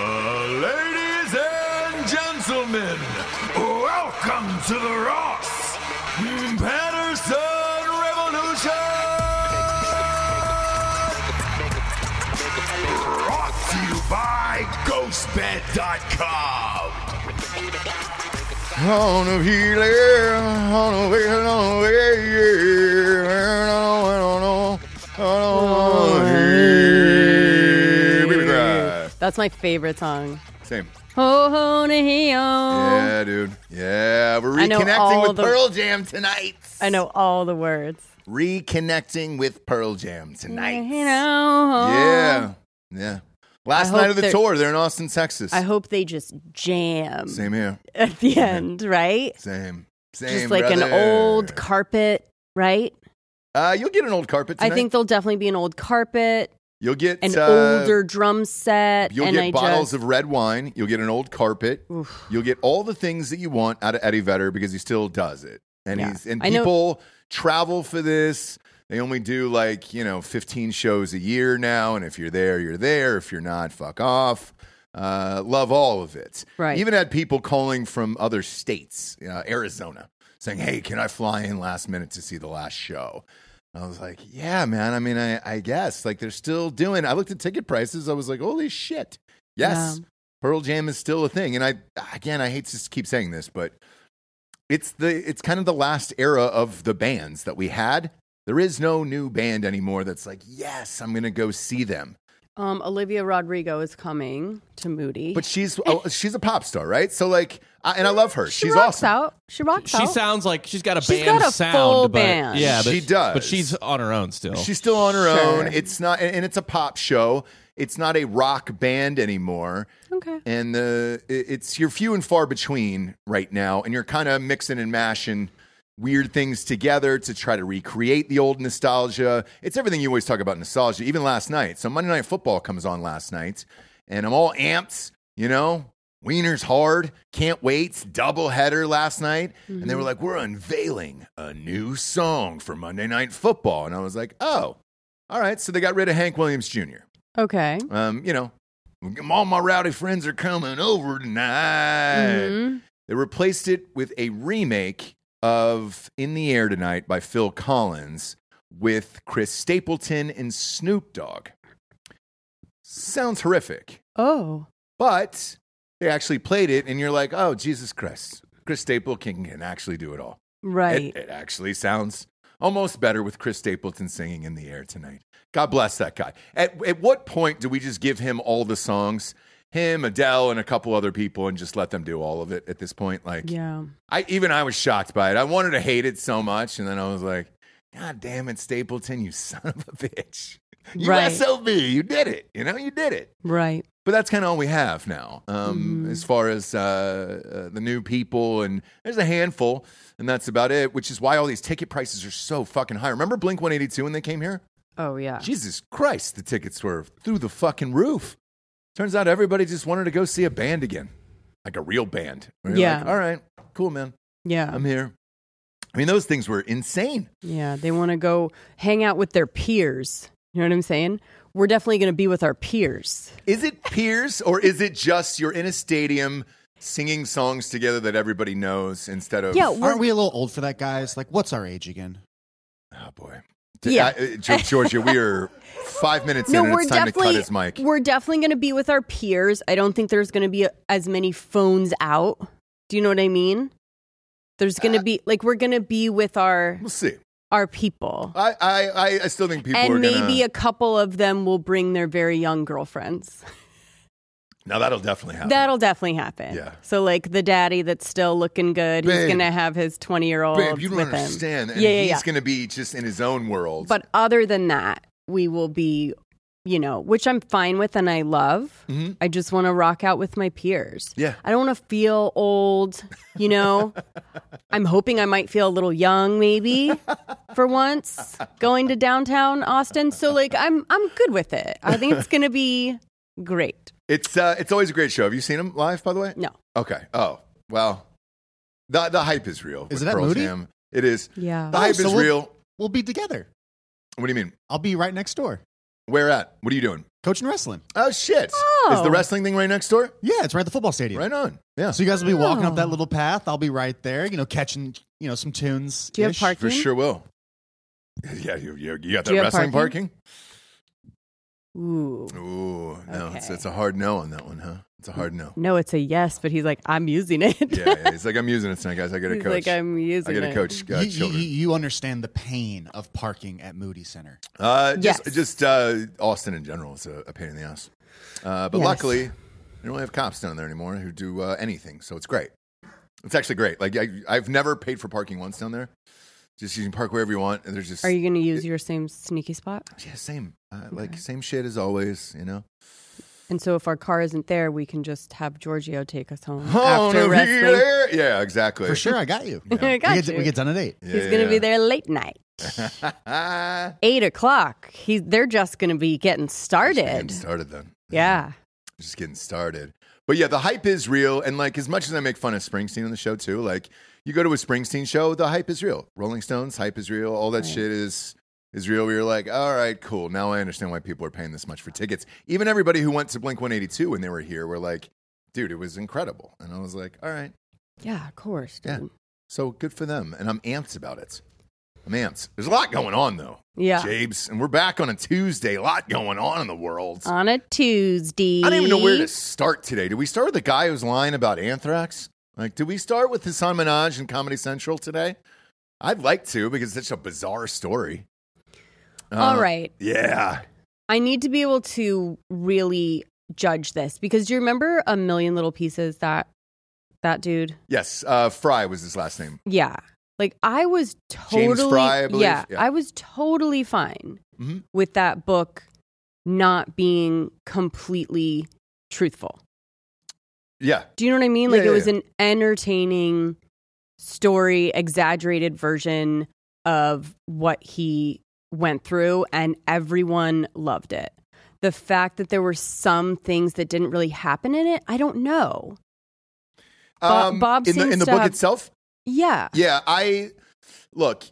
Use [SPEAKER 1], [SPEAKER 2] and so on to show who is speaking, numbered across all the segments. [SPEAKER 1] Ladies and gentlemen, welcome to the Ross Patterson Revolution! Brought to you by GhostBed.com.
[SPEAKER 2] On a healer, on a way, on a way, yeah. On a- on a-
[SPEAKER 3] Oh,
[SPEAKER 2] on a healer. Baby cry.
[SPEAKER 3] That's my favorite song.
[SPEAKER 2] Same.
[SPEAKER 3] Oh, honey, oh.
[SPEAKER 2] Yeah, dude. Yeah, we're
[SPEAKER 3] I know
[SPEAKER 2] reconnecting
[SPEAKER 3] all
[SPEAKER 2] with
[SPEAKER 3] the-
[SPEAKER 2] Pearl Jam tonight.
[SPEAKER 3] I know all the words.
[SPEAKER 2] Reconnecting with Pearl Jam
[SPEAKER 3] You
[SPEAKER 2] tonight.
[SPEAKER 3] know.
[SPEAKER 2] Yeah, yeah. Last
[SPEAKER 3] I hope
[SPEAKER 2] night of the
[SPEAKER 3] they're-
[SPEAKER 2] tour, they're in Austin, Texas.
[SPEAKER 3] I hope they just jam
[SPEAKER 2] Same here.
[SPEAKER 3] at the end, right?
[SPEAKER 2] Same. Same.
[SPEAKER 3] just like an
[SPEAKER 2] brother.
[SPEAKER 3] old carpet, right?
[SPEAKER 2] Uh, you'll get an old carpet.
[SPEAKER 3] I
[SPEAKER 2] tonight.
[SPEAKER 3] think there'll definitely be an old carpet,
[SPEAKER 2] you'll get
[SPEAKER 3] an
[SPEAKER 2] uh,
[SPEAKER 3] older drum set,
[SPEAKER 2] You'll
[SPEAKER 3] and
[SPEAKER 2] get
[SPEAKER 3] I
[SPEAKER 2] bottles
[SPEAKER 3] just,
[SPEAKER 2] of red wine. You'll get an old carpet.
[SPEAKER 3] Oof.
[SPEAKER 2] You'll get all the things that you want out of Eddie Vedder because he still does it. And
[SPEAKER 3] Yeah.
[SPEAKER 2] he's and
[SPEAKER 3] I know-
[SPEAKER 2] people travel for this. They only do like, you know, 15 shows a year now. And if you're there, you're there. If you're not, fuck off. Uh, love all of it.
[SPEAKER 3] Right.
[SPEAKER 2] Even had people calling from other states, uh, Arizona, saying, hey, can I fly in last minute to see the last show? I was like, yeah, man. I mean, I, I guess like they're still doing. I looked at ticket prices. I was like, holy shit. Yes,
[SPEAKER 3] Yeah.
[SPEAKER 2] Pearl Jam is still a thing. And I, again, I hate to just keep saying this, but it's the, it's kind of the last era of the bands that we had. There is no new band anymore that's like, yes, I'm going to go see them.
[SPEAKER 3] um, Olivia Rodrigo is coming to Moody.
[SPEAKER 2] But she's, oh, she's a pop star, right? So like, I, and I love her.
[SPEAKER 3] Eh. she
[SPEAKER 2] she's
[SPEAKER 3] rocks
[SPEAKER 2] awesome.
[SPEAKER 3] out. She rocks
[SPEAKER 4] She
[SPEAKER 3] out.
[SPEAKER 4] sounds like she's got a
[SPEAKER 3] Oh. She's
[SPEAKER 4] band
[SPEAKER 3] got a
[SPEAKER 4] sound,
[SPEAKER 3] full
[SPEAKER 4] but
[SPEAKER 3] band.
[SPEAKER 4] yeah, but,
[SPEAKER 2] She does.
[SPEAKER 4] But she's on her own still.
[SPEAKER 2] She's still on her
[SPEAKER 3] Sure.
[SPEAKER 2] own. It's not, and and it's a pop show. It's not a rock band anymore.
[SPEAKER 3] okay.
[SPEAKER 2] and the it- it's you're few and far between right now, and you're kind of mixing and mashing weird things together to try to recreate the old nostalgia. It's everything you always talk about nostalgia. Even last night, so Monday Night Football comes on last night, and I'm all amped, you know, Wiener's hard. Can't wait. Double header last night. And they were like, we're unveiling a new song for Monday Night Football. And I was like, oh, all right. So they got rid of Hank Williams Jr.
[SPEAKER 3] Okay.
[SPEAKER 2] Um, you know, all my rowdy friends are coming over tonight.
[SPEAKER 3] Mhm.
[SPEAKER 2] They replaced it with a remake of In the Air Tonight by Phil Collins with Chris Stapleton and Snoop Dogg. Sounds horrific,
[SPEAKER 3] Oh.
[SPEAKER 2] but they actually played it, and you're like, oh, Jesus Christ. Chris Stapleton can, can actually do it all.
[SPEAKER 3] Right.
[SPEAKER 2] It, it actually sounds almost better with Chris Stapleton singing in the air tonight. God bless that guy. At, at what point do we just give him all the songs? Him, Adele, and a couple other people, and just let them do all of it at this point? Like,
[SPEAKER 3] yeah.
[SPEAKER 2] I even I was shocked by it. I wanted to hate it so much, and then I was like, God damn it, Stapleton, you son of a bitch. You
[SPEAKER 3] Right.
[SPEAKER 2] SOB, you did it. You know, you did it.
[SPEAKER 3] Right.
[SPEAKER 2] But that's kind of all we have now, um,
[SPEAKER 3] Hmm.
[SPEAKER 2] as far as uh, uh, the new people, and there's a handful, and that's about it. Which is why all these ticket prices are so fucking high. Remember Blink 182 when they came here?
[SPEAKER 3] Oh yeah.
[SPEAKER 2] Jesus Christ, the tickets were through the fucking roof. Turns out everybody just wanted to go see a band again, like a real band. Where you're
[SPEAKER 3] Yeah.
[SPEAKER 2] like, all right, cool, man.
[SPEAKER 3] Yeah.
[SPEAKER 2] I'm here. I mean, those things were insane.
[SPEAKER 3] yeah. They want to go hang out with their peers. You know what I'm saying? We're definitely going to be with our peers.
[SPEAKER 2] Is it peers or is it just you're in a stadium singing songs together that everybody knows instead of
[SPEAKER 3] Yeah. We're,
[SPEAKER 5] Aren't we a little old for that, guys? Like, what's our age again?
[SPEAKER 2] Oh boy.
[SPEAKER 3] Yeah.
[SPEAKER 2] I- uh, Ge- Georgia, we are five minutes
[SPEAKER 3] no,
[SPEAKER 2] in and
[SPEAKER 3] we're
[SPEAKER 2] it's time to cut
[SPEAKER 3] definitely
[SPEAKER 2] his mic.
[SPEAKER 3] we're definitely going to be with our peers. I don't think there's going to be a, as many phones out. Do you know what I mean? There's going
[SPEAKER 2] Uh,
[SPEAKER 3] to be like we're going to be with our
[SPEAKER 2] We'll see.
[SPEAKER 3] our people.
[SPEAKER 2] I, I, I- I still think people are
[SPEAKER 3] and
[SPEAKER 2] gonna
[SPEAKER 3] maybe a couple of them will bring their very young girlfriends.
[SPEAKER 2] Now that'll definitely happen.
[SPEAKER 3] That'll definitely happen.
[SPEAKER 2] Uh, Yeah.
[SPEAKER 3] So like the daddy that's still looking good,
[SPEAKER 2] Babe.
[SPEAKER 3] he's gonna have his twenty year old
[SPEAKER 2] Babe, you
[SPEAKER 3] with
[SPEAKER 2] don't understand.
[SPEAKER 3] him.
[SPEAKER 2] And
[SPEAKER 3] yeah, yeah,
[SPEAKER 2] he's
[SPEAKER 3] yeah.
[SPEAKER 2] gonna be just in his own world.
[SPEAKER 3] But other than that, we will be, you know, which I'm fine with and I love.
[SPEAKER 2] Mhm.
[SPEAKER 3] I just want to rock out with my peers.
[SPEAKER 2] Yeah.
[SPEAKER 3] I don't want to feel old. You know, I'm hoping I might feel a little young, maybe for once, going to downtown Austin. So like, I'm I'm good with it. I think it's gonna be great.
[SPEAKER 2] It's uh, it's always a great show. Have you seen him live, by the way?
[SPEAKER 3] No.
[SPEAKER 2] Okay. Oh well, the the hype is real.
[SPEAKER 5] Is
[SPEAKER 2] with
[SPEAKER 5] it at
[SPEAKER 2] Pearl
[SPEAKER 5] Moody? Oh,
[SPEAKER 2] Jam. It is.
[SPEAKER 3] Yeah.
[SPEAKER 2] The hype is
[SPEAKER 5] so we'll-
[SPEAKER 2] real.
[SPEAKER 5] We'll be together.
[SPEAKER 2] What do you mean?
[SPEAKER 5] I'll be right next door.
[SPEAKER 2] Where at? What are you doing?
[SPEAKER 5] Coaching wrestling.
[SPEAKER 2] Oh shit! Is
[SPEAKER 3] Oh.
[SPEAKER 2] the wrestling thing right next door?
[SPEAKER 5] Yeah, it's right at the football stadium.
[SPEAKER 2] Right on. Yeah.
[SPEAKER 5] So you guys will be walking up
[SPEAKER 3] Oh.
[SPEAKER 5] that little path. I'll be right there, you know, catching, you know, some tunes.
[SPEAKER 3] Do you have parking?
[SPEAKER 2] For sure will. Yeah, you, you, you got that
[SPEAKER 3] Do you have
[SPEAKER 2] wrestling parking?
[SPEAKER 3] Ooh.
[SPEAKER 2] Ooh, no, it's,
[SPEAKER 3] Okay.
[SPEAKER 2] it's a hard no on that one, huh? It's a hard no.
[SPEAKER 3] No, it's a yes, but he's like, I'm using it.
[SPEAKER 2] yeah, yeah, it's like I'm using it tonight, guys. I got to
[SPEAKER 3] he's
[SPEAKER 2] coach.
[SPEAKER 3] like, I'm using
[SPEAKER 2] I got to
[SPEAKER 3] it.
[SPEAKER 2] coach uh,
[SPEAKER 5] you, you,
[SPEAKER 2] children.
[SPEAKER 5] you- you understand the pain of parking at Moody Center.
[SPEAKER 2] Uh, just
[SPEAKER 3] Yes.
[SPEAKER 2] just uh, Austin in general is a, a pain in the ass. Uh, but
[SPEAKER 3] Yes.
[SPEAKER 2] luckily, they don't really have cops down there anymore who do uh, anything, so it's great. It's actually great. Like I, I've never paid for parking once down there. Just you can park wherever you want, and there's just
[SPEAKER 3] Are you going to use your same sneaky spot?
[SPEAKER 2] yeah, same uh, like same shit as always, you know.
[SPEAKER 3] And so if our car isn't there, we can just have Giorgio take us home
[SPEAKER 2] Oh,
[SPEAKER 3] after
[SPEAKER 2] no,
[SPEAKER 3] wrestling.
[SPEAKER 2] here. Yeah, exactly.
[SPEAKER 5] For sure, I got you.
[SPEAKER 3] I got
[SPEAKER 5] we, get,
[SPEAKER 3] you.
[SPEAKER 5] we get done at eight.
[SPEAKER 2] Yeah,
[SPEAKER 3] he's going to
[SPEAKER 2] yeah.
[SPEAKER 3] be there late night. Eight o'clock. He, they're just going to be getting
[SPEAKER 2] Getting
[SPEAKER 3] started.
[SPEAKER 2] started then.
[SPEAKER 3] Yeah.
[SPEAKER 2] just getting started. But yeah, the hype is real. And like, as much as I make fun of Springsteen on the show too, like, you go to a Springsteen show, the hype is real. Rolling Stones hype is real. All that shit is is real. We were like, all right, cool. Now I understand why people are paying this much for tickets. Even everybody who went to Blink One Eighty Two when they were here were like, dude, it was incredible. And I was like, all right,
[SPEAKER 3] Yeah, of course.
[SPEAKER 2] Yeah.
[SPEAKER 3] dude.
[SPEAKER 2] so good for them. And I'm amped about it. I'm amped. There's a lot going on though.
[SPEAKER 3] Yeah.
[SPEAKER 2] Jabes, and we're back on a Tuesday. A lot going on in the world.
[SPEAKER 3] On a Tuesday.
[SPEAKER 2] I don't even know where to start today. Did we start with the guy who's lying about anthrax? Like, did we start with Hassan Minaj and Comedy Central today? I'd like to because it's such a bizarre story. Uh,
[SPEAKER 3] All right.
[SPEAKER 2] Yeah.
[SPEAKER 3] I need to be able to really judge this because do you remember a million little pieces that that dude?
[SPEAKER 2] Yes. Uh, Fry was his last name.
[SPEAKER 3] Yeah. Like I was totally
[SPEAKER 2] James Fry, I believe.
[SPEAKER 3] Yeah,
[SPEAKER 2] Yeah.
[SPEAKER 3] I was totally fine
[SPEAKER 2] Mhm.
[SPEAKER 3] with that book not being completely truthful.
[SPEAKER 2] Yeah.
[SPEAKER 3] Do you know what I mean?
[SPEAKER 2] Yeah,
[SPEAKER 3] Like
[SPEAKER 2] yeah,
[SPEAKER 3] it was
[SPEAKER 2] yeah.
[SPEAKER 3] an entertaining story, exaggerated version of what he went through, and everyone loved it. The fact that there were some things that didn't really happen in it, I don't know. Bo- Bob
[SPEAKER 2] Um, in the
[SPEAKER 3] seems
[SPEAKER 2] in the
[SPEAKER 3] to
[SPEAKER 2] book
[SPEAKER 3] have-
[SPEAKER 2] itself.
[SPEAKER 3] Yeah.
[SPEAKER 2] Yeah, I look.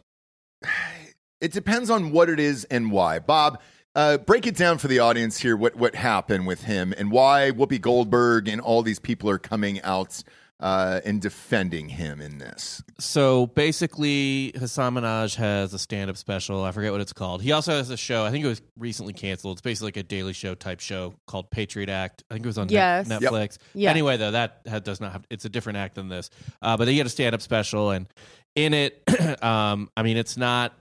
[SPEAKER 2] It depends on what it is and why. Bob, uh, break it down for the audience here. What what happened with him and why Whoopi Goldberg and all these people are coming out uh, and defending him in this?
[SPEAKER 4] So basically, Hassan Minaj has a stand up special. I forget what it's called. He also has a show. I think it was recently canceled. It's basically like a Daily Show type show called Patriot Act. I think it was on Net-
[SPEAKER 3] Yes. Yep.
[SPEAKER 4] Netflix.
[SPEAKER 3] Yeah.
[SPEAKER 4] Anyway, though, that ha- does not have, it's a different act than this. Uh, but they get a stand up special. And in it, um, I mean, it's not,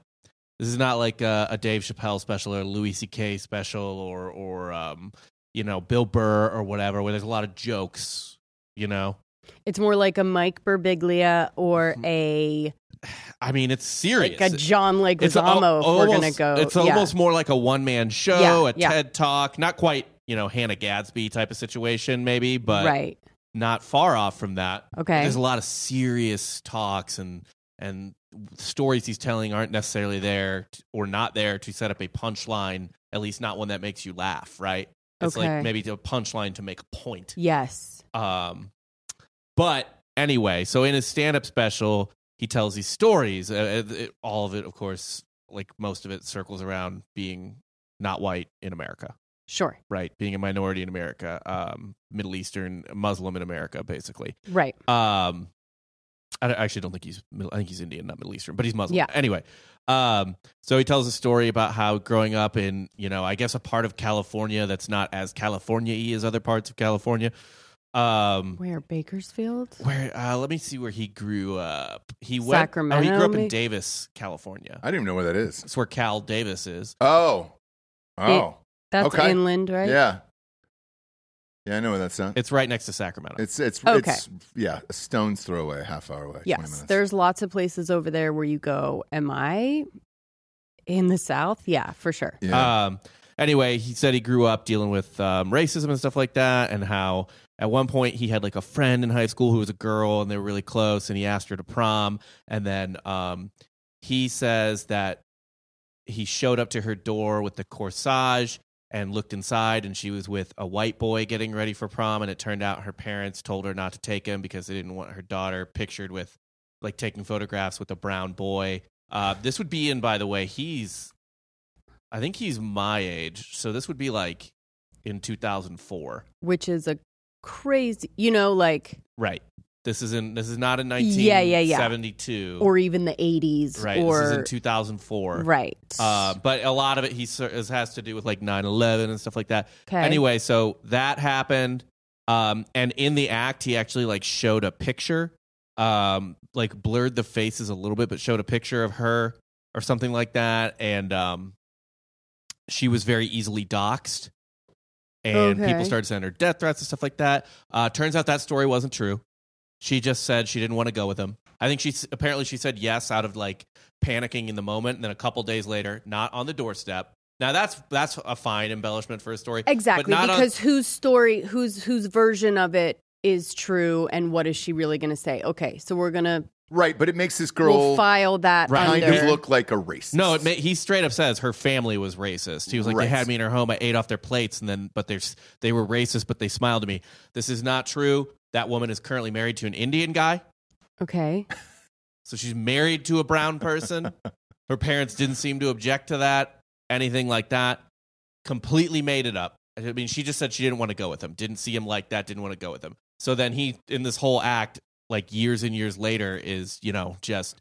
[SPEAKER 4] this is not like a, a Dave Chappelle special or a Louis C.K. special or, or, um, you know, Bill Burr or whatever, where there's a lot of jokes, you know?
[SPEAKER 3] It's more like a Mike Birbiglia or
[SPEAKER 2] Mm-hmm.
[SPEAKER 3] a
[SPEAKER 4] I mean, it's serious.
[SPEAKER 3] like a John Leguizamo.
[SPEAKER 4] al-
[SPEAKER 3] if we're gonna
[SPEAKER 4] almost-
[SPEAKER 3] go,
[SPEAKER 4] It's
[SPEAKER 3] yeah.
[SPEAKER 4] almost more like a one man show,
[SPEAKER 3] Yeah,
[SPEAKER 4] a
[SPEAKER 3] yeah.
[SPEAKER 4] TED talk, not quite you know Hannah Gadsby type of situation, maybe, but
[SPEAKER 3] right.
[SPEAKER 4] not far off from that.
[SPEAKER 3] Okay.
[SPEAKER 4] There's a lot of serious talks and and stories he's telling aren't necessarily there t- or not there to set up a punchline, at least not one that makes you laugh, right? It's
[SPEAKER 3] Okay.
[SPEAKER 4] like maybe a punchline to make a point.
[SPEAKER 3] Yes.
[SPEAKER 4] Um, but anyway, so in his stand-up special, he tells these stories. Uh, uh, it- all of it, of course, like most of it, circles around being not white in America,
[SPEAKER 3] Sure.
[SPEAKER 4] right? Being a minority in America, um, Middle Eastern Muslim in America, basically.
[SPEAKER 3] Right.
[SPEAKER 4] Um, I, don't- I actually don't think he's. Middle- I think he's Indian, not Middle Eastern, but he's Muslim.
[SPEAKER 3] Yeah.
[SPEAKER 4] Anyway, um, so he tells a story about how growing up in, you know, I guess a part of California that's not as California-y as other parts of California. Um,
[SPEAKER 3] Where Bakersfield?
[SPEAKER 4] where? Uh, let me see where he grew up. He went.
[SPEAKER 3] Sacramento,
[SPEAKER 4] Oh, he grew up
[SPEAKER 3] maybe?
[SPEAKER 4] in Davis, California.
[SPEAKER 2] I don't even know where that is.
[SPEAKER 4] That's where Cal Davis is.
[SPEAKER 2] Oh, oh,
[SPEAKER 3] That's
[SPEAKER 2] Okay.
[SPEAKER 3] inland, right?
[SPEAKER 2] yeah, yeah. I know where that's at.
[SPEAKER 4] It's right next to Sacramento.
[SPEAKER 2] It's it's
[SPEAKER 3] Okay.
[SPEAKER 2] it's yeah, a stone's throw away, a half hour away. 20
[SPEAKER 3] Yes.
[SPEAKER 2] minutes.
[SPEAKER 3] There's lots of places over there where you go. Am I in the South? Yeah, for sure.
[SPEAKER 2] yeah.
[SPEAKER 4] Um, anyway, he said he grew up dealing with um, racism and stuff like that, and how at one point he had like a friend in high school who was a girl, and they were really close, and he asked her to prom, and then um, he says that he showed up to her door with the corsage and looked inside and she was with a white boy getting ready for prom and it turned out her parents told her not to take him because they didn't want her daughter pictured with like taking photographs with a brown boy uh, this would be in by the way he's i think he's my age so this would be like in 2004
[SPEAKER 3] Which is a crazy, you know, like,
[SPEAKER 4] right this is in this is not in
[SPEAKER 3] Yeah, yeah, yeah.
[SPEAKER 4] 1972
[SPEAKER 3] or even the 80s.
[SPEAKER 4] right
[SPEAKER 3] Or,
[SPEAKER 4] this is in 2004
[SPEAKER 3] Right.
[SPEAKER 4] uh, but a lot of it he ser- is- has to do with like 9-11 and stuff like that
[SPEAKER 3] okay.
[SPEAKER 4] Anyway, so that happened. Um, and in the act, he actually like showed a picture, um, like blurred the faces a little bit, but showed a picture of her or something like that. And um, she was very easily doxxed. And
[SPEAKER 3] Okay.
[SPEAKER 4] people started sending her death threats and stuff like that. Uh, turns out that story wasn't true. She just said she didn't want to go with him. I think she s- apparently she said yes out of like panicking in the moment. And then a couple days later, not on the doorstep. Now that's that's a fine embellishment for a story.
[SPEAKER 3] Exactly.
[SPEAKER 4] not on-
[SPEAKER 3] Because whose story, whose whose version of it is true and what is she really going to say? Okay. So we're going to
[SPEAKER 2] right, but it makes this
[SPEAKER 3] we'll
[SPEAKER 2] girl
[SPEAKER 3] file that
[SPEAKER 4] Right.
[SPEAKER 2] kind
[SPEAKER 3] under.
[SPEAKER 2] of look like a racist.
[SPEAKER 4] No, it ma- he straight up says her family was racist. He was like,
[SPEAKER 2] Right.
[SPEAKER 4] they had me in her home. I ate off their plates, and then but they they were racist, but they smiled at me. This is not true. That woman is currently married to an Indian guy,
[SPEAKER 3] okay.
[SPEAKER 4] so she's married to a brown person. her parents didn't seem to object to that, anything like that. Completely made it up. I mean, she just said she didn't want to go with him. Didn't see him like that. Didn't want to go with him. So then he, in this whole act, like years and years later, is you know just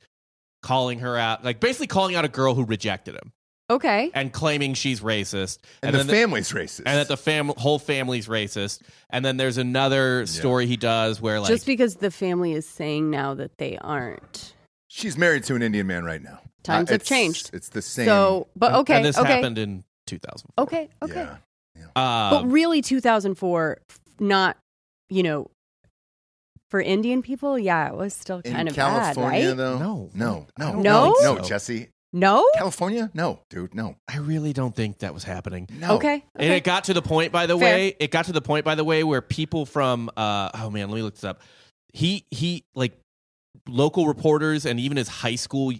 [SPEAKER 4] calling her out, like basically calling out a girl who rejected him
[SPEAKER 3] Okay.
[SPEAKER 4] and claiming she's racist,
[SPEAKER 2] and, the
[SPEAKER 4] then
[SPEAKER 2] family's racist.
[SPEAKER 4] and that the fam- whole family's racist, and then there's another story he does where like
[SPEAKER 3] Just because the family is saying now that they aren't.
[SPEAKER 2] she's married to an Indian man right now. Uh,
[SPEAKER 3] Times have
[SPEAKER 2] it's-
[SPEAKER 3] changed.
[SPEAKER 2] It's the same.
[SPEAKER 3] So, but
[SPEAKER 4] and-
[SPEAKER 3] okay.
[SPEAKER 4] and this
[SPEAKER 3] okay.
[SPEAKER 4] happened in 2000.
[SPEAKER 3] Okay. Okay.
[SPEAKER 2] Yeah. Um,
[SPEAKER 4] Uh,
[SPEAKER 3] but really 2004 f- not, you know, for Indian people, yeah, it was still
[SPEAKER 2] In
[SPEAKER 3] kind of
[SPEAKER 2] California,
[SPEAKER 3] bad, right?
[SPEAKER 2] though,
[SPEAKER 4] No.
[SPEAKER 2] no,
[SPEAKER 4] I
[SPEAKER 2] no,
[SPEAKER 4] don't
[SPEAKER 2] no,
[SPEAKER 3] think
[SPEAKER 2] no,
[SPEAKER 4] so.
[SPEAKER 2] Jesse,
[SPEAKER 3] No?
[SPEAKER 2] California, no, dude, no,
[SPEAKER 4] I really don't think that was happening.
[SPEAKER 2] no.
[SPEAKER 3] Okay.
[SPEAKER 4] And
[SPEAKER 3] okay.
[SPEAKER 4] it got to the point, by the
[SPEAKER 3] Fair.
[SPEAKER 4] way, it got to the point, by the way, where people from uh, oh man, let me look this up. He he like local reporters and even his high school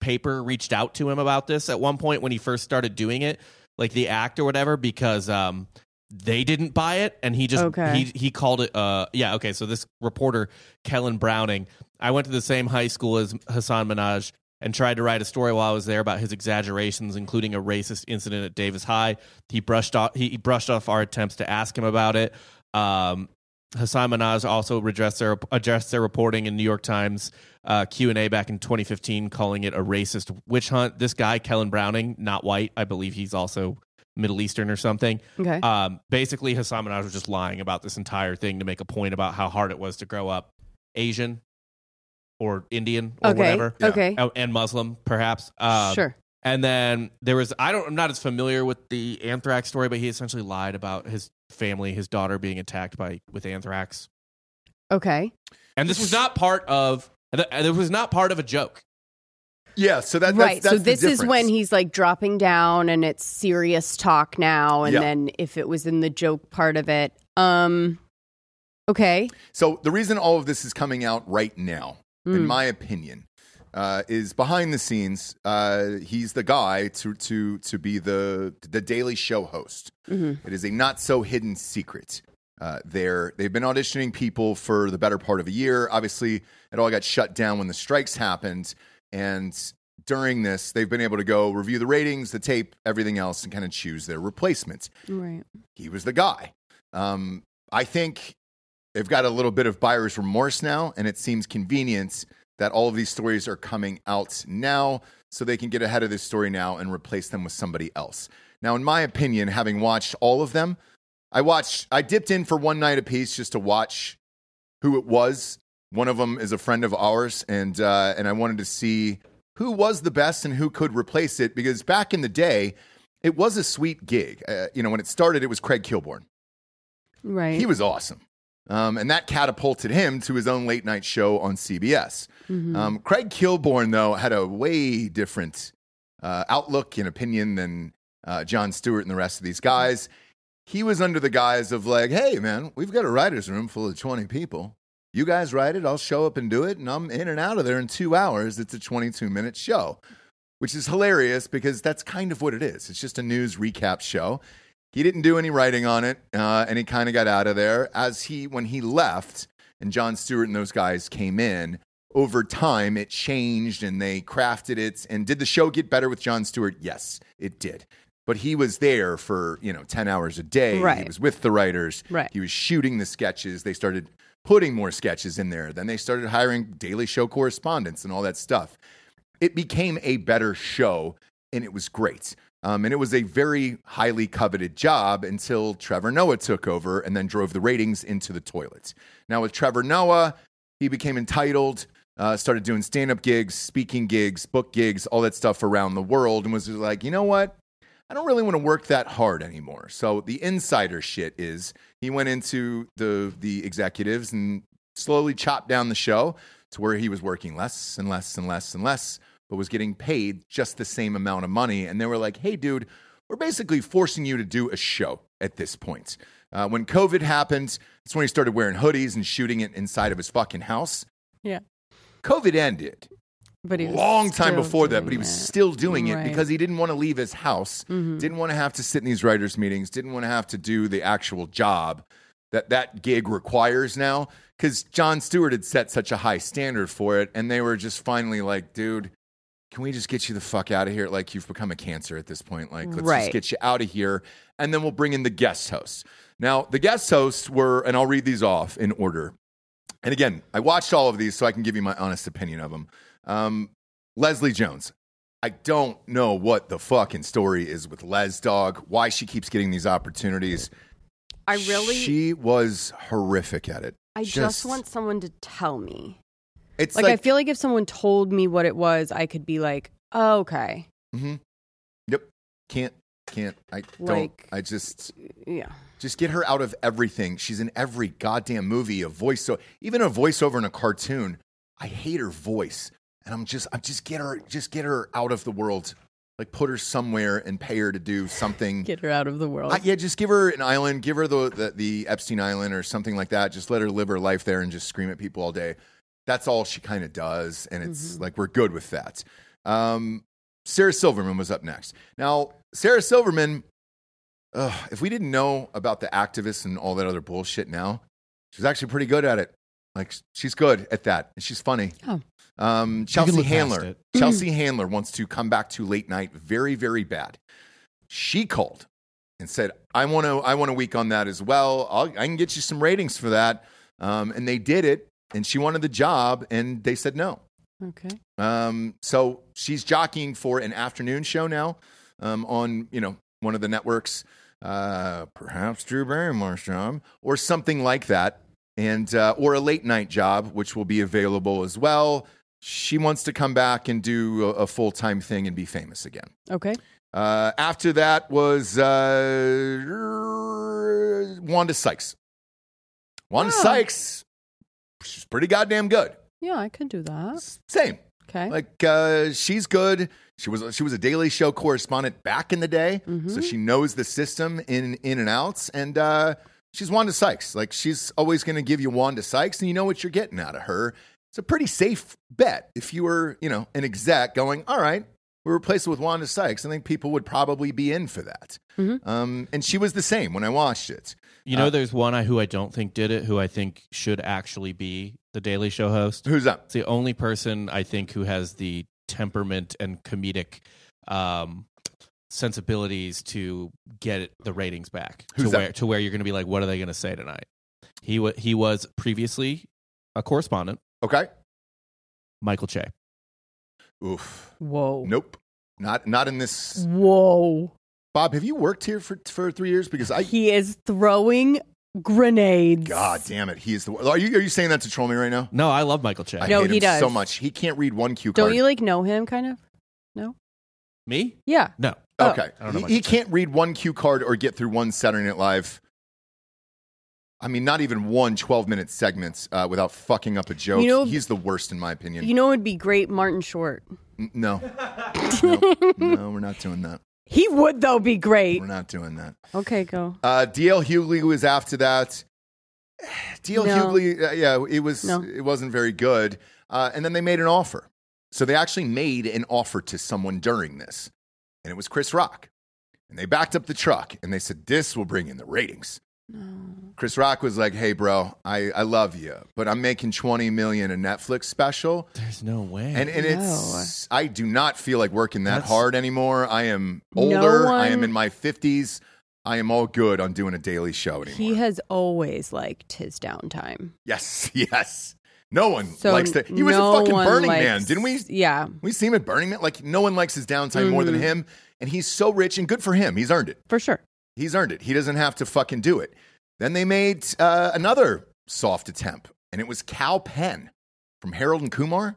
[SPEAKER 4] paper reached out to him about this at one point when he first started doing it, like the act or whatever, because um they didn't buy it and he just
[SPEAKER 3] Okay.
[SPEAKER 4] he he called it uh yeah okay so this reporter Kellen Browning I went to the same high school as Hassan Minaj and tried to write a story while I was there about his exaggerations including a racist incident at Davis High he brushed off he he brushed off our attempts to ask him about it um Hassan Minaj also redressed their addressed their reporting in New York Times uh, Q and A back in 2015, calling it a racist witch hunt. This guy, Kellen Browning, not white, I believe he's also Middle Eastern or something.
[SPEAKER 3] Okay.
[SPEAKER 4] Um, basically, Hassan Minaj was just lying about this entire thing to make a point about how hard it was to grow up Asian or Indian or
[SPEAKER 2] uh,
[SPEAKER 3] okay.
[SPEAKER 4] whatever,
[SPEAKER 3] Okay.
[SPEAKER 4] Oh, and Muslim perhaps. Um,
[SPEAKER 3] sure.
[SPEAKER 4] and then there was I don't I'm not as familiar with the anthrax story, but he essentially lied about his family, his daughter being attacked by with anthrax.
[SPEAKER 3] Okay.
[SPEAKER 4] And this was not part of and th- and it was not part of a joke.
[SPEAKER 2] Yeah, so that, that's
[SPEAKER 3] right.
[SPEAKER 2] That's
[SPEAKER 3] so
[SPEAKER 2] the
[SPEAKER 3] this is when
[SPEAKER 2] difference.
[SPEAKER 3] he's like dropping down and it's serious talk now. And
[SPEAKER 2] Yeah.
[SPEAKER 3] then if it was in the joke part of it. Um okay.
[SPEAKER 2] So the reason all of this is coming out right now, in
[SPEAKER 3] Mm.
[SPEAKER 2] my opinion, uh, is behind the scenes. Uh, he's the guy to to to be the the Daily Show host.
[SPEAKER 3] mm-hmm,
[SPEAKER 2] It is a not so hidden secret. Uh, they're, they've been auditioning people for the better part of a year. Obviously, it all got shut down when the strikes happened. And during this, they've been able to go review the ratings, the tape, everything else, and kind of choose their replacements
[SPEAKER 3] Right.
[SPEAKER 2] he was the guy. Um, I think they've got a little bit of buyer's remorse now, and it seems convenient that all of these stories are coming out now so they can get ahead of this story now and replace them with somebody else. Now, in my opinion, having watched all of them, I watched, I dipped in for one night apiece just to watch who it was. One of them is a friend of ours, and uh, and I wanted to see who was the best and who could replace it because back in the day, it was a sweet gig. Uh, you know, when it started, it was Craig Kilborn.
[SPEAKER 3] Right.
[SPEAKER 2] He was awesome. Um, and that catapulted him to his own late night show on CBS.
[SPEAKER 3] mm-hmm,
[SPEAKER 2] Um, Craig Kilborn, though, had a way different uh, outlook and opinion than uh, John Stewart and the rest of these guys. He was under the guise of, like, hey, man, we've got a writer's room full of 20 people. You guys write it, I'll show up and do it, and I'm in and out of there in two hours. It's a 22 minute show, which is hilarious because that's kind of what it is. It's just a news recap show. He didn't do any writing on it, uh, and he kind of got out of there. As he, when he left, and John Stewart and those guys came in, over time it changed and they crafted it. And did the show get better with John Stewart? Yes, it did. But he was there for, you know, 10 hours a day. He
[SPEAKER 3] Right.
[SPEAKER 2] was with the writers.
[SPEAKER 3] Right.
[SPEAKER 2] He was shooting the sketches. They started putting more sketches in there. Then they started hiring Daily Show correspondents and all that stuff. It became a better show and it was great. Um, and it was a very highly coveted job until Trevor Noah took over and then drove the ratings into the toilet. Now, with Trevor Noah, he became entitled, uh, started doing stand up gigs, speaking gigs, book gigs, all that stuff around the world, and was just like, you know what? I don't really want to work that hard anymore. So the insider shit is he went into the the executives and slowly chopped down the show to where he was working less and less and less and less, but was getting paid just the same amount of money. And they were like, "Hey, dude, we're basically forcing you to do a show at this point." Uh, when COVID happened, that's when he started wearing hoodies and shooting it inside of his fucking house.
[SPEAKER 3] Yeah.
[SPEAKER 2] COVID ended
[SPEAKER 3] But he was
[SPEAKER 2] long time
[SPEAKER 3] still
[SPEAKER 2] before that, but he
[SPEAKER 3] doing
[SPEAKER 2] was
[SPEAKER 3] it.
[SPEAKER 2] still doing it
[SPEAKER 3] Right. Mm-hmm.
[SPEAKER 2] because he didn't want to leave his house, didn't want to have to sit in these writers' meetings, didn't want to have to do the actual job that that gig requires now. Because John Stewart had set such a high standard for it, and they were just finally like, dude, can we just get you the fuck out of here? Like you've become a cancer at this point. Like let's just
[SPEAKER 3] Right.
[SPEAKER 2] get you out of here, and then we'll bring in the guest hosts. Now the guest hosts were, and I'll read these off in order. And again, I watched all of these so I can give you my honest opinion of them. Um, Leslie Jones. I don't know what the fucking story is with Les Dog. Why she keeps getting these opportunities.
[SPEAKER 3] I really,
[SPEAKER 2] She was horrific at it.
[SPEAKER 3] I just, want someone to tell me.
[SPEAKER 2] It's
[SPEAKER 3] Like,
[SPEAKER 2] like,
[SPEAKER 3] I feel like if someone told me what it was, I could be like, oh, okay,
[SPEAKER 2] Yep. Can't. Can't. I don't.
[SPEAKER 3] Like-
[SPEAKER 2] I just.
[SPEAKER 3] yeah,
[SPEAKER 2] Just get her out of everything. She's in every goddamn movie, a voice so even a voiceover in a cartoon. I hate her voice. And I'm just I'm just get her just get her out of the world. Like put her somewhere and pay her to do something.
[SPEAKER 3] get her out of the world.
[SPEAKER 2] Uh, yeah, just give her an island, give her the, the the Epstein Island or something like that. Just let her live her life there and just scream at people all day. That's all she kind of does, and it's
[SPEAKER 3] Mm-hmm.
[SPEAKER 2] like we're good with that. Um, Sarah Silverman was up next. Now, Sarah Silverman ugh, if we didn't know about the activists and all that other bullshit now, she's actually pretty good at it. Like she's good at that. And she's funny.
[SPEAKER 3] Oh.
[SPEAKER 2] Um,
[SPEAKER 5] can
[SPEAKER 2] Chelsea
[SPEAKER 5] look past
[SPEAKER 2] Handler.
[SPEAKER 5] it.
[SPEAKER 2] Chelsea Handler wants to come back to late night very, very bad. She called and said, I want to, I want a week on that as well. I'll, I can get you some ratings for that. Um, and they did it. And she wanted the job and they said no.
[SPEAKER 3] Okay.
[SPEAKER 2] Um, so she's jockeying for an afternoon show now um, on you know one of the networks, uh, perhaps Drew Barrymore's job or something like that, and uh, or a late night job which will be available as well. She wants to come back and do a, a full time thing and be famous again.
[SPEAKER 3] Okay.
[SPEAKER 2] Uh, after that was uh, Wanda Sykes. Wanda
[SPEAKER 3] Oh.
[SPEAKER 2] Sykes, she's pretty goddamn good.
[SPEAKER 3] Yeah, I could do that.
[SPEAKER 2] Same.
[SPEAKER 3] Okay.
[SPEAKER 2] Like uh, she's good. She was she was a Daily Show correspondent back in the day,
[SPEAKER 3] mm-hmm.
[SPEAKER 2] so she knows the system in in and outs. And uh, she's Wanda Sykes. Like she's always going to give you Wanda Sykes, and you know what you're getting out of her. It's a pretty safe bet if you were you know an exec going, all right, we replace it with Wanda Sykes. I think people would probably be in for that. Um, and she was the same when I watched it.
[SPEAKER 4] You
[SPEAKER 2] Uh,
[SPEAKER 4] know, there's one I who I don't think did it, who I think should actually be the Daily Show host.
[SPEAKER 2] Who's that?
[SPEAKER 4] It's the only person I think who has the temperament and comedic um, sensibilities to get it- the ratings back
[SPEAKER 2] Who's
[SPEAKER 4] to
[SPEAKER 2] that?
[SPEAKER 4] where to where you're going to be like, what are they going to say tonight? He wa he was previously a correspondent,
[SPEAKER 2] Okay.
[SPEAKER 4] Michael Che.
[SPEAKER 2] Oof.
[SPEAKER 3] Whoa.
[SPEAKER 2] Nope. Not not in
[SPEAKER 3] Mm.
[SPEAKER 2] this.
[SPEAKER 3] Whoa.
[SPEAKER 2] Bob, have you worked here for for three years? Because I
[SPEAKER 3] he is throwing grenades.
[SPEAKER 2] God damn it, he is the. Are you are you saying that to troll me right now?
[SPEAKER 4] No, I love Michael Che.
[SPEAKER 2] I
[SPEAKER 3] No,
[SPEAKER 2] hate
[SPEAKER 3] he
[SPEAKER 2] him
[SPEAKER 3] does.
[SPEAKER 2] so much. He can't read one cue
[SPEAKER 3] Don't
[SPEAKER 2] card.
[SPEAKER 3] you like know him kind of? No.
[SPEAKER 4] Me?
[SPEAKER 3] Yeah.
[SPEAKER 4] No.
[SPEAKER 3] Oh.
[SPEAKER 2] okay,
[SPEAKER 4] I don't know
[SPEAKER 2] He-
[SPEAKER 4] much
[SPEAKER 2] he,
[SPEAKER 4] about
[SPEAKER 2] can't read one cue card or get through one Saturday Night Live. I mean, not even one 12 minute segments uh, without fucking up a joke.
[SPEAKER 3] You know-
[SPEAKER 2] He's the worst in my opinion.
[SPEAKER 3] You know, it would be great, Martin Short.
[SPEAKER 2] N- no, no, no, we're not doing that.
[SPEAKER 3] He would though be great.
[SPEAKER 2] We're not doing that.
[SPEAKER 3] Okay, go.
[SPEAKER 2] Uh, DL Hughley was after that. DL
[SPEAKER 3] No.
[SPEAKER 2] Hughley, uh, yeah, it was
[SPEAKER 3] No.
[SPEAKER 2] it wasn't very good. Uh, and then they made an offer. So they actually made an offer to someone during this, and it was Chris Rock. And they backed up the truck and they said, "This will bring in the ratings." Chris Rock was like, "Hey, bro, I, I love you, but I'm making 20 million a Netflix special,
[SPEAKER 4] There's no way.
[SPEAKER 2] and and it's I do not feel like working that
[SPEAKER 4] That's-
[SPEAKER 2] hard anymore. I am
[SPEAKER 3] No
[SPEAKER 2] older. I
[SPEAKER 3] one-
[SPEAKER 2] am in my fifties. I am all good on doing a daily show anymore.
[SPEAKER 3] He has always liked his downtime.
[SPEAKER 2] yes, yes. No one
[SPEAKER 3] So
[SPEAKER 2] likes that. He was
[SPEAKER 3] no
[SPEAKER 2] a fucking
[SPEAKER 3] one
[SPEAKER 2] Burning
[SPEAKER 3] likes-
[SPEAKER 2] Man, didn't we?
[SPEAKER 3] Yeah.
[SPEAKER 2] We see him at Burning Man. Like no one likes his downtime more
[SPEAKER 3] Mm-hmm.
[SPEAKER 2] than him, and he's so rich and good for him. He's earned it.
[SPEAKER 3] For sure.
[SPEAKER 2] He's earned it. He doesn't have to fucking do it. Then they made uh, another soft attempt, and it was Cal Penn from Harold and Kumar.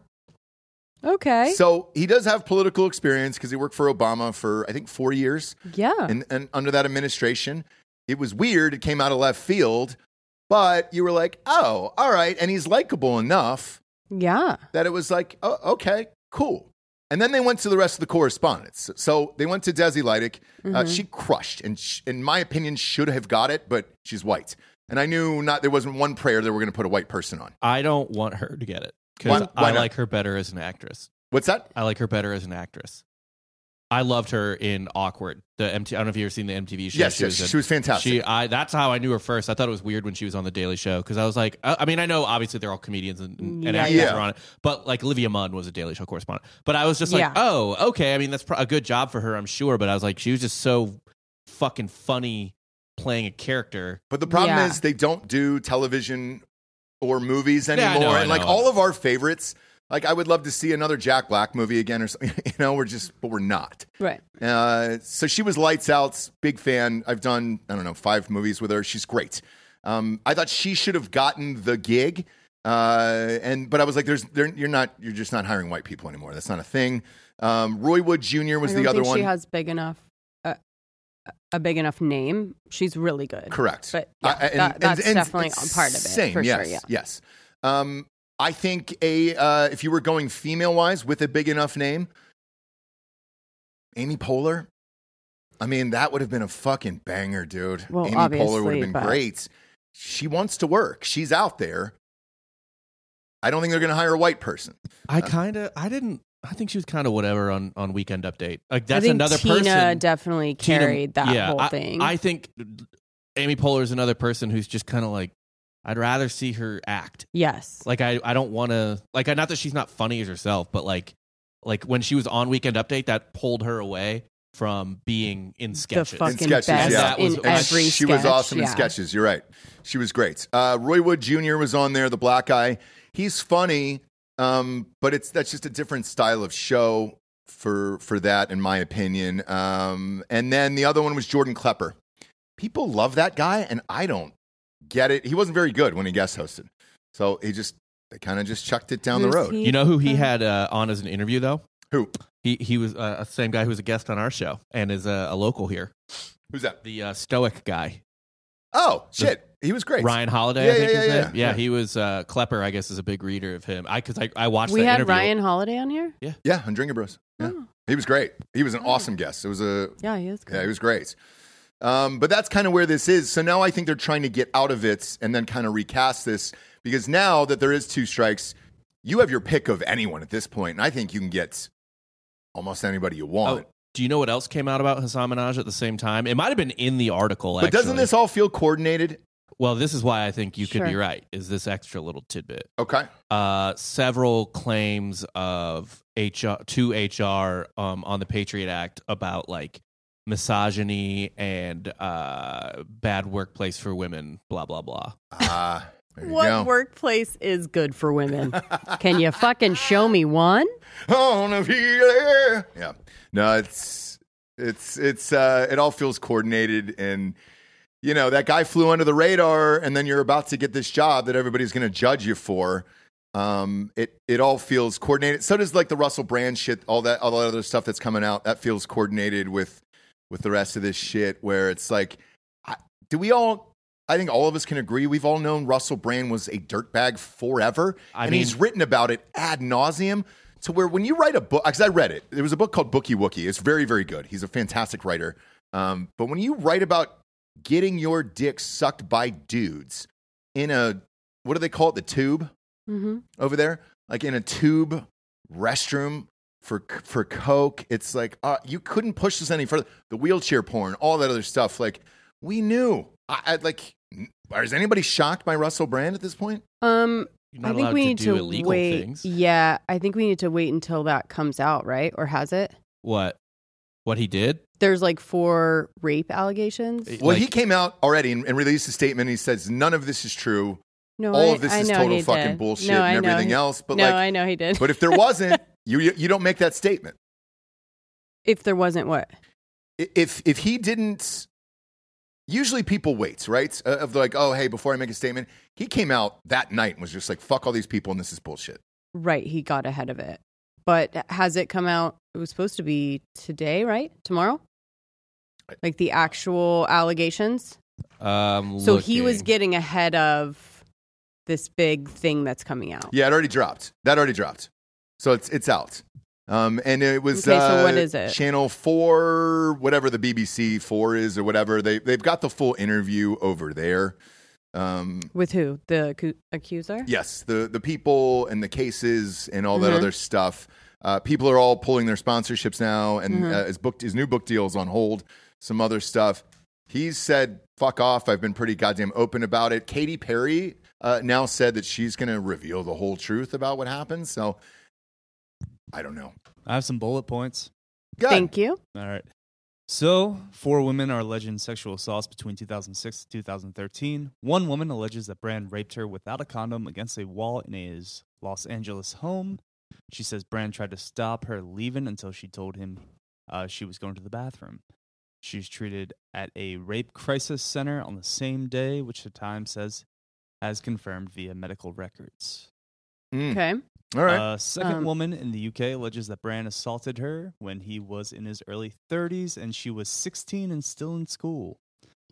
[SPEAKER 3] Okay.
[SPEAKER 2] So he does have political experience because he worked for Obama for I think four years,
[SPEAKER 3] yeah.
[SPEAKER 2] and, and under that administration, it was weird. It came out of left field, but you were like, oh, all right, and he's likable enough
[SPEAKER 3] yeah.
[SPEAKER 2] that it was like, oh, okay, cool. And then they went to the rest of the correspondence. So they went to Desi Leidick.
[SPEAKER 3] Mm-hmm.
[SPEAKER 2] Uh, she crushed, and sh- in my opinion, should have got it, but she's white, and I knew not there wasn't one prayer they were going to put a white person on.
[SPEAKER 4] I don't want her to get it
[SPEAKER 2] Why-
[SPEAKER 4] because
[SPEAKER 2] why
[SPEAKER 4] I
[SPEAKER 2] not?
[SPEAKER 4] like her better as an actress.
[SPEAKER 2] What's that?
[SPEAKER 4] I like her better as an actress. I loved her in Awkward. The MT. I don't know if you ever seen the MTV show.
[SPEAKER 2] yes, yes,
[SPEAKER 4] in.
[SPEAKER 2] she was fantastic.
[SPEAKER 4] She, I, that's how I knew her first. I thought it was weird when she was on the Daily Show because I was like, uh, I, I mean, I know obviously they're all comedians and, and
[SPEAKER 3] Yeah,
[SPEAKER 4] actors
[SPEAKER 2] yeah.
[SPEAKER 4] are on it, but like Olivia Munn was a Daily Show correspondent. But I was just like,
[SPEAKER 3] Yeah.
[SPEAKER 4] oh, okay. I mean, that's pro- a good job for her, I'm sure. But I was like, she was just so fucking funny playing a character.
[SPEAKER 2] But the problem
[SPEAKER 3] Yeah.
[SPEAKER 2] is they don't do television or movies
[SPEAKER 4] Yeah, I know,
[SPEAKER 2] anymore.
[SPEAKER 4] I
[SPEAKER 2] and like
[SPEAKER 4] know.
[SPEAKER 2] all of our favorites, like I would love to see another Jack Black movie again or something. You know, we're just, but we're not.
[SPEAKER 3] Right.
[SPEAKER 2] Uh, so she was Lights Out's big fan. I've done, I don't know, five movies with her. She's great. Um, I thought she should have gotten the gig. Uh, and but I was like, there's, there, you're not, you're just not hiring white people anymore. That's not a thing. Um, Roy Wood Jr. was
[SPEAKER 3] I don't
[SPEAKER 2] the other
[SPEAKER 3] think
[SPEAKER 2] one.
[SPEAKER 3] She has big enough a, a big enough name. She's really good.
[SPEAKER 2] Correct.
[SPEAKER 3] But
[SPEAKER 2] Uh,
[SPEAKER 3] yeah, that- that's definitely
[SPEAKER 2] it's
[SPEAKER 3] a part of it,
[SPEAKER 2] Same.
[SPEAKER 3] for
[SPEAKER 2] yes.
[SPEAKER 3] sure, yeah.
[SPEAKER 2] Yes. Um, I think a uh, if you were going female wise with a big enough name, Amy Poehler. I mean, that would have been a fucking banger, dude.
[SPEAKER 3] Well,
[SPEAKER 2] Amy
[SPEAKER 3] obviously,
[SPEAKER 2] Poehler would have been
[SPEAKER 3] but-
[SPEAKER 2] great. She wants to work. She's out there. I don't think they're going to hire a white person.
[SPEAKER 4] I kind of, I didn't I think she was kind of whatever on on Weekend Update. Like
[SPEAKER 3] I
[SPEAKER 4] that's
[SPEAKER 3] think
[SPEAKER 4] another
[SPEAKER 3] Tina
[SPEAKER 4] person.
[SPEAKER 3] definitely
[SPEAKER 4] Tina-
[SPEAKER 3] carried that
[SPEAKER 4] yeah,
[SPEAKER 3] whole
[SPEAKER 4] I,
[SPEAKER 3] thing.
[SPEAKER 4] I think Amy Poehler is another person who's just kind of like, I'd rather see her act.
[SPEAKER 3] yes.
[SPEAKER 4] Like I, I don't want to like I not that she's not funny as herself, but like like when she was on Weekend Update, that pulled her away from being in sketches.
[SPEAKER 3] The fucking
[SPEAKER 2] sketches,
[SPEAKER 3] best
[SPEAKER 2] yeah.
[SPEAKER 4] That was
[SPEAKER 3] in
[SPEAKER 2] And
[SPEAKER 3] every
[SPEAKER 2] she
[SPEAKER 3] sketch.
[SPEAKER 2] was awesome in
[SPEAKER 3] yeah.
[SPEAKER 2] sketches. You're right. She was great. Uh, Roy Wood Jr. was on there, the black guy. He's funny, um, but it's that's just a different style of show for for that, in my opinion. Um, and then the other one was Jordan Klepper. People love that guy, and I don't get it. He wasn't very good when he guest hosted, so he just they kind of just chucked it down
[SPEAKER 3] Who's
[SPEAKER 2] the road.
[SPEAKER 3] he?
[SPEAKER 4] You know who he had uh, on as an interview though?
[SPEAKER 2] Who?
[SPEAKER 4] He he was uh, the same guy who was a guest on our show and is a, a local here.
[SPEAKER 2] Who's that?
[SPEAKER 4] The uh, Stoic guy,
[SPEAKER 2] Oh shit, he was great.
[SPEAKER 4] Ryan Holiday.
[SPEAKER 2] Yeah,
[SPEAKER 4] I think
[SPEAKER 2] yeah,
[SPEAKER 4] his
[SPEAKER 2] yeah,
[SPEAKER 4] name.
[SPEAKER 2] yeah.
[SPEAKER 4] yeah. he was uh, Klepper. I guess is a big reader of him. I because I, I watched.
[SPEAKER 3] We
[SPEAKER 4] that
[SPEAKER 3] had
[SPEAKER 4] interview.
[SPEAKER 3] Ryan Holiday on here.
[SPEAKER 2] Yeah, on Drinking Bros. Yeah.
[SPEAKER 3] Oh.
[SPEAKER 2] He was great. He was an awesome guest. It was a
[SPEAKER 3] Yeah, he is.
[SPEAKER 2] Yeah,
[SPEAKER 3] Cool.
[SPEAKER 2] it was great. Um, but that's kind of where this is. So now I think they're trying to get out of it and then kind of recast this because now that there is two strikes, you have your pick of anyone at this point, and I think you can get almost anybody you
[SPEAKER 4] Oh,
[SPEAKER 2] want.
[SPEAKER 4] do you know what else came out about Hassan Minaj at the same time? It might have been in the article.
[SPEAKER 2] but doesn't
[SPEAKER 4] actually.
[SPEAKER 2] this all feel coordinated?
[SPEAKER 4] Well, this is why I think you could be
[SPEAKER 3] Sure.
[SPEAKER 4] right. Is this extra little tidbit?
[SPEAKER 2] Okay,
[SPEAKER 4] uh, several claims of HR to HR um, on the Patriot Act about like misogyny and uh, bad workplace for women, blah blah blah.
[SPEAKER 2] ah, there you
[SPEAKER 3] What
[SPEAKER 2] go.
[SPEAKER 3] workplace is good for women? Can you fucking show me one?
[SPEAKER 2] on a feeling. Yeah. No, it's it's it's uh it all feels coordinated and you know, that guy flew under the radar and then you're about to get this job that everybody's gonna judge you for. Um it it all feels coordinated. So does like the Russell Brand shit, all that all that other stuff that's coming out, that feels coordinated with with the rest of this shit where it's like I, do we all I think all of us can agree we've all known Russell Brand was a dirtbag forever.
[SPEAKER 4] I
[SPEAKER 2] and
[SPEAKER 4] mean-
[SPEAKER 2] he's written about it ad nauseum to where when you write a book, because I read it, there was a book called Bookie Wookie. It's very, very good. He's a fantastic writer. Um, but when you write about getting your dick sucked by dudes in a, what do they call it, the tube?
[SPEAKER 3] Mm-hmm.
[SPEAKER 2] over there, like in a tube restroom for for coke. It's like uh, you couldn't push this any further. The wheelchair porn, all that other stuff. Like we knew. I, I like. Is anybody shocked by Russell Brand at this point?
[SPEAKER 3] Um,
[SPEAKER 4] You're
[SPEAKER 3] I
[SPEAKER 4] not
[SPEAKER 3] think
[SPEAKER 4] allowed
[SPEAKER 3] we
[SPEAKER 4] to
[SPEAKER 3] need
[SPEAKER 4] do
[SPEAKER 3] to,
[SPEAKER 4] illegal
[SPEAKER 3] wait.
[SPEAKER 4] things.
[SPEAKER 3] Yeah, I think we need to wait until that comes out, right? Or has it?
[SPEAKER 4] What? What he did?
[SPEAKER 3] There's like four rape allegations.
[SPEAKER 4] It-
[SPEAKER 2] Well,
[SPEAKER 4] Like-
[SPEAKER 2] he came out already and, and released a statement. He says none of this is true.
[SPEAKER 3] No,
[SPEAKER 2] all
[SPEAKER 3] I-
[SPEAKER 2] of this
[SPEAKER 3] I
[SPEAKER 2] is
[SPEAKER 3] know
[SPEAKER 2] total
[SPEAKER 3] he
[SPEAKER 2] fucking
[SPEAKER 3] did.
[SPEAKER 2] bullshit
[SPEAKER 3] No, I
[SPEAKER 2] and
[SPEAKER 3] know
[SPEAKER 2] everything
[SPEAKER 3] he-
[SPEAKER 2] else. But
[SPEAKER 3] no,
[SPEAKER 2] like,
[SPEAKER 3] I know he did.
[SPEAKER 2] but if there wasn't, you you you don't make that statement.
[SPEAKER 3] if there wasn't what?
[SPEAKER 2] I- If if he didn't. Usually people wait, right? Uh, Of like, oh, hey, before I make a statement, he came out that night and was just like, fuck all these people and this is bullshit.
[SPEAKER 3] Right, he got ahead of it. But has it come out? It was supposed to be today, right? Tomorrow? Like the actual allegations?
[SPEAKER 4] Um,
[SPEAKER 3] So he was
[SPEAKER 4] looking.
[SPEAKER 3] getting ahead of this big thing that's coming out.
[SPEAKER 2] Yeah, it already dropped. That already dropped. So it's it's out. Um, and it was
[SPEAKER 3] Okay, so
[SPEAKER 2] uh,
[SPEAKER 3] what is it?
[SPEAKER 2] Channel Four, whatever the BBC Four is or whatever. They they've got the full interview over there. Um,
[SPEAKER 3] With who? The acu- accuser?
[SPEAKER 2] yes, the the people and the cases and all that
[SPEAKER 3] Mhm.
[SPEAKER 2] other stuff. Uh, people are all pulling their sponsorships now, and
[SPEAKER 3] Mhm.
[SPEAKER 2] uh, his book his new book deal is on hold. Some other stuff. He's said fuck off. I've been pretty goddamn open about it. Katy Perry uh, now said that she's going to reveal the whole truth about what happened. So I don't know.
[SPEAKER 6] I have some bullet points.
[SPEAKER 2] Good.
[SPEAKER 3] Thank you.
[SPEAKER 6] All right. So, four women are alleged sexual assaults between 2006 to 2013. One woman alleges that Brand raped her without a condom against a wall in his Los Angeles home. She says Brand tried to stop her leaving until she told him uh, she was going to the bathroom. She's treated at a rape crisis center on the same day, which the Times says has confirmed via medical records.
[SPEAKER 2] Mm.
[SPEAKER 3] Okay.
[SPEAKER 2] All right.
[SPEAKER 6] A Uh, second
[SPEAKER 3] Um,
[SPEAKER 6] woman in the UK alleges that Bran assaulted her when he was in his early 30s and she was 16 and still in school.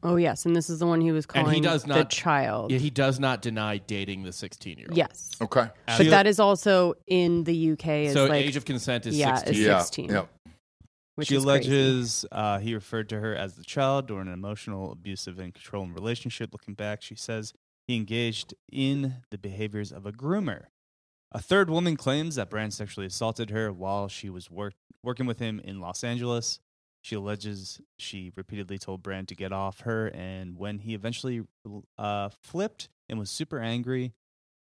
[SPEAKER 3] Oh, yes. And this is the one he was
[SPEAKER 4] And
[SPEAKER 3] calling
[SPEAKER 4] he does
[SPEAKER 3] the
[SPEAKER 4] not-
[SPEAKER 3] child.
[SPEAKER 4] Yeah, he does not deny dating the sixteen-year-old.
[SPEAKER 3] yes.
[SPEAKER 2] okay.
[SPEAKER 3] But that is also in the UK. Is
[SPEAKER 4] so
[SPEAKER 3] like,
[SPEAKER 4] age of consent is
[SPEAKER 3] yeah,
[SPEAKER 4] sixteen.
[SPEAKER 3] it's-
[SPEAKER 2] Yeah.
[SPEAKER 3] 16.
[SPEAKER 2] Yeah.
[SPEAKER 3] which
[SPEAKER 6] she
[SPEAKER 3] is crazy.
[SPEAKER 6] alleges uh, he referred to her as the child during an emotional, abusive, and controlling relationship. Looking back, she says he engaged in the behaviors of a groomer. A third woman claims that Brand sexually assaulted her while she was work- working with him in Los Angeles. She alleges she repeatedly told Brand to get off her, and when he eventually uh, flipped and was super angry,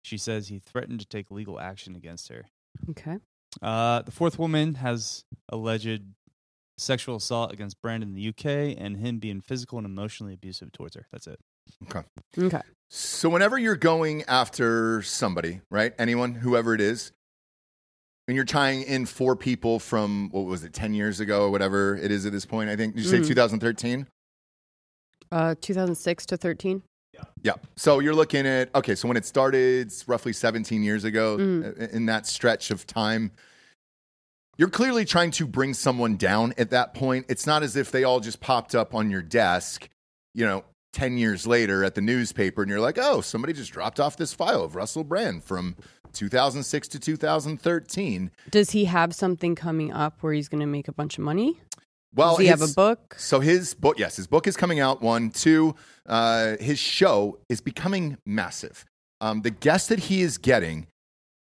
[SPEAKER 6] she says he threatened to take legal action against her.
[SPEAKER 3] Okay.
[SPEAKER 6] Uh, the fourth woman has alleged sexual assault against Brand in the UK and him being physical and emotionally abusive towards her. That's it.
[SPEAKER 3] Okay.
[SPEAKER 2] So whenever you're going after somebody, right? Anyone, whoever it is, and you're tying in four people from what was it, ten years ago or whatever it is at this point, I think. Did you say
[SPEAKER 3] Mhm.
[SPEAKER 2] 2013?
[SPEAKER 3] Uh, 2006 to 13.
[SPEAKER 2] Yeah. So you're looking at okay. So when it started it's roughly 17 years ago,
[SPEAKER 3] Mm.
[SPEAKER 2] i- in that stretch of time, you're clearly trying to bring someone down at that point. It's not as if they all just popped up on your desk, you know, 10 years later at the newspaper, and you're like, oh, somebody just dropped off this file of Russell Brand from 2006 to 2013.
[SPEAKER 3] Does he have something coming up where he's going to make a bunch of money?
[SPEAKER 2] Well,
[SPEAKER 3] Does he have a
[SPEAKER 2] his-
[SPEAKER 3] book?
[SPEAKER 2] So his book, yes, his book is coming out. One, two, uh, his show is becoming massive. Um, the guests that he is getting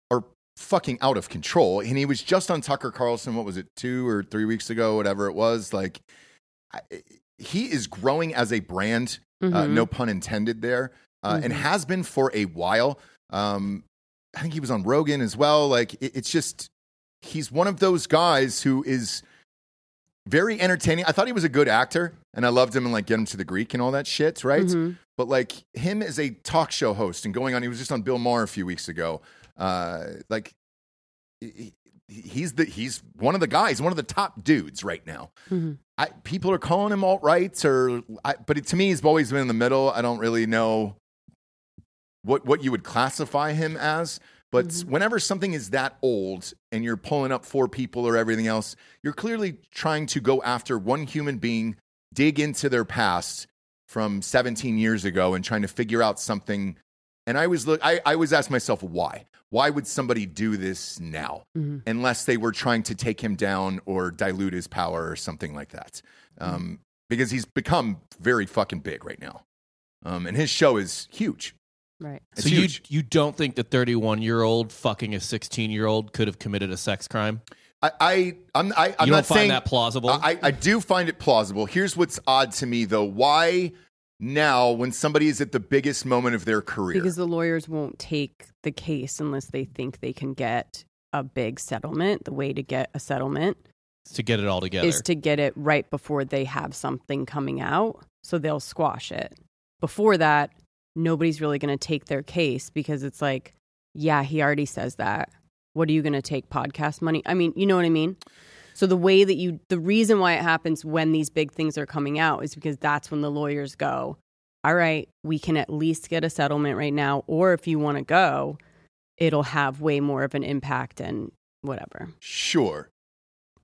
[SPEAKER 2] are fucking out of control. And he was just on Tucker Carlson. What was it, two or three weeks ago, whatever it was. Like I, he is growing as a brand. Uh,
[SPEAKER 3] Mhm.
[SPEAKER 2] no pun intended there, uh, and
[SPEAKER 3] Mhm.
[SPEAKER 2] has been for a while. Um, I think he was on Rogan as well. Like it, it's just he's one of those guys who is very entertaining. I thought he was a good actor, and I loved him and like get him to the Greek and all that shit, right?
[SPEAKER 3] Mhm.
[SPEAKER 2] But like him as a talk show host and going on, he was just on Bill Maher a few weeks ago. Uh, like he- he- he's the he's one of the guys, one of the top dudes right now.
[SPEAKER 3] Mhm.
[SPEAKER 2] I, people are calling him alt right, or I, but it, to me, he's always been in the middle. I don't really know what what you would classify him as. But
[SPEAKER 3] Mhm.
[SPEAKER 2] whenever something is that old and you're pulling up four people or everything else, you're clearly trying to go after one human being, dig into their past from 17 years ago, and trying to figure out something. And I always look. I, I always ask myself why. Why would somebody do this now?
[SPEAKER 3] Mhm.
[SPEAKER 2] unless they were trying to take him down or dilute his power or something like that. Um, because he's become very fucking big right now. Um, and his show is huge.
[SPEAKER 3] Right.
[SPEAKER 2] It's
[SPEAKER 4] so you
[SPEAKER 2] huge.
[SPEAKER 4] you don't think the 31 year old fucking a 16 year old could have committed a sex crime?
[SPEAKER 2] I, I, I'm, I, I'm
[SPEAKER 4] you
[SPEAKER 2] not
[SPEAKER 4] don't find
[SPEAKER 2] saying
[SPEAKER 4] that plausible?
[SPEAKER 2] I, I do find it plausible. Here's what's odd to me though. Why now when somebody is at the biggest moment of their career?
[SPEAKER 3] Because the lawyers won't take the case unless they think they can get a big settlement. The way to get a settlement
[SPEAKER 4] to get it all together.
[SPEAKER 3] is to get it right before they have something coming out. So they'll squash it. Before that, nobody's really going to take their case because it's like, yeah, he already says that. What are you going to take podcast money? I mean, you know what I mean? So the way that you, the reason why it happens when these big things are coming out is because that's when the lawyers go, all right, we can at least get a settlement right now. Or if you want to go, it'll have way more of an impact and whatever.
[SPEAKER 2] Sure.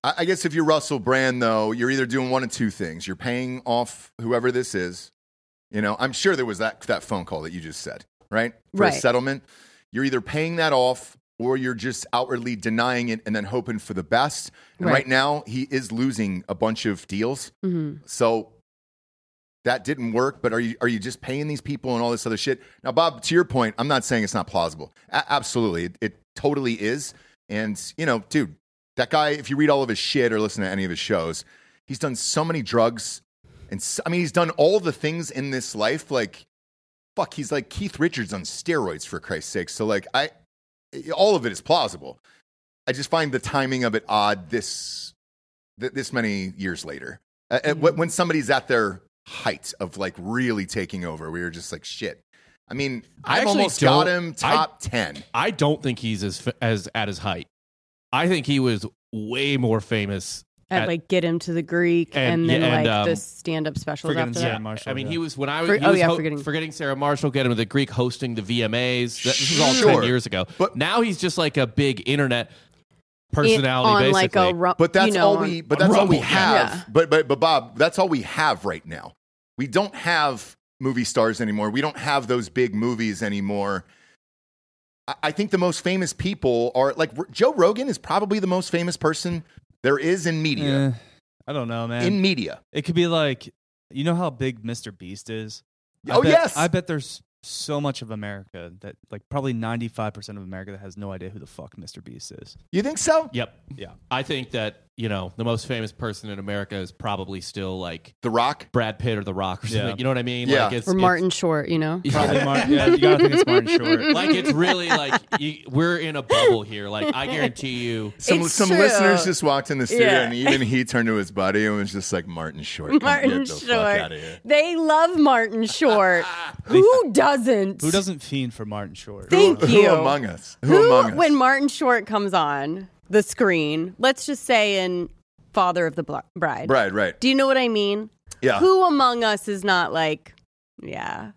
[SPEAKER 2] I, I guess if you're Russell Brand, though, you're either doing one of two things. You're paying off whoever this is. You know, I'm sure there was that, that phone call that you just said, right? For a
[SPEAKER 3] Right.
[SPEAKER 2] settlement. You're either paying that off or you're just outwardly denying it and then hoping for the best. And right,
[SPEAKER 3] Right.
[SPEAKER 2] now, he is losing a bunch of deals.
[SPEAKER 3] hmm
[SPEAKER 2] So that didn't work, but are you, are you just paying these people and all this other shit? Now, Bob, to your point, I'm not saying it's not plausible. A- absolutely. It, it totally is. And, you know, dude, that guy, if you read all of his shit or listen to any of his shows, he's done so many drugs. And s I I mean, he's done all the things in this life. Like, fuck, he's like Keith Richards on steroids, for Christ's sake. So, like, I, all of it is plausible. I just find the timing of it odd this, th- this many years later. Uh,
[SPEAKER 4] Mm-hmm.
[SPEAKER 2] uh, when- When somebody's at their height of like really taking over, we were just like, shit. I mean,
[SPEAKER 4] I
[SPEAKER 2] I've
[SPEAKER 4] actually
[SPEAKER 2] almost got
[SPEAKER 4] don't-
[SPEAKER 2] him
[SPEAKER 4] I-
[SPEAKER 2] top 10.
[SPEAKER 4] I don't think he's as f- as at his height. I think he was way more famous.
[SPEAKER 3] at,
[SPEAKER 4] At-
[SPEAKER 3] like get him to the Greek
[SPEAKER 4] And-
[SPEAKER 3] and, then
[SPEAKER 4] yeah, and,
[SPEAKER 3] like the
[SPEAKER 4] um,
[SPEAKER 3] stand up specials
[SPEAKER 6] Forgetting
[SPEAKER 3] after
[SPEAKER 6] Sarah
[SPEAKER 3] that.
[SPEAKER 6] Marshall.
[SPEAKER 4] I mean,
[SPEAKER 6] yeah.
[SPEAKER 4] he was when I was,
[SPEAKER 3] For-
[SPEAKER 4] he
[SPEAKER 3] oh,
[SPEAKER 4] was
[SPEAKER 3] yeah,
[SPEAKER 4] ho-
[SPEAKER 3] forgetting-
[SPEAKER 4] forgetting Sarah Marshall, getting him the Greek hosting the VMAs. That, this was all
[SPEAKER 2] Sure.
[SPEAKER 4] ten years ago.
[SPEAKER 2] But-
[SPEAKER 4] But now he's just like a big internet personality,
[SPEAKER 3] on
[SPEAKER 4] basically.
[SPEAKER 3] like a ru-
[SPEAKER 2] But that's
[SPEAKER 3] you know,
[SPEAKER 2] all
[SPEAKER 3] on-
[SPEAKER 2] we. But that's all we
[SPEAKER 4] Rumble,
[SPEAKER 2] have.
[SPEAKER 3] yeah.
[SPEAKER 2] But but but Bob, that's all we have right now. We don't have movie stars anymore. We don't have those big movies anymore. I, I think the most famous people are like R- Joe Rogan is probably the most famous person there is in media.
[SPEAKER 6] Eh, I don't know, man.
[SPEAKER 2] in media,
[SPEAKER 6] It could be like, you know how big Mr. Beast is? I
[SPEAKER 2] Oh,
[SPEAKER 6] bet-
[SPEAKER 2] yes.
[SPEAKER 6] I bet there's so much of America that like probably 95% of America that has no idea who the fuck Mr. Beast is.
[SPEAKER 2] You think so?
[SPEAKER 4] Yep.
[SPEAKER 6] Yeah.
[SPEAKER 4] I think that, you know, the most famous person in America is probably still like
[SPEAKER 2] The Rock.
[SPEAKER 4] Brad Pitt or The Rock or something.
[SPEAKER 6] Yeah.
[SPEAKER 4] You know what I mean?
[SPEAKER 2] Yeah.
[SPEAKER 4] Like it's,
[SPEAKER 3] Or
[SPEAKER 4] it's-
[SPEAKER 3] Martin Short, you know?
[SPEAKER 6] Probably Martin, yeah, you gotta think it's Martin Short.
[SPEAKER 4] like it's really like you, we're in a bubble here. Like I guarantee you,
[SPEAKER 2] Some
[SPEAKER 3] It's
[SPEAKER 2] some
[SPEAKER 3] true.
[SPEAKER 2] listeners just walked in the studio,
[SPEAKER 3] Yeah.
[SPEAKER 2] and even he turned to his buddy and was just like, "Martin Short, come
[SPEAKER 3] Martin
[SPEAKER 2] get the fuck
[SPEAKER 3] Short.
[SPEAKER 2] out of here."
[SPEAKER 3] They love Martin Short. Who doesn't?
[SPEAKER 6] Who doesn't fiend for Martin Short?
[SPEAKER 3] Thank
[SPEAKER 2] Who
[SPEAKER 3] you.
[SPEAKER 2] among us? Who,
[SPEAKER 3] Who,
[SPEAKER 2] among us?
[SPEAKER 3] when Martin Short comes on the screen, let's just say in Father of the Bl- Bride.
[SPEAKER 2] right, right.
[SPEAKER 3] Do you know what I mean?
[SPEAKER 2] Yeah.
[SPEAKER 3] Who among us is not like, yeah,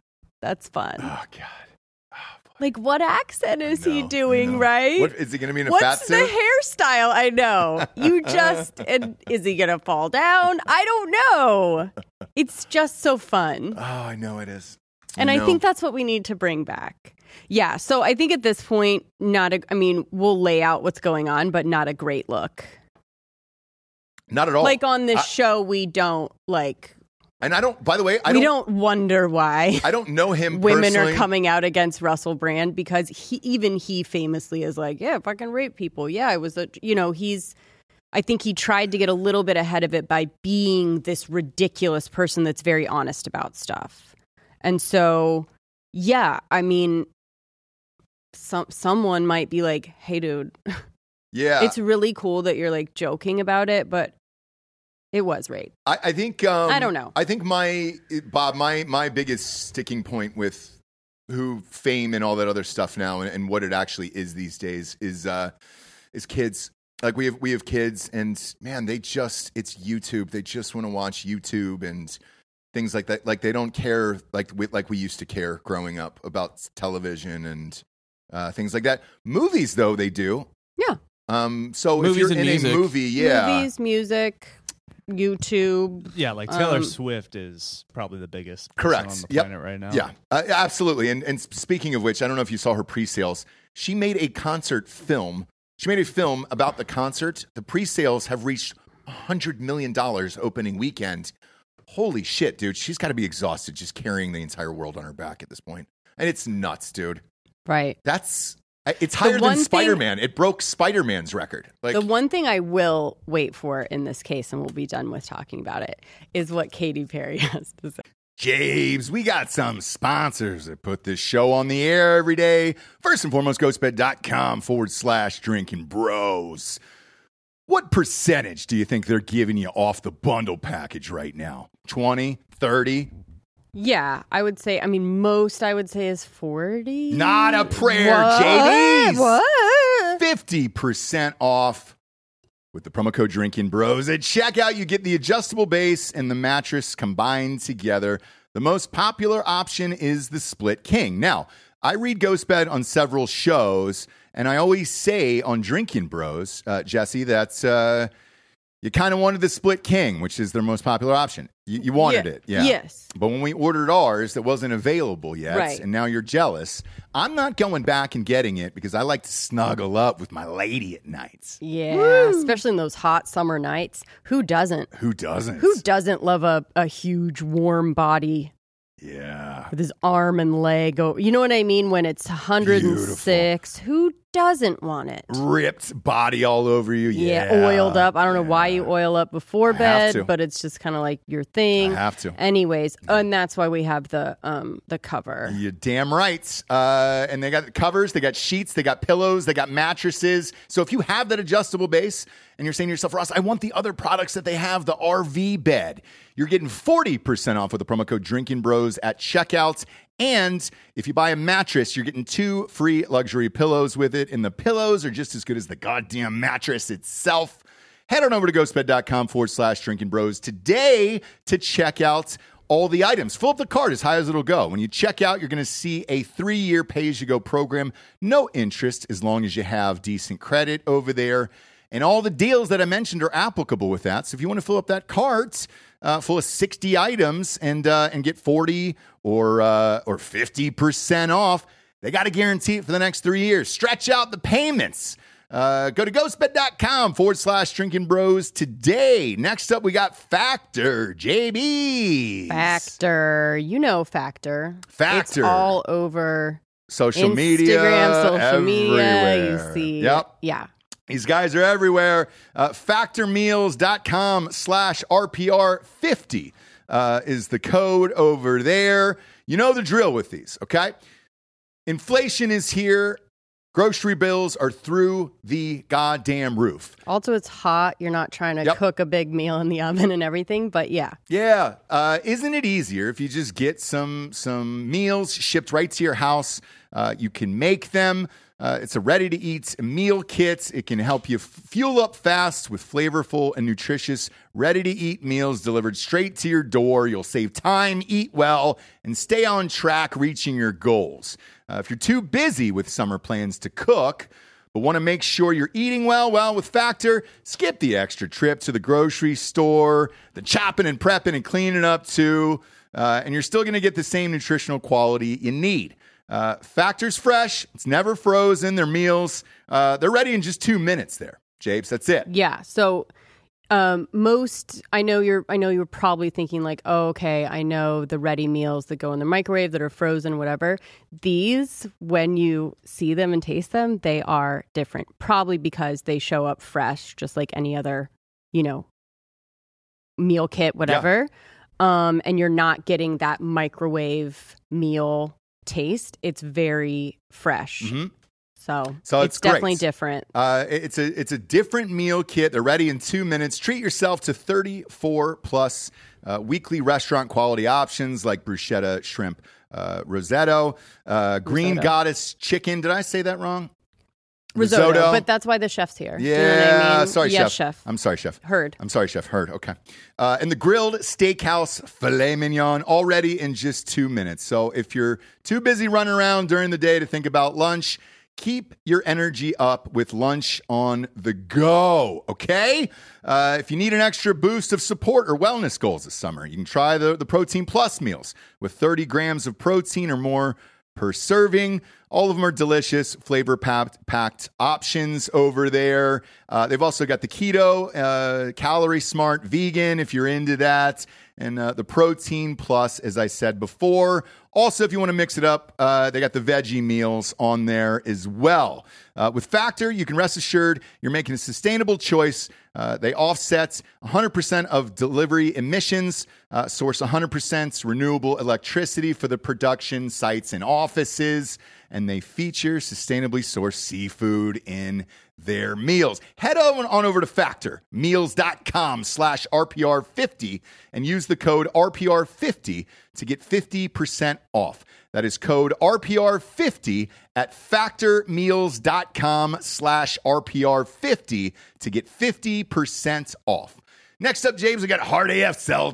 [SPEAKER 3] that's fun?
[SPEAKER 2] oh God.
[SPEAKER 3] like, what accent is he
[SPEAKER 2] No,
[SPEAKER 3] doing,
[SPEAKER 2] no.
[SPEAKER 3] right?
[SPEAKER 2] What is he going to be in a fat
[SPEAKER 3] What's the
[SPEAKER 2] suit?
[SPEAKER 3] hairstyle? I know. You just, and is he going to fall down? I don't know. It's just so fun.
[SPEAKER 2] oh, I know it is.
[SPEAKER 3] And I
[SPEAKER 2] know.
[SPEAKER 3] think that's what we need to bring back. Yeah. So I think at this point, not a, I mean, we'll lay out what's going on, but not a great look.
[SPEAKER 2] not at all.
[SPEAKER 3] like on this
[SPEAKER 2] Oh, I-
[SPEAKER 3] show, we don't like,
[SPEAKER 2] and I don't. By the way, I
[SPEAKER 3] we
[SPEAKER 2] don't,
[SPEAKER 3] don't, wonder why
[SPEAKER 2] I don't know him.
[SPEAKER 3] women
[SPEAKER 2] personally.
[SPEAKER 3] are coming out against Russell Brand because he, even he famously is like, yeah, fucking rape people. Yeah. I was a, you know, he's, I think he tried to get a little bit ahead of it by being this ridiculous person that's very honest about stuff. And so, yeah, I mean, some someone might be like, "Hey, dude,
[SPEAKER 2] Yeah,
[SPEAKER 3] it's really cool that you're like joking about it, but it was rape."
[SPEAKER 2] I, I think. Um,
[SPEAKER 3] I don't know.
[SPEAKER 2] I think my Bob, my my biggest sticking point with who fame and all that other stuff now, and, and what it actually is these days is uh, is kids. Like we have we have kids, and man, they just it's YouTube. They just want to watch YouTube and things like that. Like they don't care like we, like we used to care growing up about television and uh, things like that. Movies, though, they do.
[SPEAKER 3] Yeah.
[SPEAKER 2] Um. So if
[SPEAKER 4] Movies
[SPEAKER 2] you're
[SPEAKER 4] and
[SPEAKER 2] in
[SPEAKER 4] music.
[SPEAKER 2] a movie, yeah.
[SPEAKER 3] movies, music, YouTube,
[SPEAKER 6] Yeah, like Taylor
[SPEAKER 3] Um,
[SPEAKER 6] Swift is probably the biggest person
[SPEAKER 2] Correct.
[SPEAKER 6] on the
[SPEAKER 2] Yep.
[SPEAKER 6] planet right now.
[SPEAKER 2] Yeah, uh, absolutely. And and speaking of which, I don't know if you saw her pre-sales. She made a concert film. She made a film about the concert. The pre-sales have reached hundred million dollars opening weekend. Holy shit, dude! She's got to be exhausted just carrying the entire world on her back at this point. And it's nuts, dude.
[SPEAKER 3] right?
[SPEAKER 2] That's I- it's higher
[SPEAKER 3] one
[SPEAKER 2] than
[SPEAKER 3] thing-
[SPEAKER 2] Spider Man. It broke Spider Man's record. Like,
[SPEAKER 3] the one thing I will wait for in this case, and we'll be done with talking about it, is what Katy Perry has to say.
[SPEAKER 2] James, we got some sponsors that put this show on the air every day. First and foremost, ghostbed.com forward slash drinking bros. What percentage do you think they're giving you off the bundle package right now? 20, 30?
[SPEAKER 3] Yeah, I would say. I mean, most I would say is forty.
[SPEAKER 2] Not a prayer, JDs.
[SPEAKER 3] What?
[SPEAKER 2] 50% off with the promo code drinking bros at checkout you get the adjustable base and the mattress combined together the most popular option is the split king now i read ghost bed on several shows and i always say on drinking bros uh, jesse that's uh, you kind of wanted the split king which is their most popular option you, you wanted it yeah
[SPEAKER 3] Yes.
[SPEAKER 2] but when we ordered ours that wasn't available yet,
[SPEAKER 3] Right.
[SPEAKER 2] and now you're jealous, I'm not going back and getting it because I like to snuggle up with my lady at nights.
[SPEAKER 3] Yeah, especially in those hot summer nights. Who doesn't?
[SPEAKER 2] Who doesn't?
[SPEAKER 3] Who doesn't love a, a huge warm body
[SPEAKER 2] yeah.
[SPEAKER 3] with his arm and leg? Oh, you know what I mean? When it's 106, who doesn't want it?
[SPEAKER 2] Ripped body all over you. Yeah.
[SPEAKER 3] Yeah, oiled up. I don't know why you oil up before
[SPEAKER 2] have
[SPEAKER 3] bed,
[SPEAKER 2] to.
[SPEAKER 3] but it's just kind of like your thing.
[SPEAKER 2] I have to.
[SPEAKER 3] Anyways, and that's why we have the um the cover.
[SPEAKER 2] You're damn right. Uh, and they got covers, they got sheets, they got pillows, they got mattresses. So if you have that adjustable base and you're saying to yourself, Ross, I want the other products that they have, the RV bed, you're getting 40% off with the promo code Drinking Bros at checkout. And if you buy a mattress, you're getting two free luxury pillows with it. And the pillows are just as good as the goddamn mattress itself. Head on over to ghostbed.com forward slash drinking bros today to check out all the items. Fill up the cart as high as it'll go. When you check out, you're going to see a three year pay as you go program. No interest as long as you have decent credit over there. And all the deals that I mentioned are applicable with that. So if you want to fill up that cart uh, full of 60 items and, uh, and get 40 or, uh, or 50% off, they got to guarantee it for the next three years. Stretch out the payments. Uh, go to ghostbed.com forward slash drinking bros today. Next up, we got Factor JB.
[SPEAKER 3] Factor. You know Factor. It's
[SPEAKER 2] Factor.
[SPEAKER 3] all over
[SPEAKER 2] Social
[SPEAKER 3] Instagram,
[SPEAKER 2] media.
[SPEAKER 3] social media.
[SPEAKER 2] everywhere.
[SPEAKER 3] You see.
[SPEAKER 2] Yep.
[SPEAKER 3] Yeah.
[SPEAKER 2] These guys are everywhere. Uh, factormeals.com slash RPR50 uh, is the code over there. You know the drill with these, okay? Inflation is here. Grocery bills are through the goddamn roof.
[SPEAKER 3] Also, it's hot. You're not trying to
[SPEAKER 2] Yep.
[SPEAKER 3] cook a big meal in the oven and everything, but yeah.
[SPEAKER 2] Yeah, uh, isn't it easier if you just get some some meals shipped right to your house? Uh, you can make them. Uh, it's a ready to eat meal kit. It can help you f- fuel up fast with flavorful and nutritious ready to eat meals delivered straight to your door. You'll save time, eat well, and stay on track reaching your goals. Uh, if you're too busy with summer plans to cook, but want to make sure you're eating well? Well, with Factor, skip the extra trip to the grocery store, the chopping and prepping and cleaning up too, uh, and you're still going to get the same nutritional quality you need. Uh, Factor's fresh; it's never frozen. Their meals, uh, they're ready in just two minutes. There, Japes, that's it.
[SPEAKER 3] Yeah. So um, most I know you're I know you're probably thinking like, oh, okay, I know the ready meals that go in the microwave that are frozen, whatever. These, when you see them and taste them, they are different. Probably because they show up fresh, just like any other, you know, meal kit, whatever. Um, and you're not getting that microwave meal taste. It's very fresh.
[SPEAKER 2] Mhm.
[SPEAKER 3] So,
[SPEAKER 2] So
[SPEAKER 3] it's,
[SPEAKER 2] it's great.
[SPEAKER 3] definitely different.
[SPEAKER 2] Uh, it's a it's a different meal kit. They're ready in two minutes. Treat yourself to 34 plus uh, weekly restaurant quality options like bruschetta shrimp, uh, rosetto, uh, green
[SPEAKER 3] Risotto.
[SPEAKER 2] goddess chicken. Did I say that wrong?
[SPEAKER 3] risotto, but that's why the chef's here. Do you
[SPEAKER 2] yeah,
[SPEAKER 3] know what I mean?
[SPEAKER 2] sorry,
[SPEAKER 3] yes,
[SPEAKER 2] chef. I'm sorry, chef.
[SPEAKER 3] Heard.
[SPEAKER 2] I'm sorry, Chef Heard. Okay. Uh, and the grilled steakhouse filet mignon already in just two minutes. So if you're too busy running around during the day to think about lunch, keep your energy up with lunch on the go. Okay. Uh, if you need an extra boost of support or wellness goals this summer, you can try the, the Protein Plus meals with 30 grams of protein or more per serving. All of them are delicious, flavor packed, packed options over there. Uh, they've also got the keto, uh, calorie smart, vegan, if you're into that, and uh, the protein plus, as I said before. Also, if you want to mix it up, uh, they got the veggie meals on there as well. Uh, with Factor, you can rest assured you're making a sustainable choice. Uh, they offset 100% of delivery emissions, uh, source 100% renewable electricity for the production sites and offices, and they feature sustainably sourced seafood in their meals. Head on, on over to factormeals.com slash RPR50 and use the code RPR50 to get 50% off. That is code RPR50 at factormeals.com slash RPR50 to get 50% off. Next up, James, we got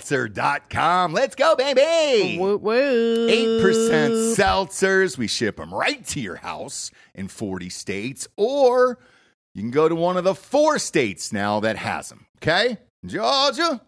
[SPEAKER 2] hardafseltzer.com. Let's go, baby.
[SPEAKER 3] Woo, woo.
[SPEAKER 2] 8% seltzers. We ship them right to your house in 40 states, or you can go to one of the four states now that has them. Okay? Georgia,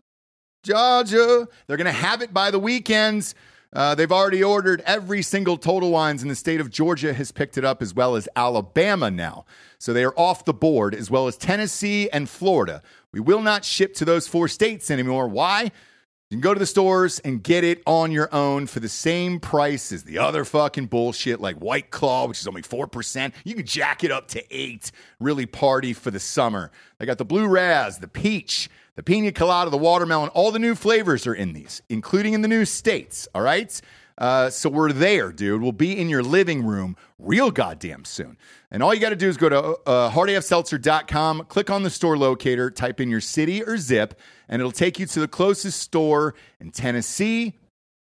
[SPEAKER 2] Georgia. They're going to have it by the weekends. Uh, they've already ordered every single Total Wines in the state of Georgia has picked it up as well as Alabama now. So they are off the board as well as Tennessee and Florida. We will not ship to those four states anymore. Why? You can go to the stores and get it on your own for the same price as the other fucking bullshit like White Claw, which is only 4%. You can jack it up to 8 Really party for the summer. They got the Blue Raz, the Peach, the Pina Colada, the Watermelon. All the new flavors are in these, including in the new states. All right? Uh, so we're there, dude. We'll be in your living room real goddamn soon. And all you got to do is go to uh, hardafseltzer.com, click on the store locator, type in your city or zip, and it'll take you to the closest store in Tennessee,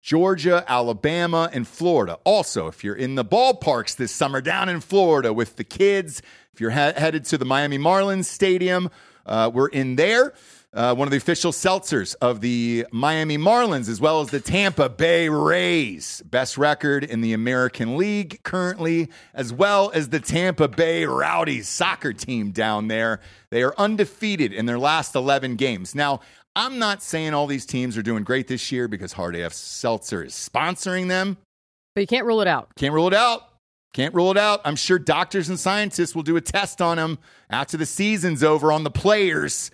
[SPEAKER 2] Georgia, Alabama, and Florida. Also, if you're in the ballparks this summer down in Florida with the kids, if you're he- headed to the Miami Marlins Stadium, uh, we're in there. Uh, one of the official seltzers of the Miami Marlins, as well as the Tampa Bay Rays. Best record in the American League currently, as well as the Tampa Bay Rowdies soccer team down there. They are undefeated in their last 11 games. Now, I'm not saying all these teams are doing great this year because Hard AF Seltzer is sponsoring them.
[SPEAKER 3] But you can't rule it out.
[SPEAKER 2] Can't rule it out. Can't rule it out. I'm sure doctors and scientists will do a test on him after the season's over on the players.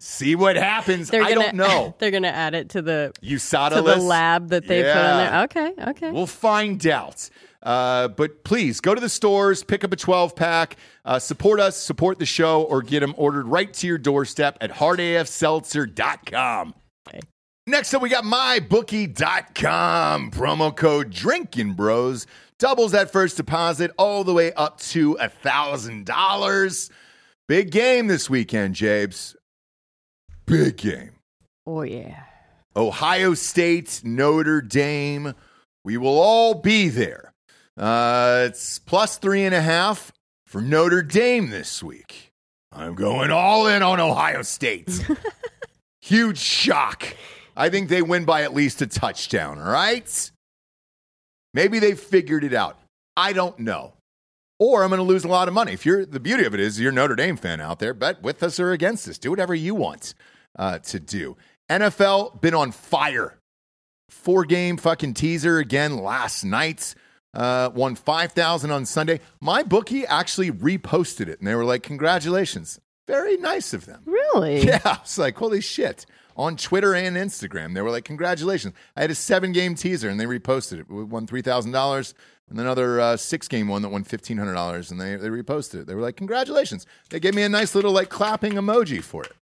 [SPEAKER 2] See what happens.
[SPEAKER 3] They're
[SPEAKER 2] I
[SPEAKER 3] gonna,
[SPEAKER 2] don't know.
[SPEAKER 3] They're going to add it to the
[SPEAKER 2] USADA
[SPEAKER 3] to the
[SPEAKER 2] list?
[SPEAKER 3] lab that they put
[SPEAKER 2] Yeah.
[SPEAKER 3] on there. Okay, okay.
[SPEAKER 2] We'll find out. Uh, but please go to the stores, pick up a 12 pack, uh, support us, support the show, or get them ordered right to your doorstep at hardafseltzer.com. Next up, we got mybookie.com. Promo code Drinking Bros doubles that first deposit all the way up to a $1,000. Big game this weekend, Jabes. Big game.
[SPEAKER 3] oh yeah.
[SPEAKER 2] Ohio State, Notre Dame. We will all be there. Uh, it's plus three and a half for Notre Dame this week. I'm going all in on Ohio State. Huge shock. I think they win by at least a touchdown, all right? Maybe they figured it out. I don't know. Or I'm going to lose a lot of money. If you're the beauty of it is you're a Notre Dame fan out there, bet with us or against us. Do whatever you want uh, to do. NFL been on fire. Four game fucking teaser again last night. Uh, won five thousand on Sunday. My bookie actually reposted it, and they were like, "Congratulations, very nice of them."
[SPEAKER 3] Really?
[SPEAKER 2] Yeah, I was like, holy shit. On Twitter and Instagram, they were like, congratulations. I had a seven game teaser and they reposted it. We won $3,000 and another uh, six game one that won $1,500 and they, they reposted it. They were like, congratulations. They gave me a nice little like clapping emoji for it.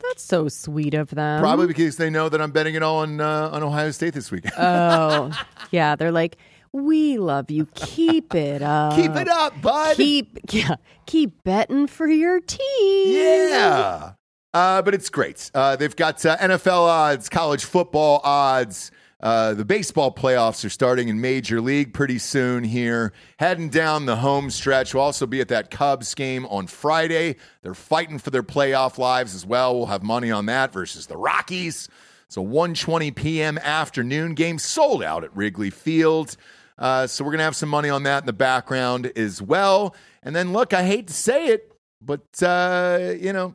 [SPEAKER 3] That's so sweet of them.
[SPEAKER 2] Probably because they know that I'm betting it all on, uh, on Ohio State this week.
[SPEAKER 3] Oh, yeah. They're like, we love you. Keep it up.
[SPEAKER 2] Keep it up, bud.
[SPEAKER 3] Keep yeah. Keep betting for your team.
[SPEAKER 2] Yeah. Uh, but it's great. Uh, they've got uh, NFL odds, college football odds. Uh, the baseball playoffs are starting in Major League pretty soon here. Heading down the home stretch. We'll also be at that Cubs game on Friday. They're fighting for their playoff lives as well. We'll have money on that versus the Rockies. It's a 1:20 p.m. afternoon game, sold out at Wrigley Field. Uh, so we're gonna have some money on that in the background as well. And then, look, I hate to say it, but uh, you know,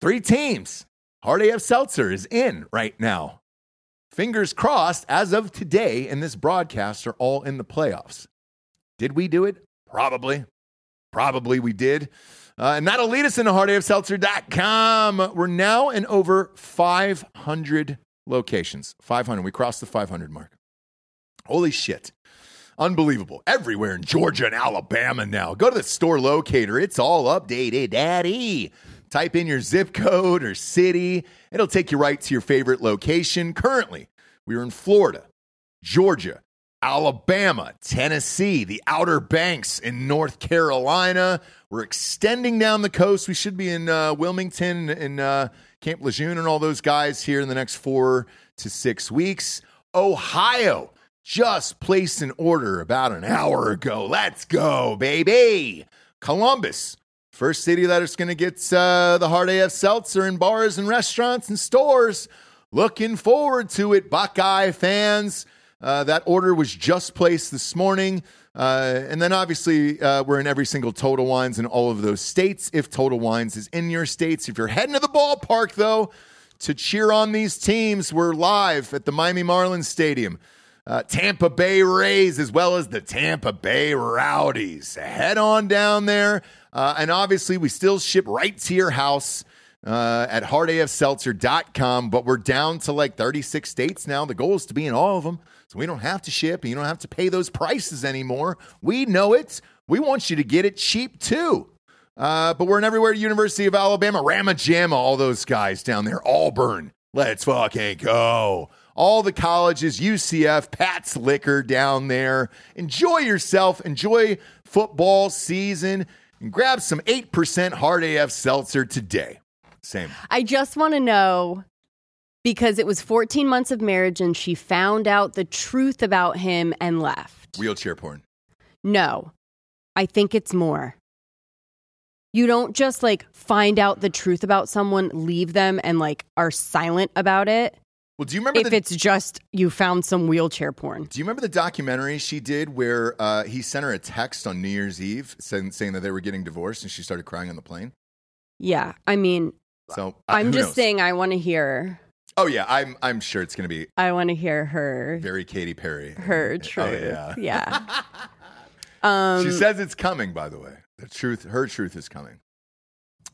[SPEAKER 2] three teams. Hard AF Seltzer is in right now. Fingers crossed, as of today, and this broadcast are all in the playoffs. Did we do it? Probably. Probably we did. Uh, and that'll lead us into hardafseltzer.com. We're now in over 500 locations. 500. We crossed the 500 mark. Holy shit. Unbelievable. Everywhere in Georgia and Alabama now. Go to the store locator. It's all updated, daddy. Type in your zip code or city. It'll take you right to your favorite location. Currently, we are in Florida, Georgia, Alabama, Tennessee, the Outer Banks in North Carolina. We're extending down the coast. We should be in uh, Wilmington and uh, Camp Lejeune and all those guys here in the next four to six weeks. Ohio just placed an order about an hour ago. Let's go, baby. Columbus, first city that is going to get uh, the hard AF seltzer in bars and restaurants and stores. Looking forward to it, Buckeye fans. Uh, that order was just placed this morning. Uh, and then obviously, uh, we're in every single Total Wines in all of those states. If Total Wines is in your states, if you're heading to the ballpark, though, to cheer on these teams, we're live at the Miami Marlins Stadium. Uh, Tampa Bay Rays, as well as the Tampa Bay Rowdies. Head on down there. Uh, and obviously, we still ship right to your house uh, at hardafseltzer.com, but we're down to like 36 states now. The goal is to be in all of them. So we don't have to ship and you don't have to pay those prices anymore. We know it. We want you to get it cheap too. Uh, but we're in everywhere. University of Alabama, Rama Jamma, all those guys down there. Auburn, let's fucking go. All the colleges, UCF, Pat's Liquor down there. Enjoy yourself. Enjoy football season. And grab some 8% hard AF seltzer today. Same.
[SPEAKER 3] I just want to know because it was 14 months of marriage and she found out the truth about him and left.
[SPEAKER 2] Wheelchair porn.
[SPEAKER 3] No, I think it's more. You don't just like find out the truth about someone, leave them, and like are silent about it.
[SPEAKER 2] Well, do you remember
[SPEAKER 3] If
[SPEAKER 2] the,
[SPEAKER 3] it's just you found some wheelchair porn.
[SPEAKER 2] Do you remember the documentary she did where uh, he sent her a text on New Year's Eve saying, saying that they were getting divorced and she started crying on the plane?
[SPEAKER 3] Yeah. I mean,
[SPEAKER 2] So uh,
[SPEAKER 3] I'm
[SPEAKER 2] who
[SPEAKER 3] just
[SPEAKER 2] knows?
[SPEAKER 3] saying I want to hear.
[SPEAKER 2] Oh yeah, I'm I'm sure it's gonna be
[SPEAKER 3] I want to hear her
[SPEAKER 2] very Katy Perry.
[SPEAKER 3] her truth.
[SPEAKER 2] yeah.
[SPEAKER 3] yeah.
[SPEAKER 2] she
[SPEAKER 3] Um
[SPEAKER 2] says it's coming, by the way. The truth her truth is coming.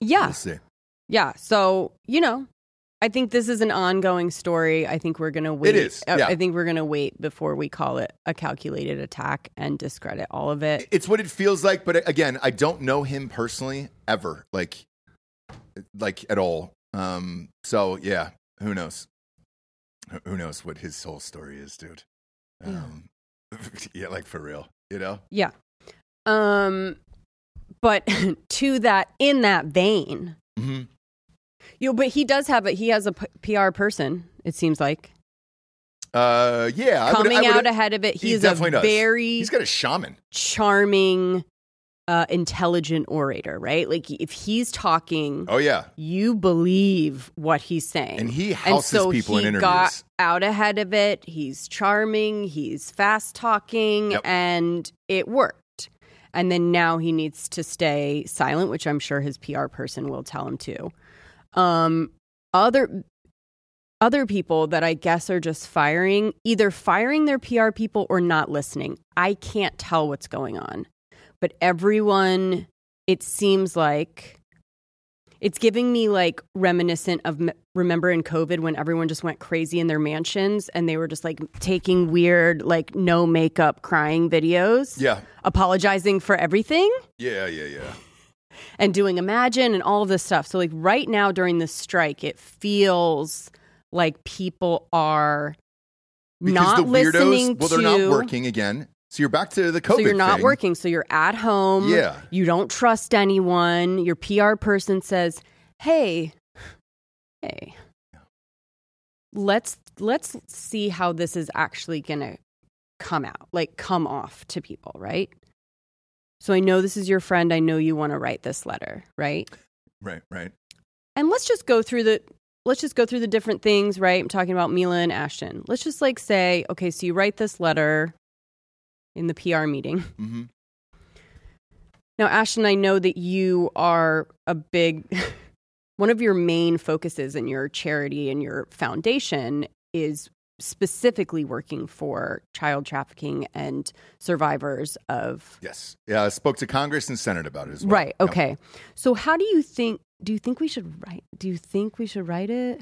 [SPEAKER 3] yeah.
[SPEAKER 2] We'll see.
[SPEAKER 3] Yeah. So, you know, I think this is an ongoing story. I think we're going to wait.
[SPEAKER 2] is,
[SPEAKER 3] I-
[SPEAKER 2] yeah.
[SPEAKER 3] I think we're going to wait before we call it a calculated attack and discredit all of it.
[SPEAKER 2] It's what it feels like, but uh, again, I don't know him personally ever. Like like at all. Um so yeah, who knows? Who- Who knows what his whole story is, dude. Um yeah, like for real. You know?
[SPEAKER 3] Yeah. Um but to that in that vein.
[SPEAKER 2] Mm-hmm.
[SPEAKER 3] You know, but he does have a he has a p- PR person, it seems like.
[SPEAKER 2] Uh yeah. I would- I
[SPEAKER 3] Coming
[SPEAKER 2] would-
[SPEAKER 3] out ahead of it.
[SPEAKER 2] he
[SPEAKER 3] He's a
[SPEAKER 2] definitely does.
[SPEAKER 3] very
[SPEAKER 2] He's got a shaman.
[SPEAKER 3] charming uh intelligent orator, right? Like if he's talking
[SPEAKER 2] Oh yeah.
[SPEAKER 3] you believe what he's saying.
[SPEAKER 2] And he houses
[SPEAKER 3] so
[SPEAKER 2] people in
[SPEAKER 3] he
[SPEAKER 2] interviews.
[SPEAKER 3] got out ahead of it. He's charming. He's fast talking,
[SPEAKER 2] Yep.
[SPEAKER 3] and it worked. And then now he needs to stay silent, which I'm sure his PR person will tell him to. Um, other other people that I guess are just firing, either firing their PR people or not listening. I can't tell what's going on, but everyone, it seems like. It's giving me like reminiscent of m- remember in COVID when everyone just went crazy in their mansions and they were just like taking weird, like no makeup crying videos,
[SPEAKER 2] Yeah.
[SPEAKER 3] apologizing for everything
[SPEAKER 2] Yeah, yeah, yeah.
[SPEAKER 3] and doing Imagine and all of this stuff. So, like, right now during this strike, it feels like people are not listening
[SPEAKER 2] well,
[SPEAKER 3] to.
[SPEAKER 2] they're not working again. So you're back to the COVID.
[SPEAKER 3] so you're not
[SPEAKER 2] thing.
[SPEAKER 3] working. So you're at home.
[SPEAKER 2] Yeah.
[SPEAKER 3] You don't trust anyone. Your PR person says, "Hey, hey, let's let's see how this is actually gonna come out, like come off to people, right?" So I know this is your friend. I know you want to write this letter, right?
[SPEAKER 2] Right, right.
[SPEAKER 3] and let's just go through the let's just go through the different things right i'm talking about mila and ashton let's just like say okay so you write this letter in the pr meeting
[SPEAKER 2] Mm-hmm.
[SPEAKER 3] now ashton i know that you are a big one of your main focuses in your charity and your foundation is specifically working for child trafficking and survivors of
[SPEAKER 2] Yes. Yeah, I spoke to Congress and Senate about it as well.
[SPEAKER 3] right
[SPEAKER 2] Yep.
[SPEAKER 3] okay so how do you think do you think we should write do you think we should write it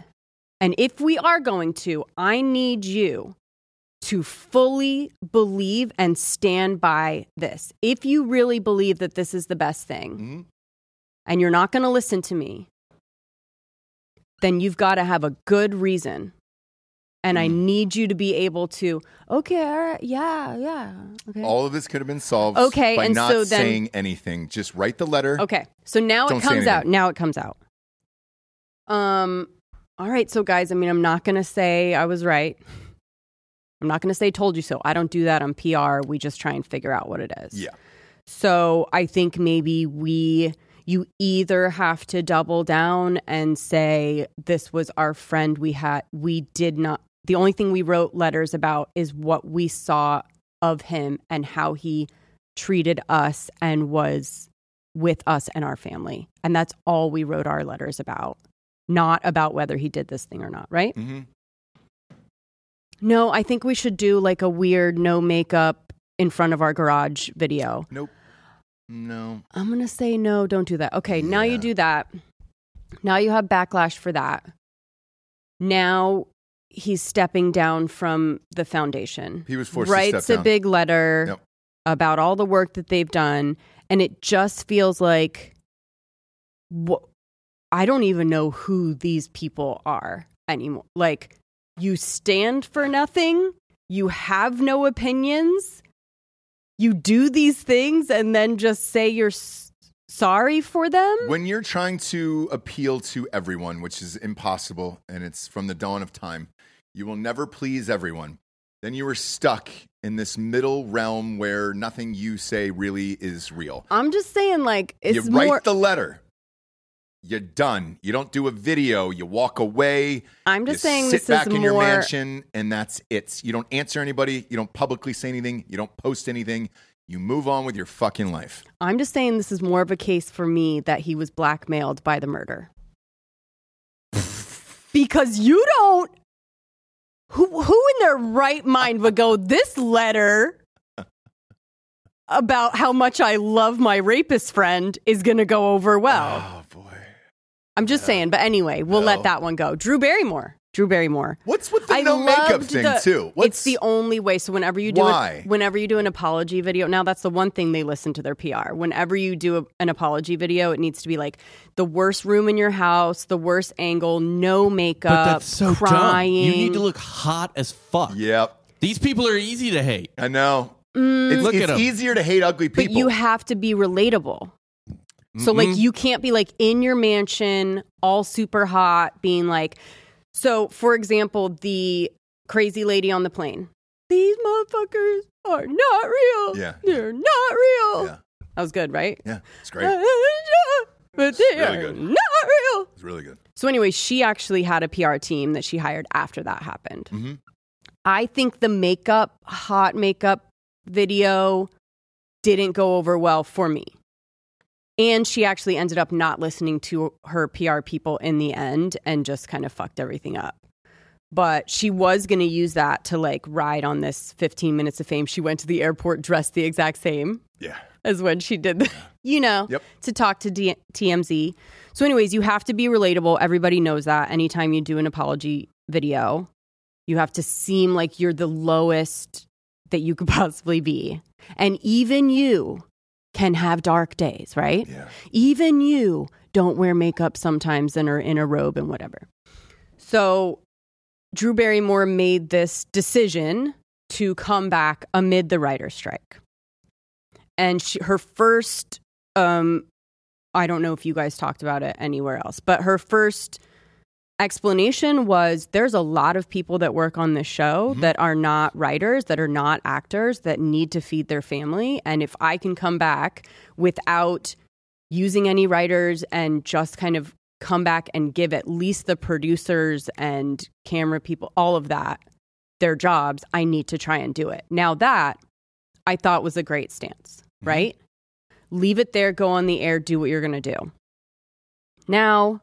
[SPEAKER 3] and if we are going to i need you to fully believe and stand by this if you really believe that this is the best thing
[SPEAKER 2] Mhm.
[SPEAKER 3] and you're not going to listen to me then you've got to have a good reason and
[SPEAKER 2] Mm.
[SPEAKER 3] i need you to be able to okay all right yeah yeah okay
[SPEAKER 2] All of this could have been solved
[SPEAKER 3] Okay,
[SPEAKER 2] by
[SPEAKER 3] and
[SPEAKER 2] not
[SPEAKER 3] so then-
[SPEAKER 2] saying anything. Just write the letter.
[SPEAKER 3] Okay. So now
[SPEAKER 2] Don't
[SPEAKER 3] it
[SPEAKER 2] say
[SPEAKER 3] comes out.
[SPEAKER 2] anything.
[SPEAKER 3] Now it comes out. Um all right, so guys, I mean I'm not going to say I was right. I'm not going to say told you so. I don't do that on PR. We just try and figure out what it is.
[SPEAKER 2] Yeah.
[SPEAKER 3] So I think maybe we you either have to double down and say this was our friend we had we did not the only thing we wrote letters about is what we saw of him and how he treated us and was with us and our family. And that's all we wrote our letters about, not about whether he did this thing or not, right?
[SPEAKER 2] Mm-hmm.
[SPEAKER 3] No, I think we should do like a weird no makeup in front of our garage video.
[SPEAKER 2] Nope. No.
[SPEAKER 3] I'm going to say no, don't do that. Okay, now
[SPEAKER 2] Yeah.
[SPEAKER 3] you do that. Now you have backlash for that. Now he's stepping down from the foundation.
[SPEAKER 2] He was forced to
[SPEAKER 3] writes
[SPEAKER 2] step down.
[SPEAKER 3] a big letter
[SPEAKER 2] Yep.
[SPEAKER 3] about all the work that they've done, and it just feels like wh- I don't even know who these people are anymore. Like you stand for nothing, you have no opinions, you do these things, and then just say you're s- sorry for them.
[SPEAKER 2] When you're trying to appeal to everyone, which is impossible, and it's from the dawn of time, you will never please everyone. Then you are stuck in this middle realm where nothing you say really is real.
[SPEAKER 3] I'm just saying, like it's
[SPEAKER 2] you write
[SPEAKER 3] more.
[SPEAKER 2] the letter. You're done. You don't do a video. You walk away.
[SPEAKER 3] I'm just
[SPEAKER 2] you
[SPEAKER 3] saying
[SPEAKER 2] sit
[SPEAKER 3] this
[SPEAKER 2] back
[SPEAKER 3] is
[SPEAKER 2] in your
[SPEAKER 3] more-
[SPEAKER 2] mansion, and that's it. You don't answer anybody. You don't publicly say anything. You don't post anything. You move on with your fucking life.
[SPEAKER 3] I'm just saying this is more of a case for me that he was blackmailed by the murder. because you don't. Who who in their right mind would go this letter about how much I love my rapist friend is going to go over well?
[SPEAKER 2] Oh boy.
[SPEAKER 3] I'm just saying. But anyway, we'll
[SPEAKER 2] No.
[SPEAKER 3] let that one go. Drew Barrymore. Drew Barrymore.
[SPEAKER 2] What's with the
[SPEAKER 3] I
[SPEAKER 2] no makeup
[SPEAKER 3] loved
[SPEAKER 2] thing
[SPEAKER 3] the-
[SPEAKER 2] too?
[SPEAKER 3] it's
[SPEAKER 2] What's
[SPEAKER 3] the only way. So whenever you do
[SPEAKER 2] Why?
[SPEAKER 3] An, whenever you do an apology video, now that's the one thing they listen to their PR. Whenever you do a, an apology video, it needs to be like the worst room in your house, the worst angle, no makeup,
[SPEAKER 4] But that's so
[SPEAKER 3] crying.
[SPEAKER 4] dumb. You need to look hot as fuck.
[SPEAKER 2] Yep.
[SPEAKER 4] These people are easy to hate.
[SPEAKER 2] I know. it's
[SPEAKER 4] Look
[SPEAKER 2] it's
[SPEAKER 4] at 'em.
[SPEAKER 2] easier to hate ugly
[SPEAKER 3] Mm. but
[SPEAKER 2] people.
[SPEAKER 3] you have to be relatable. So like you can't be like in your mansion, all super hot, being like. So for example, the crazy lady on the plane. These motherfuckers are not real.
[SPEAKER 2] Yeah.
[SPEAKER 3] they're not real.
[SPEAKER 2] Yeah.
[SPEAKER 3] That was good, right?
[SPEAKER 2] yeah, it's great.
[SPEAKER 3] But they
[SPEAKER 2] really
[SPEAKER 3] are
[SPEAKER 2] good.
[SPEAKER 3] not real.
[SPEAKER 2] It's really good.
[SPEAKER 3] So anyway, she actually had a PR team that she hired after that happened.
[SPEAKER 2] Mhm.
[SPEAKER 3] I think the makeup, hot makeup video didn't go over well for me. And she actually ended up not listening to her PR people in the end and just kind of fucked everything up. But she was going to use that to like ride on this 15 minutes of fame. She went to the airport dressed the exact same
[SPEAKER 2] Yeah.
[SPEAKER 3] as when she did the, you know,
[SPEAKER 2] Yep.
[SPEAKER 3] to talk to D- TMZ. So, anyways, you have to be relatable. Everybody knows that. Anytime you do an apology video, you have to seem like you're the lowest that you could possibly be. And even you can have dark days, right?
[SPEAKER 2] Yeah.
[SPEAKER 3] Even you don't wear makeup sometimes and are in a robe and whatever. So Drew Barrymore made this decision to come back amid the writer's strike. And she, her first, um, I don't know if you guys talked about it anywhere else, but her first explanation was there's a lot of people that work on this show that are not writers, that are not actors, that need to feed their family. And if I can come back without using any writers and just kind of come back and give at least the producers and camera people, all of that, their jobs, I need to try and do it. Now, that I thought was a great stance, right? Leave it there, go on the air, do what you're going to do. Now,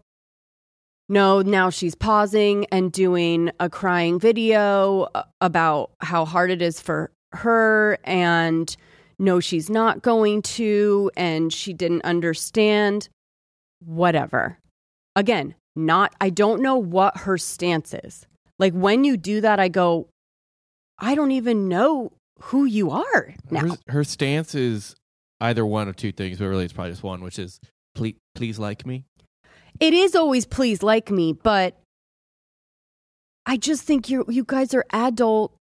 [SPEAKER 3] no, now she's pausing and doing a crying video uh, about how hard it is for her and no, she's not going to, and she didn't understand. Whatever. Again, not, I don't know what her stance is. Like when you do that, I go, I don't even know who you are now.
[SPEAKER 4] Her, her stance is either one of two things, but really it's probably just one, which is please, please like me.
[SPEAKER 3] It is always please like me, but I just think you you guys are adult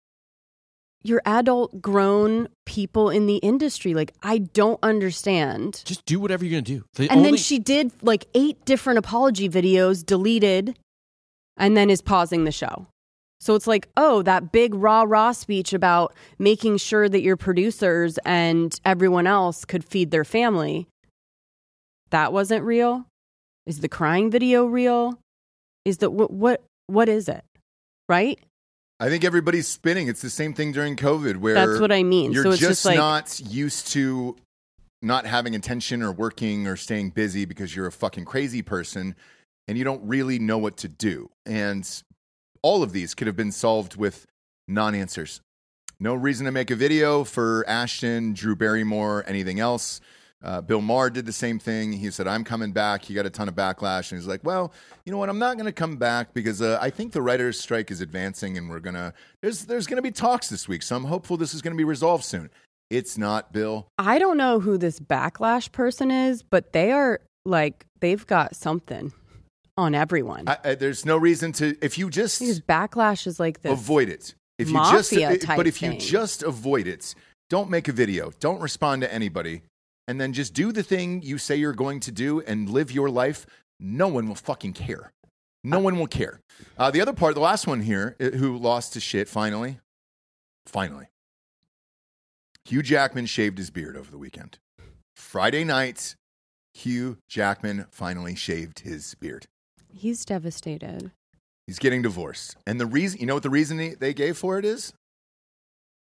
[SPEAKER 3] you're adult grown people in the industry. Like I don't understand.
[SPEAKER 4] Just do whatever you're gonna do. The
[SPEAKER 3] And then
[SPEAKER 4] only-
[SPEAKER 3] she did like eight different apology videos, deleted, and then is pausing the show. So it's like, oh, that big rah rah speech about making sure that your producers and everyone else could feed their family. That wasn't real. Is the crying video real? Is the what what what is it? Right?
[SPEAKER 2] I think everybody's spinning. It's the same thing during COVID where
[SPEAKER 3] That's what I mean.
[SPEAKER 2] You're
[SPEAKER 3] So it's
[SPEAKER 2] just,
[SPEAKER 3] just like
[SPEAKER 2] not used to not having attention or working or staying busy because you're a fucking crazy person and you don't really know what to do. And all of these could have been solved with non answers. No reason to make a video for Ashton, Drew Barrymore, anything else. Uh, Bill Maher did the same thing. He said, I'm coming back. He got a ton of backlash. And he's like, well, you know what? I'm not going to come back because uh, I think the writer's strike is advancing and we're going to, there's, there's going to be talks this week. So I'm hopeful this is going to be resolved soon. It's not, Bill.
[SPEAKER 3] I don't know who this backlash person is, but they are like they've got something on everyone.
[SPEAKER 2] I, I, there's no reason to, if you just
[SPEAKER 3] because backlash is like this.
[SPEAKER 2] avoid it. If you
[SPEAKER 3] mafia
[SPEAKER 2] just, eh,
[SPEAKER 3] type
[SPEAKER 2] but if you
[SPEAKER 3] thing.
[SPEAKER 2] just avoid it, don't make a video, don't respond to anybody, and then just do the thing you say you're going to do and live your life. No one will fucking care. No one will care. Uh, the other part, the last one here, i- who lost his shit finally, finally. Hugh Jackman shaved his beard over the weekend. Friday night, Hugh Jackman finally shaved his beard.
[SPEAKER 3] He's devastated.
[SPEAKER 2] He's getting divorced. And the reason, you know what the reason he- they gave for it is?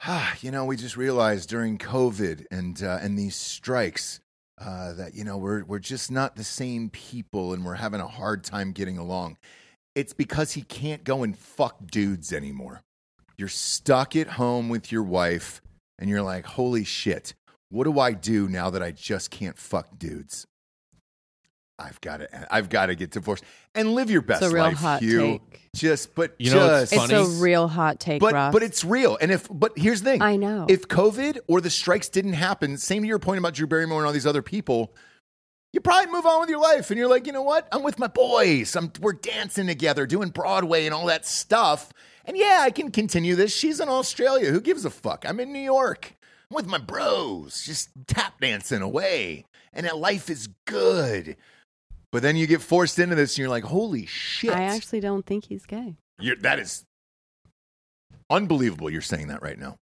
[SPEAKER 2] Ah, you know, we just realized during COVID and, uh, and these strikes uh, that, you know, we're, we're just not the same people and we're having a hard time getting along. It's because he can't go and fuck dudes anymore. You're stuck at home with your wife and you're like, holy shit, what do I do now that I just can't fuck dudes? I've got to, I've got to get divorced and live your best
[SPEAKER 3] a real
[SPEAKER 2] life,
[SPEAKER 3] hot
[SPEAKER 2] Hugh.
[SPEAKER 3] take.
[SPEAKER 2] Just, but
[SPEAKER 4] You know what's
[SPEAKER 2] just,
[SPEAKER 3] It's a
[SPEAKER 4] Funny.
[SPEAKER 3] real hot take,
[SPEAKER 2] but
[SPEAKER 3] Ross.
[SPEAKER 2] but it's real. And if but here's the thing,
[SPEAKER 3] I know.
[SPEAKER 2] if COVID or the strikes didn't happen, same to your point about Drew Barrymore and all these other people, you probably move on with your life, and you're like, you know what? I'm with my boys. I'm we're dancing together, doing Broadway and all that stuff. And yeah, I can continue this. She's in Australia. Who gives a fuck? I'm in New York. I'm with my bros, just tap dancing away. And that life is good. But then you get forced into this, and you're like, holy shit!
[SPEAKER 3] I actually don't think he's gay.
[SPEAKER 2] You're, that is unbelievable. You're saying that right now.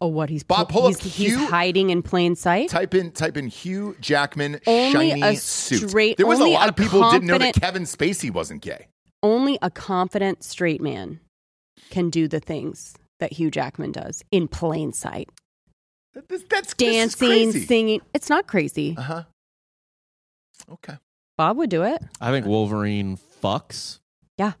[SPEAKER 3] Oh, what he's
[SPEAKER 2] Bob,
[SPEAKER 3] pl-
[SPEAKER 2] pull up
[SPEAKER 3] he's, he's
[SPEAKER 2] Hugh-
[SPEAKER 3] hiding in plain sight.
[SPEAKER 2] Type in type in Hugh Jackman
[SPEAKER 3] Only
[SPEAKER 2] shiny
[SPEAKER 3] a
[SPEAKER 2] suit.
[SPEAKER 3] straight-
[SPEAKER 2] there was a
[SPEAKER 3] only
[SPEAKER 2] lot
[SPEAKER 3] a
[SPEAKER 2] of people who didn't know that
[SPEAKER 3] confident-
[SPEAKER 2] Kevin Spacey wasn't gay.
[SPEAKER 3] Only a confident straight man can do the things that Hugh Jackman does in plain sight.
[SPEAKER 2] That- That's, that's
[SPEAKER 3] Dancing,
[SPEAKER 2] This is crazy.
[SPEAKER 3] singing. It's not crazy.
[SPEAKER 2] Uh huh. Okay.
[SPEAKER 3] Bob would do it.
[SPEAKER 4] I think Wolverine fucks.
[SPEAKER 3] Yeah.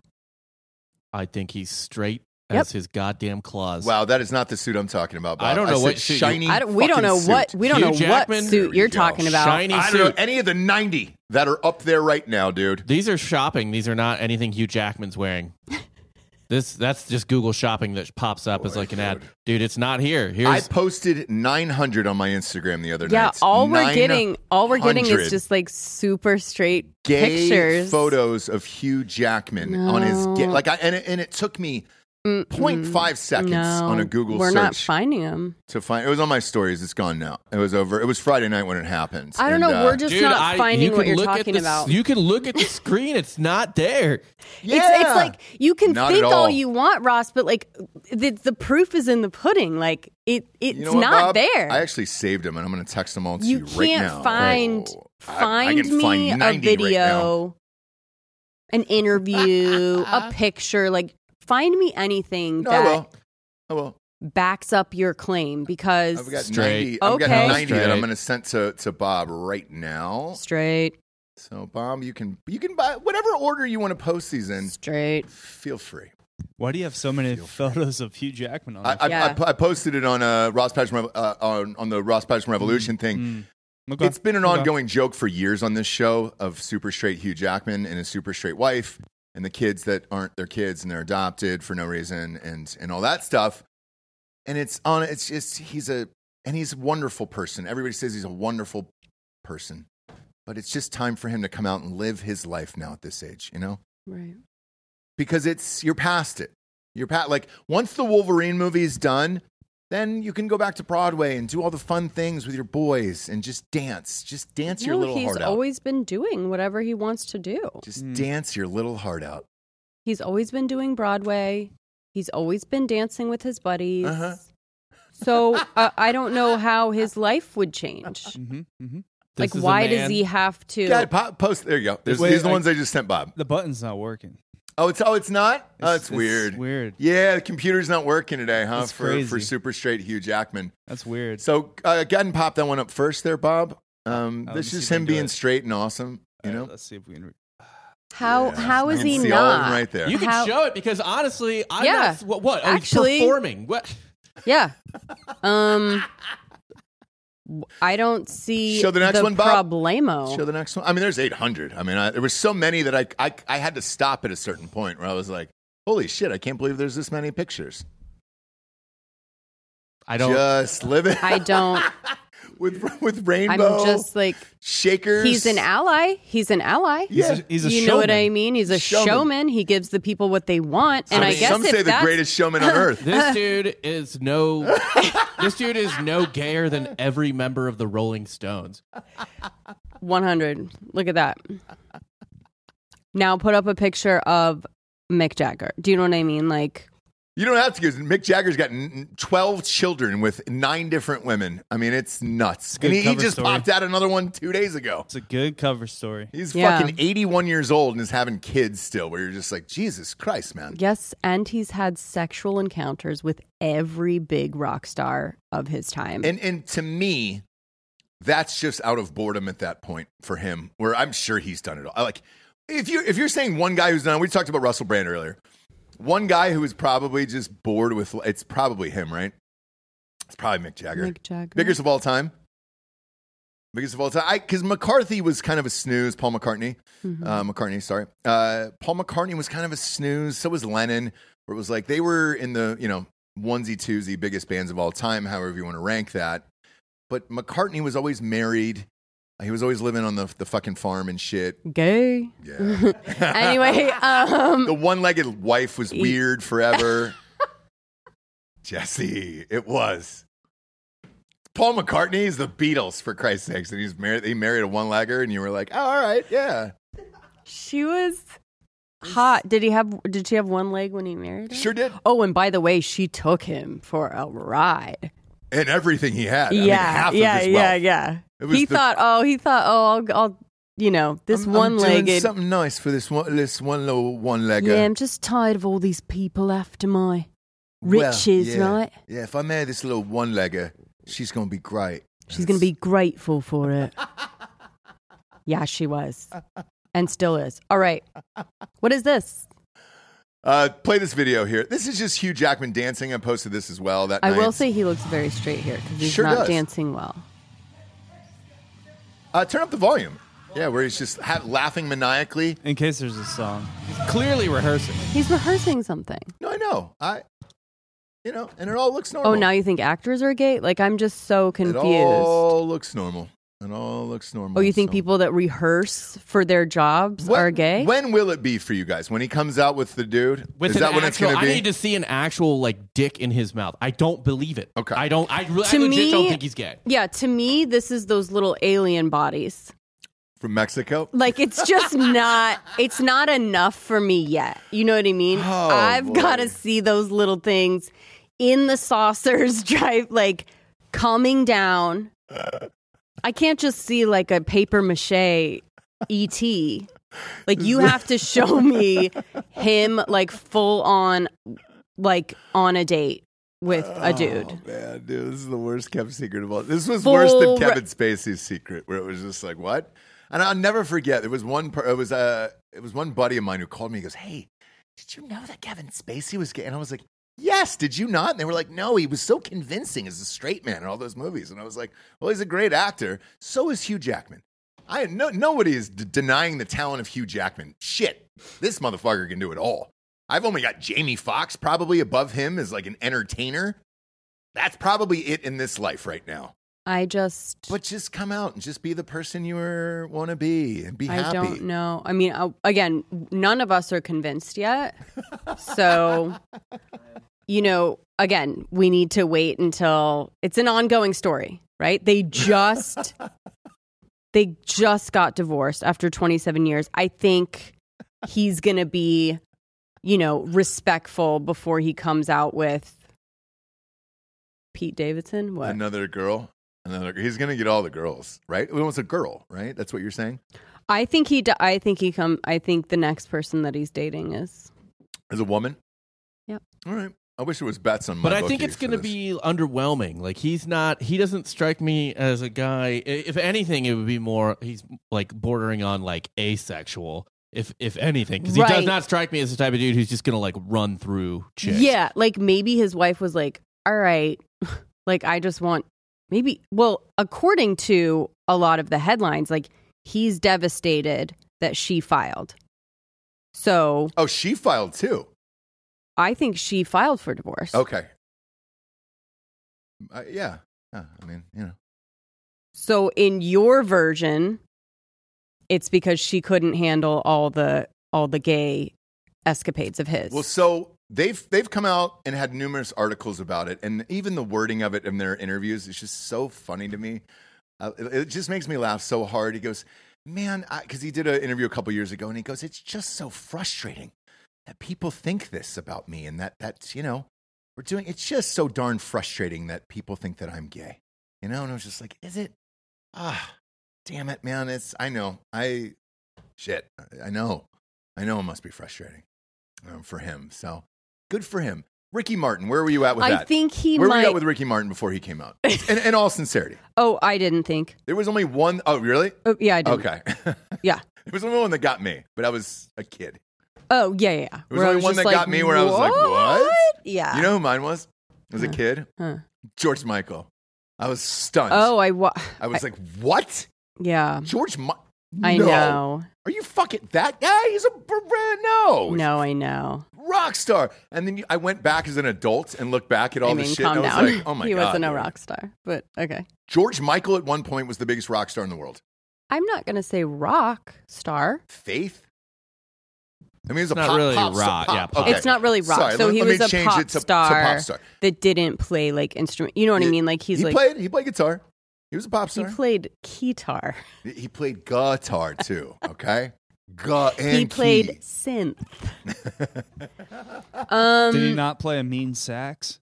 [SPEAKER 4] I think he's straight
[SPEAKER 3] Yep.
[SPEAKER 4] as his goddamn claws.
[SPEAKER 2] Wow, that is not the suit I'm talking about. Bob.
[SPEAKER 4] I don't know
[SPEAKER 2] said
[SPEAKER 4] what suit you-
[SPEAKER 2] shiny.
[SPEAKER 3] I don't, we don't
[SPEAKER 2] fucking
[SPEAKER 3] know what
[SPEAKER 2] suit.
[SPEAKER 3] we don't
[SPEAKER 4] Hugh
[SPEAKER 3] know
[SPEAKER 4] Jackman?
[SPEAKER 3] what
[SPEAKER 2] There
[SPEAKER 3] suit
[SPEAKER 2] we
[SPEAKER 3] you're
[SPEAKER 2] go.
[SPEAKER 3] talking about.
[SPEAKER 4] Shiny
[SPEAKER 2] I
[SPEAKER 4] suit.
[SPEAKER 2] don't know any of the 90 that are up there right now, dude.
[SPEAKER 4] These are shopping. These are not anything Hugh Jackman's wearing. this that's just Google shopping that pops up as
[SPEAKER 2] Boy,
[SPEAKER 4] like an ad.
[SPEAKER 2] dude.
[SPEAKER 4] Dude, it's not here.
[SPEAKER 2] I
[SPEAKER 4] Here's
[SPEAKER 2] posted 900 on my Instagram the other
[SPEAKER 3] Yeah,
[SPEAKER 2] night.
[SPEAKER 3] all we're getting, all we're getting
[SPEAKER 2] 900.
[SPEAKER 3] is just like super straight
[SPEAKER 2] gay
[SPEAKER 3] pictures.
[SPEAKER 2] photos of Hugh Jackman on his gay,
[SPEAKER 3] No.
[SPEAKER 2] like I and it, and it took me
[SPEAKER 3] Mm,
[SPEAKER 2] 0.5 seconds
[SPEAKER 3] no,
[SPEAKER 2] on a Google
[SPEAKER 3] We're
[SPEAKER 2] search
[SPEAKER 3] not finding them.
[SPEAKER 2] to find it was on my stories it's gone now it was over it was Friday night when it uh, happened
[SPEAKER 3] I don't know. we're just
[SPEAKER 4] dude,
[SPEAKER 3] not
[SPEAKER 4] I-
[SPEAKER 3] finding
[SPEAKER 4] you
[SPEAKER 3] what
[SPEAKER 4] can
[SPEAKER 3] you're
[SPEAKER 4] look at
[SPEAKER 3] talking
[SPEAKER 4] the,
[SPEAKER 3] about.
[SPEAKER 4] You can look at the screen. It's not there.
[SPEAKER 3] It's, it's like you can
[SPEAKER 2] Not at
[SPEAKER 3] think all.
[SPEAKER 2] all.
[SPEAKER 3] you want, Ross, but like the, the proof is in the pudding. Like it, it's
[SPEAKER 2] You know what, Bob?
[SPEAKER 3] not there.
[SPEAKER 2] I actually saved them and I'm going to text them all to you,
[SPEAKER 3] you
[SPEAKER 2] right
[SPEAKER 3] can't
[SPEAKER 2] now
[SPEAKER 3] find
[SPEAKER 2] Oh, I- I
[SPEAKER 3] find
[SPEAKER 2] can
[SPEAKER 3] me
[SPEAKER 2] find
[SPEAKER 3] a
[SPEAKER 2] 90 right now.
[SPEAKER 3] video, an interview, a picture. Like find me anything
[SPEAKER 2] no I
[SPEAKER 3] that
[SPEAKER 2] will I will
[SPEAKER 3] backs up your claim because
[SPEAKER 2] Oh, I've got
[SPEAKER 4] Straight.
[SPEAKER 2] 90 I've got 90
[SPEAKER 3] Okay.
[SPEAKER 2] that I'm
[SPEAKER 4] Straight.
[SPEAKER 2] going to send to to Bob right now
[SPEAKER 3] straight,
[SPEAKER 2] so Bob you can you can buy whatever order you want to post these in
[SPEAKER 3] straight.
[SPEAKER 2] feel free
[SPEAKER 6] Why do you have so many photos of Hugh Jackman on?
[SPEAKER 2] I, I,
[SPEAKER 3] Yeah.
[SPEAKER 2] I, I posted it on uh, Ross Patcham, Rev- uh, on, on the Ross Patcham Revolution thing
[SPEAKER 6] Mm-hmm. Hmm. Okay.
[SPEAKER 2] It's been an
[SPEAKER 6] Okay.
[SPEAKER 2] ongoing joke for years on this show of super straight Hugh Jackman and his super straight wife and the kids that aren't their kids and they're adopted for no reason and and all that stuff. And it's on it's just he's a and he's a wonderful person. Everybody says he's a wonderful person. But it's just time for him to come out and live his life now at this age, you know?
[SPEAKER 3] Right.
[SPEAKER 2] Because it's you're past it. You're past like once the Wolverine movie is done, then you can go back to Broadway and do all the fun things with your boys and just dance. Just dance your
[SPEAKER 3] no,
[SPEAKER 2] little
[SPEAKER 3] he's
[SPEAKER 2] heart out.
[SPEAKER 3] always been doing whatever he wants to do.
[SPEAKER 2] Just
[SPEAKER 6] Hmm.
[SPEAKER 2] dance your little heart out.
[SPEAKER 3] He's always been doing Broadway. He's always been dancing with his buddies.
[SPEAKER 2] Uh-huh.
[SPEAKER 3] So uh, I don't know how his life would change.
[SPEAKER 6] hmm hmm
[SPEAKER 4] This
[SPEAKER 3] like,
[SPEAKER 4] is a
[SPEAKER 3] why does
[SPEAKER 4] man-
[SPEAKER 3] he have to?
[SPEAKER 2] Yeah, po- post. There you go. There's,
[SPEAKER 6] Wait,
[SPEAKER 2] these are the
[SPEAKER 6] I-
[SPEAKER 2] ones I just sent Bob.
[SPEAKER 6] The button's not working.
[SPEAKER 2] Oh, it's oh, it's not. oh, it's,
[SPEAKER 6] It's- it's
[SPEAKER 2] weird.
[SPEAKER 6] weird.
[SPEAKER 2] Yeah, the computer's not working today, huh?
[SPEAKER 6] It's
[SPEAKER 2] for for
[SPEAKER 6] crazy.
[SPEAKER 2] super straight Hugh Jackman.
[SPEAKER 6] That's weird.
[SPEAKER 2] So uh, go ahead and pop that one up first, there, Bob. Um,
[SPEAKER 6] Uh, let
[SPEAKER 2] this
[SPEAKER 6] me see
[SPEAKER 2] is
[SPEAKER 6] if I
[SPEAKER 2] him
[SPEAKER 6] can do
[SPEAKER 2] being
[SPEAKER 6] it.
[SPEAKER 2] straight and awesome. You
[SPEAKER 6] All right,
[SPEAKER 2] know,
[SPEAKER 6] let's see if we can. Re-
[SPEAKER 3] How
[SPEAKER 2] Yeah.
[SPEAKER 3] how
[SPEAKER 2] You
[SPEAKER 3] is
[SPEAKER 2] can
[SPEAKER 3] he
[SPEAKER 2] see all of them
[SPEAKER 3] not?
[SPEAKER 2] right there.
[SPEAKER 4] You can
[SPEAKER 3] How-
[SPEAKER 4] show it because honestly, I'm
[SPEAKER 3] Yeah.
[SPEAKER 4] not. What? what? Oh, he's
[SPEAKER 3] Actually-
[SPEAKER 4] performing. What?
[SPEAKER 3] Yeah. Um. I don't see
[SPEAKER 2] Show the next one, Bob.
[SPEAKER 3] problemo.
[SPEAKER 2] Show the next one. I mean, there's 800. I mean, I, there were so many that I, I I had to stop at a certain point where I was like, "Holy shit! I can't believe there's this many pictures."
[SPEAKER 4] I don't.
[SPEAKER 2] just live it
[SPEAKER 3] I don't.
[SPEAKER 2] with with rainbow.
[SPEAKER 3] I'm just like
[SPEAKER 2] shakers.
[SPEAKER 3] he's an ally. He's an ally.
[SPEAKER 2] Yeah.
[SPEAKER 6] He's a, he's a
[SPEAKER 3] you know what I
[SPEAKER 6] showman.
[SPEAKER 3] mean? He's a
[SPEAKER 2] Showman.
[SPEAKER 3] showman. He gives the people what they want, and
[SPEAKER 2] I
[SPEAKER 3] I,
[SPEAKER 2] mean,
[SPEAKER 3] guess
[SPEAKER 2] some
[SPEAKER 3] if
[SPEAKER 2] say the
[SPEAKER 3] that's,
[SPEAKER 2] greatest showman on earth.
[SPEAKER 4] This dude is no. this dude is no gayer than every member of the Rolling Stones.
[SPEAKER 3] 100. Look at that. Now put up a picture of Mick Jagger. Do you know what I mean? Like,
[SPEAKER 2] You don't have to because Mick Jagger's got n- n- twelve children with nine different women. I mean, it's nuts.
[SPEAKER 6] good
[SPEAKER 2] And he, he
[SPEAKER 6] cover
[SPEAKER 2] just
[SPEAKER 6] story.
[SPEAKER 2] popped out another one two days ago.
[SPEAKER 6] It's a good cover story.
[SPEAKER 2] He's
[SPEAKER 3] Yeah.
[SPEAKER 2] fucking eighty-one years old and is having kids still. Where you're just like, Jesus Christ, man.
[SPEAKER 3] yes, and he's had sexual encounters with every big rock star of his time.
[SPEAKER 2] And and to me, that's just out of boredom at that point for him. Where I'm sure he's done it all. I Like if you if you're saying one guy who's done, we talked about Russell Brand earlier. One guy who is probably just bored with it's probably him, right? It's probably Mick Jagger,
[SPEAKER 3] Mick Jagger.
[SPEAKER 2] biggest of all time, biggest of all time. Because McCarthy was kind of a snooze. Paul McCartney,
[SPEAKER 3] Mm-hmm.
[SPEAKER 2] uh, McCartney, sorry, uh, Paul McCartney was kind of a snooze. So was Lennon. Where it was like they were in the you know onesie twosie biggest bands of all time, however you want to rank that. But McCartney was always married. He was always living on the the fucking farm and shit.
[SPEAKER 3] Gay.
[SPEAKER 2] Yeah.
[SPEAKER 3] Anyway, um,
[SPEAKER 2] The one legged wife was weird forever. Jesse, it was. Paul McCartney is the Beatles, for Christ's sakes. And he's married, he married a one legger, and you were like, oh, all right, yeah.
[SPEAKER 3] she was hot. Did he have? Did she have one leg when he married her?
[SPEAKER 2] Sure did.
[SPEAKER 3] Oh, and by the way, she took him for a ride.
[SPEAKER 2] And everything he had. I mean,
[SPEAKER 3] yeah,
[SPEAKER 2] half
[SPEAKER 3] yeah,
[SPEAKER 2] of his
[SPEAKER 3] yeah,
[SPEAKER 2] wealth.
[SPEAKER 3] yeah,
[SPEAKER 2] It was
[SPEAKER 3] He
[SPEAKER 2] the-
[SPEAKER 3] thought, oh, he thought, oh, I'll, I'll you know, this
[SPEAKER 2] I'm- I'm doing
[SPEAKER 3] one-legged.
[SPEAKER 2] something nice for this one, this one little one legger.
[SPEAKER 3] yeah, I'm just tired of all these people after my riches, right?
[SPEAKER 2] Yeah, if I marry this little one legger, she's going to be great.
[SPEAKER 3] She's going to be grateful for it. yeah, she was. And still is. All right. What is this?
[SPEAKER 2] Uh, play this video here. This is just Hugh Jackman dancing. I posted this as well. That
[SPEAKER 3] I will
[SPEAKER 2] night.
[SPEAKER 3] say he looks very straight here because he's
[SPEAKER 2] Sure
[SPEAKER 3] not
[SPEAKER 2] does.
[SPEAKER 3] dancing well.
[SPEAKER 2] Uh, turn up the volume. Yeah, where he's just ha- laughing maniacally.
[SPEAKER 6] In case there's a song, he's clearly rehearsing.
[SPEAKER 3] He's rehearsing something.
[SPEAKER 2] No, I know. I, you know, and it all looks normal.
[SPEAKER 3] Oh, now you think actors are gay? Like, I'm just so
[SPEAKER 2] it
[SPEAKER 3] confused.
[SPEAKER 2] all looks normal. It all looks normal.
[SPEAKER 3] Oh, you think
[SPEAKER 2] so-
[SPEAKER 3] people that rehearse for their jobs
[SPEAKER 2] When-
[SPEAKER 3] are gay?
[SPEAKER 2] When will it be for you guys? When he comes out with the dude?
[SPEAKER 4] With
[SPEAKER 2] Is
[SPEAKER 4] an
[SPEAKER 2] that when it's
[SPEAKER 4] actual,
[SPEAKER 2] going to be?
[SPEAKER 4] I need to see an actual like dick in his mouth. I don't believe it.
[SPEAKER 2] Okay.
[SPEAKER 4] I don't. I, really, I
[SPEAKER 3] To
[SPEAKER 4] legit
[SPEAKER 3] me-
[SPEAKER 4] don't think he's gay.
[SPEAKER 3] Yeah, to me, this is those little alien bodies.
[SPEAKER 2] From Mexico?
[SPEAKER 3] Like it's just not it's not enough for me yet. You know what I mean?
[SPEAKER 2] Oh,
[SPEAKER 3] I've
[SPEAKER 2] boy.
[SPEAKER 3] got to see those little things in the saucers drive like coming down. I can't just see like a paper mache ET. Like you have to show me him like full on like on a date with a dude.
[SPEAKER 2] Oh, Man, dude, this is the worst kept secret of all. This was
[SPEAKER 3] Full
[SPEAKER 2] worse than
[SPEAKER 3] re-
[SPEAKER 2] Kevin Spacey's secret, where it was just like, what? And I'll never forget. There was one. Per- it was uh, It was one buddy of mine who called me. He goes, "Hey, did you know that Kevin Spacey was gay?" And I was like, "Yes, did you not?" And they were like, "No, he was so convincing as a straight man in all those movies." And I was like, "Well, he's a great actor. So is Hugh Jackman." I no, nobody is d- denying the talent of Hugh Jackman. Shit, this motherfucker can do it all. I've only got Jamie Foxx probably above him as like an entertainer. That's probably it in this life right now.
[SPEAKER 3] I just
[SPEAKER 2] But just come out and just be the person you were want to be and be
[SPEAKER 3] I
[SPEAKER 2] happy.
[SPEAKER 3] don't know. I mean, uh, again, none of us are convinced yet. So, you know, again, we need to wait until it's an ongoing story, right? They just they just got divorced after 27 years. I think he's going to be, you know, respectful before he comes out with Pete Davidson. What?
[SPEAKER 2] Another girl. Another he's gonna get all the girls, right? Well, it's a girl, right? That's what you're saying?
[SPEAKER 3] I think he d- I think he come I think the next person that he's dating is
[SPEAKER 2] As a woman?
[SPEAKER 3] Yep.
[SPEAKER 2] All right. I wish it was bets on my
[SPEAKER 4] But I think
[SPEAKER 2] bookie
[SPEAKER 4] it's
[SPEAKER 2] for
[SPEAKER 4] going to
[SPEAKER 2] this.
[SPEAKER 4] be underwhelming. Like he's not. He doesn't strike me as a guy. i- If anything, it would be more. He's like bordering on like asexual. If if anything, because he
[SPEAKER 3] Right.
[SPEAKER 4] does not strike me as the type of dude who's just going to like run through chicks.
[SPEAKER 3] Yeah, like maybe his wife was like, "All right, like I just want maybe." Well, according to a lot of the headlines, like he's devastated that she filed. So
[SPEAKER 2] Oh, she filed too.
[SPEAKER 3] I think she filed for divorce.
[SPEAKER 2] Okay. Uh, yeah. Yeah, I mean, you know.
[SPEAKER 3] So in your version, it's because she couldn't handle all the all the gay escapades of his.
[SPEAKER 2] Well, so they've they've come out and had numerous articles about it, and even the wording of it in their interviews is just so funny to me. Uh, it, it just makes me laugh so hard. He goes, "Man," because he did an interview a couple years ago, and he goes, "It's just so frustrating that people think this about me, and that that's you know we're doing. It's just so darn frustrating that people think that I'm gay, you know." And I was just like, "Is it? Ah, damn it, man! It's I know I shit I know." I know it must be frustrating um, for him. So good for him. Ricky Martin, where were you at with that?
[SPEAKER 3] I think he
[SPEAKER 2] where were you
[SPEAKER 3] might.
[SPEAKER 2] at with Ricky Martin before he came out? In, in all sincerity,
[SPEAKER 3] oh, I didn't think.
[SPEAKER 2] there was only one oh really?
[SPEAKER 3] Oh, yeah, I didn't.
[SPEAKER 2] Okay.
[SPEAKER 3] Yeah.
[SPEAKER 2] It was the one that got me, but I was a kid.
[SPEAKER 3] Oh yeah, yeah. yeah.
[SPEAKER 2] was
[SPEAKER 3] Where I
[SPEAKER 2] only one
[SPEAKER 3] just
[SPEAKER 2] that
[SPEAKER 3] like,
[SPEAKER 2] got me where I was like, what?
[SPEAKER 3] Yeah.
[SPEAKER 2] You know who mine was? As a kid,
[SPEAKER 3] Ah. Huh.
[SPEAKER 2] George Michael. I was stunned.
[SPEAKER 3] Oh, I wa-
[SPEAKER 2] I was like, what?
[SPEAKER 3] yeah.
[SPEAKER 2] George Mi-
[SPEAKER 3] I
[SPEAKER 2] No.
[SPEAKER 3] know.
[SPEAKER 2] Are you fucking that guy? He's a br- br- no, he's
[SPEAKER 3] No, I know.
[SPEAKER 2] a rock star. And then you- I went back as an adult and looked back at all
[SPEAKER 3] I
[SPEAKER 2] this
[SPEAKER 3] mean,
[SPEAKER 2] shit.
[SPEAKER 3] calm
[SPEAKER 2] and I
[SPEAKER 3] down.
[SPEAKER 2] was like, oh my
[SPEAKER 3] he
[SPEAKER 2] god,
[SPEAKER 3] wasn't a
[SPEAKER 2] dude.
[SPEAKER 3] rock star, but okay.
[SPEAKER 2] George Michael at one point was the biggest rock star in the world.
[SPEAKER 3] I'm not gonna say rock star.
[SPEAKER 2] Faith. I mean, it's a
[SPEAKER 4] Not
[SPEAKER 2] pop,
[SPEAKER 4] really
[SPEAKER 2] pop, so
[SPEAKER 4] rock,
[SPEAKER 2] pop.
[SPEAKER 4] yeah, pop.
[SPEAKER 2] Okay.
[SPEAKER 3] It's not really rock.
[SPEAKER 2] Sorry,
[SPEAKER 3] so
[SPEAKER 2] let,
[SPEAKER 3] he
[SPEAKER 2] let
[SPEAKER 3] was
[SPEAKER 2] me
[SPEAKER 3] a
[SPEAKER 2] change
[SPEAKER 3] pop,
[SPEAKER 2] it to,
[SPEAKER 3] star
[SPEAKER 2] to pop star.
[SPEAKER 3] that didn't play like instrument. You know what
[SPEAKER 2] Yeah.
[SPEAKER 3] I mean? Like he's
[SPEAKER 2] he
[SPEAKER 3] like
[SPEAKER 2] played. He played guitar. He was a pop
[SPEAKER 3] he
[SPEAKER 2] star.
[SPEAKER 3] played guitar.
[SPEAKER 2] He, he played guitar too. Okay, Gu- and
[SPEAKER 3] he played
[SPEAKER 2] keys.
[SPEAKER 3] synth. um,
[SPEAKER 6] Did he not play a mean sax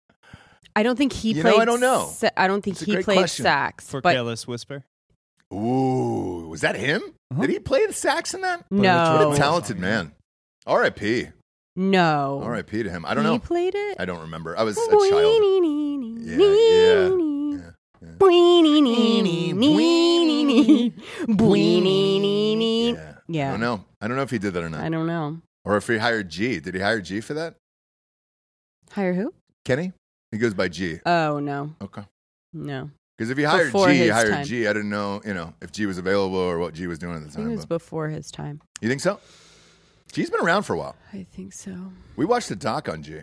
[SPEAKER 3] I don't think he
[SPEAKER 2] You know,
[SPEAKER 3] played.
[SPEAKER 2] I don't know.
[SPEAKER 3] sa- I don't think
[SPEAKER 2] It's a
[SPEAKER 3] he
[SPEAKER 2] great
[SPEAKER 3] played
[SPEAKER 2] question.
[SPEAKER 3] sax.
[SPEAKER 6] for
[SPEAKER 3] but
[SPEAKER 6] Careless Whisper?
[SPEAKER 2] Ooh, was that him?
[SPEAKER 6] Uh-huh.
[SPEAKER 2] Did he play the sax in that?
[SPEAKER 3] no,
[SPEAKER 2] What a talented man. R.I.P.
[SPEAKER 3] no.
[SPEAKER 2] R.I.P. to him. I don't
[SPEAKER 3] Oh. he
[SPEAKER 2] know.
[SPEAKER 3] played it.
[SPEAKER 2] I don't remember. I was a child. Yeah, yeah, yeah, yeah. Yeah. I
[SPEAKER 3] Yeah.
[SPEAKER 2] don't know. I don't know if he did that or
[SPEAKER 3] I
[SPEAKER 2] not.
[SPEAKER 3] don't know.
[SPEAKER 2] Or if he hired G. Did he hire G for that?
[SPEAKER 3] Hire who?
[SPEAKER 2] Kenny? He goes by G.
[SPEAKER 3] Oh no,
[SPEAKER 2] Okay.
[SPEAKER 3] no.
[SPEAKER 2] Because if he hired
[SPEAKER 3] Before
[SPEAKER 2] G, he
[SPEAKER 3] his
[SPEAKER 2] hired
[SPEAKER 3] time.
[SPEAKER 2] G. I didn't know, you know, if G was available or what G was doing at the
[SPEAKER 3] I think
[SPEAKER 2] time.
[SPEAKER 3] it was
[SPEAKER 2] but-
[SPEAKER 3] before his time.
[SPEAKER 2] you think so? G's been around for a while.
[SPEAKER 3] I think so.
[SPEAKER 2] We watched the doc on G.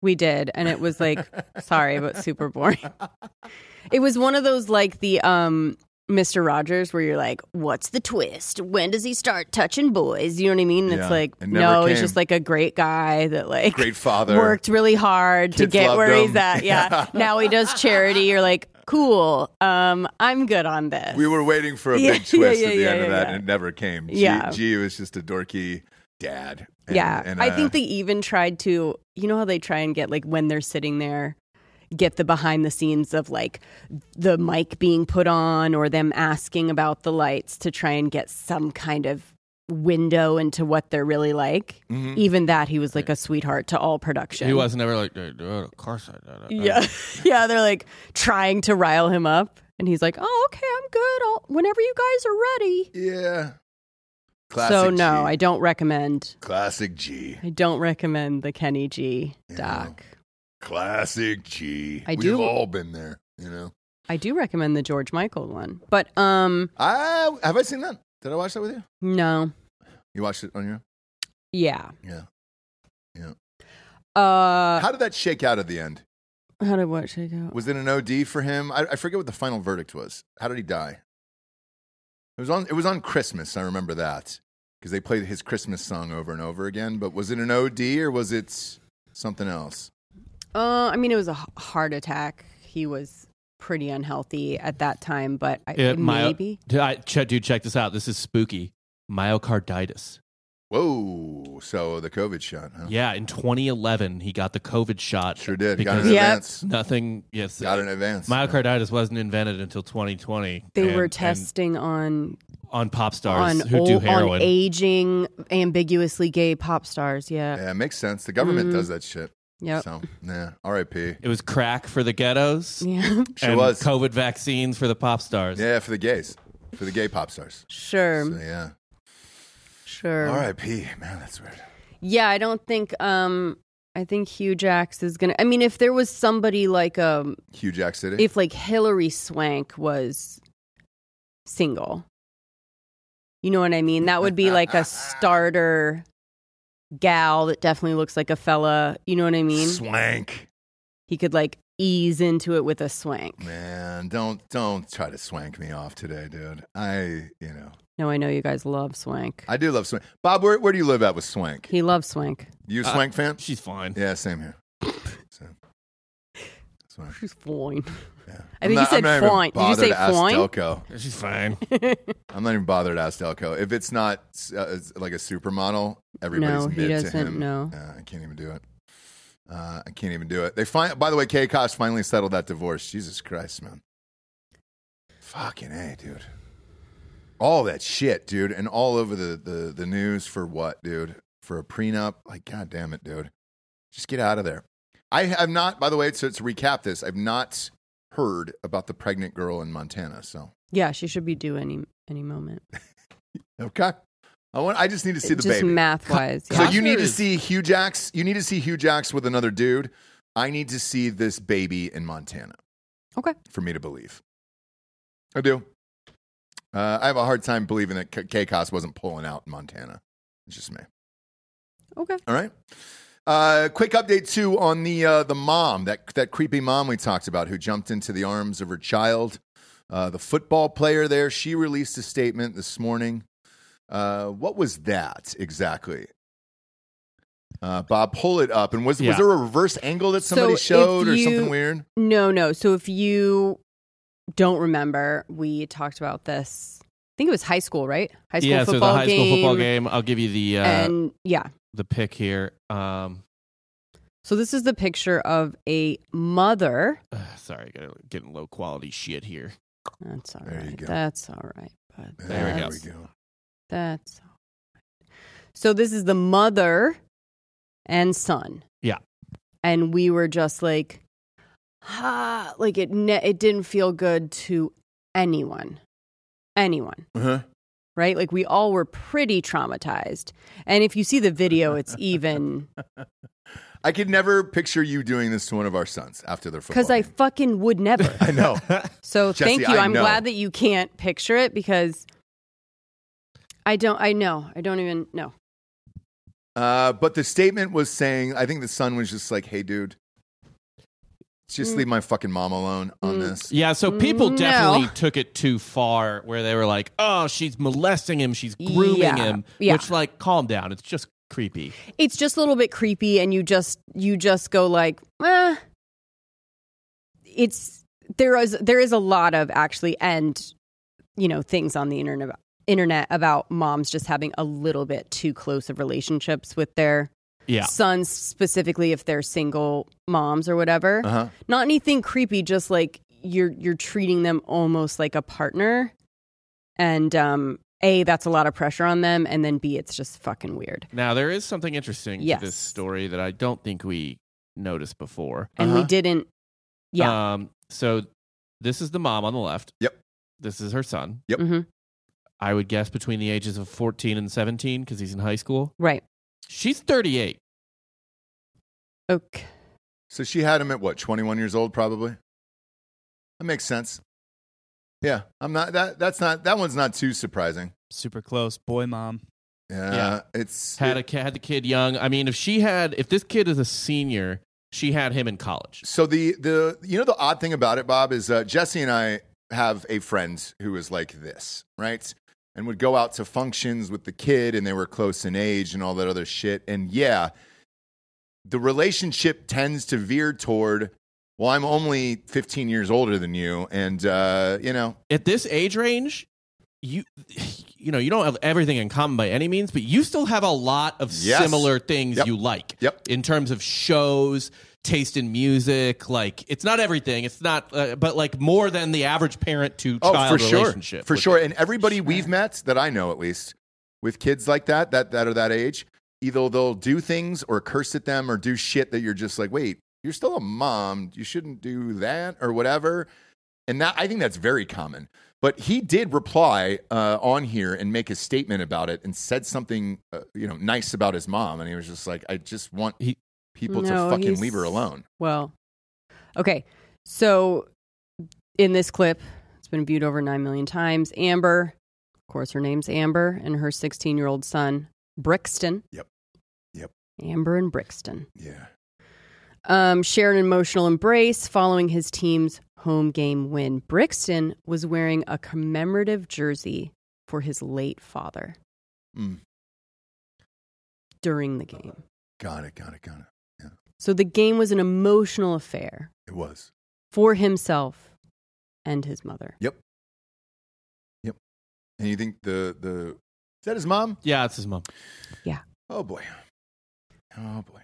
[SPEAKER 3] We did, and it was like, sorry, but super boring. It was one of those like the um Mr. Rogers where you're like, what's the twist? When does he start touching boys? You know what I mean?
[SPEAKER 2] Yeah,
[SPEAKER 3] It's like,
[SPEAKER 2] it never
[SPEAKER 3] no, he's
[SPEAKER 2] came.
[SPEAKER 3] just like a great guy that like
[SPEAKER 2] Great father.
[SPEAKER 3] worked really hard to
[SPEAKER 2] Kids
[SPEAKER 3] get
[SPEAKER 2] loved
[SPEAKER 3] where
[SPEAKER 2] him.
[SPEAKER 3] he's at. Yeah. now he does charity. You're like, cool. Um, I'm good on this.
[SPEAKER 2] We were waiting for a
[SPEAKER 3] Yeah,
[SPEAKER 2] big twist
[SPEAKER 3] yeah,
[SPEAKER 2] at the
[SPEAKER 3] yeah,
[SPEAKER 2] end of
[SPEAKER 3] yeah,
[SPEAKER 2] that,
[SPEAKER 3] yeah.
[SPEAKER 2] and it never came. G,
[SPEAKER 3] Yeah.
[SPEAKER 2] G was just a dorky dad. And-
[SPEAKER 3] yeah.
[SPEAKER 2] and,
[SPEAKER 3] I
[SPEAKER 2] uh,
[SPEAKER 3] think they even tried to, you know how they try and get like when they're sitting there, get the behind the scenes of like the mic being put on or them asking about the lights to try and get some kind of window into what they're really like.
[SPEAKER 2] Mhm.
[SPEAKER 3] Even that, he was like a sweetheart to all production.
[SPEAKER 4] He wasn't ever like, "Uh, uh, of course I did
[SPEAKER 2] Um,
[SPEAKER 4] it."
[SPEAKER 3] Yeah. yeah. They're like trying to rile him up. And he's like, oh, okay, I'm good. I'll, whenever you guys are ready.
[SPEAKER 2] Yeah. Classic
[SPEAKER 3] so, no,
[SPEAKER 2] G.
[SPEAKER 3] I don't recommend.
[SPEAKER 2] Classic G.
[SPEAKER 3] I don't recommend the Kenny G doc.
[SPEAKER 2] Classic G.
[SPEAKER 3] I
[SPEAKER 2] We've
[SPEAKER 3] do-
[SPEAKER 2] all been there, you know.
[SPEAKER 3] I do recommend the George Michael one. But, um,
[SPEAKER 2] I have I seen that? Did I watch that with you?
[SPEAKER 3] no.
[SPEAKER 2] You watched it on your own?
[SPEAKER 3] Yeah.
[SPEAKER 2] Yeah.
[SPEAKER 3] Uh,
[SPEAKER 2] How did that shake out at the end?
[SPEAKER 3] how did what shake out?
[SPEAKER 2] Was it an OD for him? I, I forget what the final verdict was. How did he die? It was on. It was on Christmas. I remember that because they played his Christmas song over and over again. But was it an OD or was it something else?
[SPEAKER 3] Uh, I mean, it was a h- heart attack. He was pretty unhealthy at that time, but I,
[SPEAKER 4] It might-
[SPEAKER 3] maybe.
[SPEAKER 4] Dude, I, che- dude, check this out. This is spooky. Myocarditis.
[SPEAKER 2] Whoa! So the COVID shot, huh?
[SPEAKER 4] Yeah, in 2011, he got the COVID shot.
[SPEAKER 2] sure did. Got
[SPEAKER 4] Because
[SPEAKER 2] an
[SPEAKER 3] Yeah.
[SPEAKER 2] advance.
[SPEAKER 4] nothing. Yes,
[SPEAKER 2] Got an advance.
[SPEAKER 4] myocarditis wasn't invented until 2020.
[SPEAKER 3] They
[SPEAKER 4] and-
[SPEAKER 3] were
[SPEAKER 4] and
[SPEAKER 3] testing on
[SPEAKER 4] on pop stars
[SPEAKER 3] on,
[SPEAKER 4] who
[SPEAKER 3] old,
[SPEAKER 4] do
[SPEAKER 3] on
[SPEAKER 4] heroin.
[SPEAKER 3] aging, ambiguously gay pop stars. Yeah.
[SPEAKER 2] Yeah, it makes sense. The government
[SPEAKER 3] Mhm.
[SPEAKER 2] does that shit.
[SPEAKER 3] Yep.
[SPEAKER 2] So, yeah. R.I.P.
[SPEAKER 4] It was crack for the ghettos.
[SPEAKER 3] Yeah.
[SPEAKER 2] Sure
[SPEAKER 4] and
[SPEAKER 2] was.
[SPEAKER 4] COVID vaccines for the pop stars.
[SPEAKER 2] yeah, for the gays, for the gay pop stars.
[SPEAKER 3] Sure.
[SPEAKER 2] So, yeah.
[SPEAKER 3] Sure.
[SPEAKER 2] R.I.P. Man, that's weird.
[SPEAKER 3] Yeah, I don't think um I think Hugh Jacks is gonna I mean if there was somebody like um
[SPEAKER 2] Hugh Jack City.
[SPEAKER 3] if like Hillary Swank was single. You know what I mean? That would be like a starter gal that definitely looks like a fella. You know what I mean?
[SPEAKER 2] Swank.
[SPEAKER 3] He could like ease into it with a swank.
[SPEAKER 2] Man, don't don't try to swank me off today, dude. I you know
[SPEAKER 3] No, I know you guys love swank.
[SPEAKER 2] I do love swank. Bob, where where do you live at with swank?
[SPEAKER 3] He loves swank.
[SPEAKER 2] You a
[SPEAKER 4] Uh,
[SPEAKER 2] swank fan?
[SPEAKER 4] She's fine.
[SPEAKER 2] Yeah, same here. Same. Swank.
[SPEAKER 3] She's fine.
[SPEAKER 2] Yeah.
[SPEAKER 3] I think you said
[SPEAKER 2] I'm not even
[SPEAKER 3] fine. Did you
[SPEAKER 2] bothered
[SPEAKER 3] say
[SPEAKER 2] to ask
[SPEAKER 3] fine?
[SPEAKER 2] Delco.
[SPEAKER 4] She's fine.
[SPEAKER 2] I'm not even bothered to ask Delco. If it's not uh, it's like a supermodel, everybody's
[SPEAKER 3] No, he
[SPEAKER 2] mid to
[SPEAKER 3] doesn't,
[SPEAKER 2] him.
[SPEAKER 3] no.
[SPEAKER 2] Uh, I can't even do it. Uh, I can't even do it. They find. By the way, K. Koss finally settled that divorce. Jesus Christ, man. Fucking a, dude. All that shit, dude, and all over the the the news for what, dude? For a prenup? Like, god damn it, dude. Just get out of there. I have not. By the way, so to recap this, I've not heard about the pregnant girl in Montana. So
[SPEAKER 3] Yeah, she should be due any any moment.
[SPEAKER 2] Okay. I want. I just need to see the
[SPEAKER 3] just
[SPEAKER 2] baby.
[SPEAKER 3] math wise.
[SPEAKER 2] So you need to see Hugh Jacks. You need to see Hugh Jacks with another dude. I need to see this baby in Montana.
[SPEAKER 3] Okay.
[SPEAKER 2] For me to believe. I do. Uh, I have a hard time believing that K- KCOS wasn't pulling out in Montana. It's just me.
[SPEAKER 3] Okay.
[SPEAKER 2] All right. Uh, quick update too on the uh, the mom that that creepy mom we talked about who jumped into the arms of her child. Uh, the football player there, she released a statement this morning. Uh, what was that exactly? Uh, Bob, pull it up. And was
[SPEAKER 4] Yeah.
[SPEAKER 2] was there a reverse angle that
[SPEAKER 3] So
[SPEAKER 2] somebody
[SPEAKER 3] if
[SPEAKER 2] showed or
[SPEAKER 3] you-
[SPEAKER 2] something weird?
[SPEAKER 3] No, no. So if you don't remember, we talked about this. I think it was high school, right? High school
[SPEAKER 4] yeah, so the
[SPEAKER 3] football
[SPEAKER 4] high
[SPEAKER 3] game.
[SPEAKER 4] school football game. I'll give you the uh,
[SPEAKER 3] And yeah.
[SPEAKER 4] the pick here. Um,
[SPEAKER 3] So this is the picture of a mother.
[SPEAKER 4] uh, sorry, gotta- getting low quality shit here.
[SPEAKER 3] That's all right.
[SPEAKER 2] There you go.
[SPEAKER 3] That's all right. But
[SPEAKER 4] There we go.
[SPEAKER 3] that's- That's all right. So this is the mother and son.
[SPEAKER 4] Yeah.
[SPEAKER 3] And we were just like, ah, like it. Ne- it didn't feel good to anyone, anyone,
[SPEAKER 2] Uh-huh.
[SPEAKER 3] right? Like we all were pretty traumatized. And if you see the video, it's even
[SPEAKER 2] I could never picture you doing this to one of our sons after their football.
[SPEAKER 3] because I
[SPEAKER 2] game.
[SPEAKER 3] fucking would never.
[SPEAKER 2] I know.
[SPEAKER 3] So
[SPEAKER 2] Jesse,
[SPEAKER 3] thank you.
[SPEAKER 2] I
[SPEAKER 3] I'm
[SPEAKER 2] know.
[SPEAKER 3] glad that you can't picture it because I don't. I know. I don't even know.
[SPEAKER 2] Uh, but the statement was saying, I think the son was just like, "Hey, dude, just
[SPEAKER 3] Mm.
[SPEAKER 2] leave my fucking mom alone on
[SPEAKER 3] Mm.
[SPEAKER 2] this."
[SPEAKER 4] Yeah, so people
[SPEAKER 3] No.
[SPEAKER 4] definitely took it too far where they were like, oh, she's molesting him, she's grooming
[SPEAKER 3] Yeah,
[SPEAKER 4] him.
[SPEAKER 3] yeah.
[SPEAKER 4] Which, like, calm down. It's just creepy.
[SPEAKER 3] It's just a little bit creepy, and you just you just go like, eh. It's there is there is a lot of actually and you know things on the internet internet about moms just having a little bit too close of relationships with their
[SPEAKER 4] Yeah.
[SPEAKER 3] sons specifically if they're single moms or whatever.
[SPEAKER 2] Uh huh.
[SPEAKER 3] not anything creepy just like you're you're treating them almost like a partner and um a that's a lot of pressure on them and then b it's just fucking weird
[SPEAKER 4] Now, there is something interesting
[SPEAKER 3] Yes.
[SPEAKER 4] to this story that I don't think we noticed before.
[SPEAKER 3] and we
[SPEAKER 2] Uh-huh.
[SPEAKER 3] didn't yeah
[SPEAKER 4] Um, so this is the mom on the left.
[SPEAKER 2] Yep.
[SPEAKER 4] This is her son.
[SPEAKER 2] Yep.
[SPEAKER 3] Mhm.
[SPEAKER 4] I would guess between the ages of 14 and 17 because he's in high school.
[SPEAKER 3] right
[SPEAKER 4] She's 38.
[SPEAKER 3] okay
[SPEAKER 2] So she had him at what, 21 years old, probably. That makes sense. Yeah, I'm not that. That's not that one's not too surprising.
[SPEAKER 6] Super close, boy, mom.
[SPEAKER 2] Yeah,
[SPEAKER 4] Yeah.
[SPEAKER 2] it's
[SPEAKER 4] Had a ki- had the kid young. I mean, if she had, if this kid is a senior, she had him in college.
[SPEAKER 2] So the the you know the odd thing about it, Bob, is uh, Jesse and I have a friend who is like this, right? And would go out to functions with the kid, and they were close in age and all that other shit. And yeah, the relationship tends to veer toward, well, I'm only 15 years older than you, and uh, you know,
[SPEAKER 4] At this age range, you you know you don't have everything in common by any means, but you still have a lot of
[SPEAKER 2] Yes.
[SPEAKER 4] similar things
[SPEAKER 2] Yep.
[SPEAKER 4] you like.
[SPEAKER 2] Yep.
[SPEAKER 4] In terms of shows, taste in music, like it's not everything. It's not, uh, but like more than the average parent to child
[SPEAKER 2] oh, for sure,
[SPEAKER 4] relationship.
[SPEAKER 2] for
[SPEAKER 4] with
[SPEAKER 2] sure. And everybody we've met that I know, at least, with kids like that, that that are that age, either they'll do things or curse at them or do shit that you're just like, wait, you're still a mom, you shouldn't do that or whatever. And that I think that's very common. But he did reply uh, on here and make a statement about it and said something, uh, you know, nice about his mom. And he was just like, I just want
[SPEAKER 4] He-
[SPEAKER 2] people
[SPEAKER 3] No,
[SPEAKER 2] to fucking
[SPEAKER 3] he's-
[SPEAKER 2] leave her alone.
[SPEAKER 3] well okay so in this clip it's been viewed over 9 million times amber of course her name's amber and her 16 year old son brixton
[SPEAKER 2] Yep. Yep.
[SPEAKER 3] amber and brixton
[SPEAKER 2] Yeah.
[SPEAKER 3] um, shared an emotional embrace following his team's home game win. Brixton was wearing a commemorative jersey for his late father
[SPEAKER 2] Mm.
[SPEAKER 3] during the game.
[SPEAKER 2] Got it. Got it. Got it.
[SPEAKER 3] So the game was an emotional affair
[SPEAKER 2] It was.
[SPEAKER 3] for himself and his mother.
[SPEAKER 2] And you think the the is that his mom?
[SPEAKER 4] Yeah, it's his mom.
[SPEAKER 2] Oh boy. Oh boy.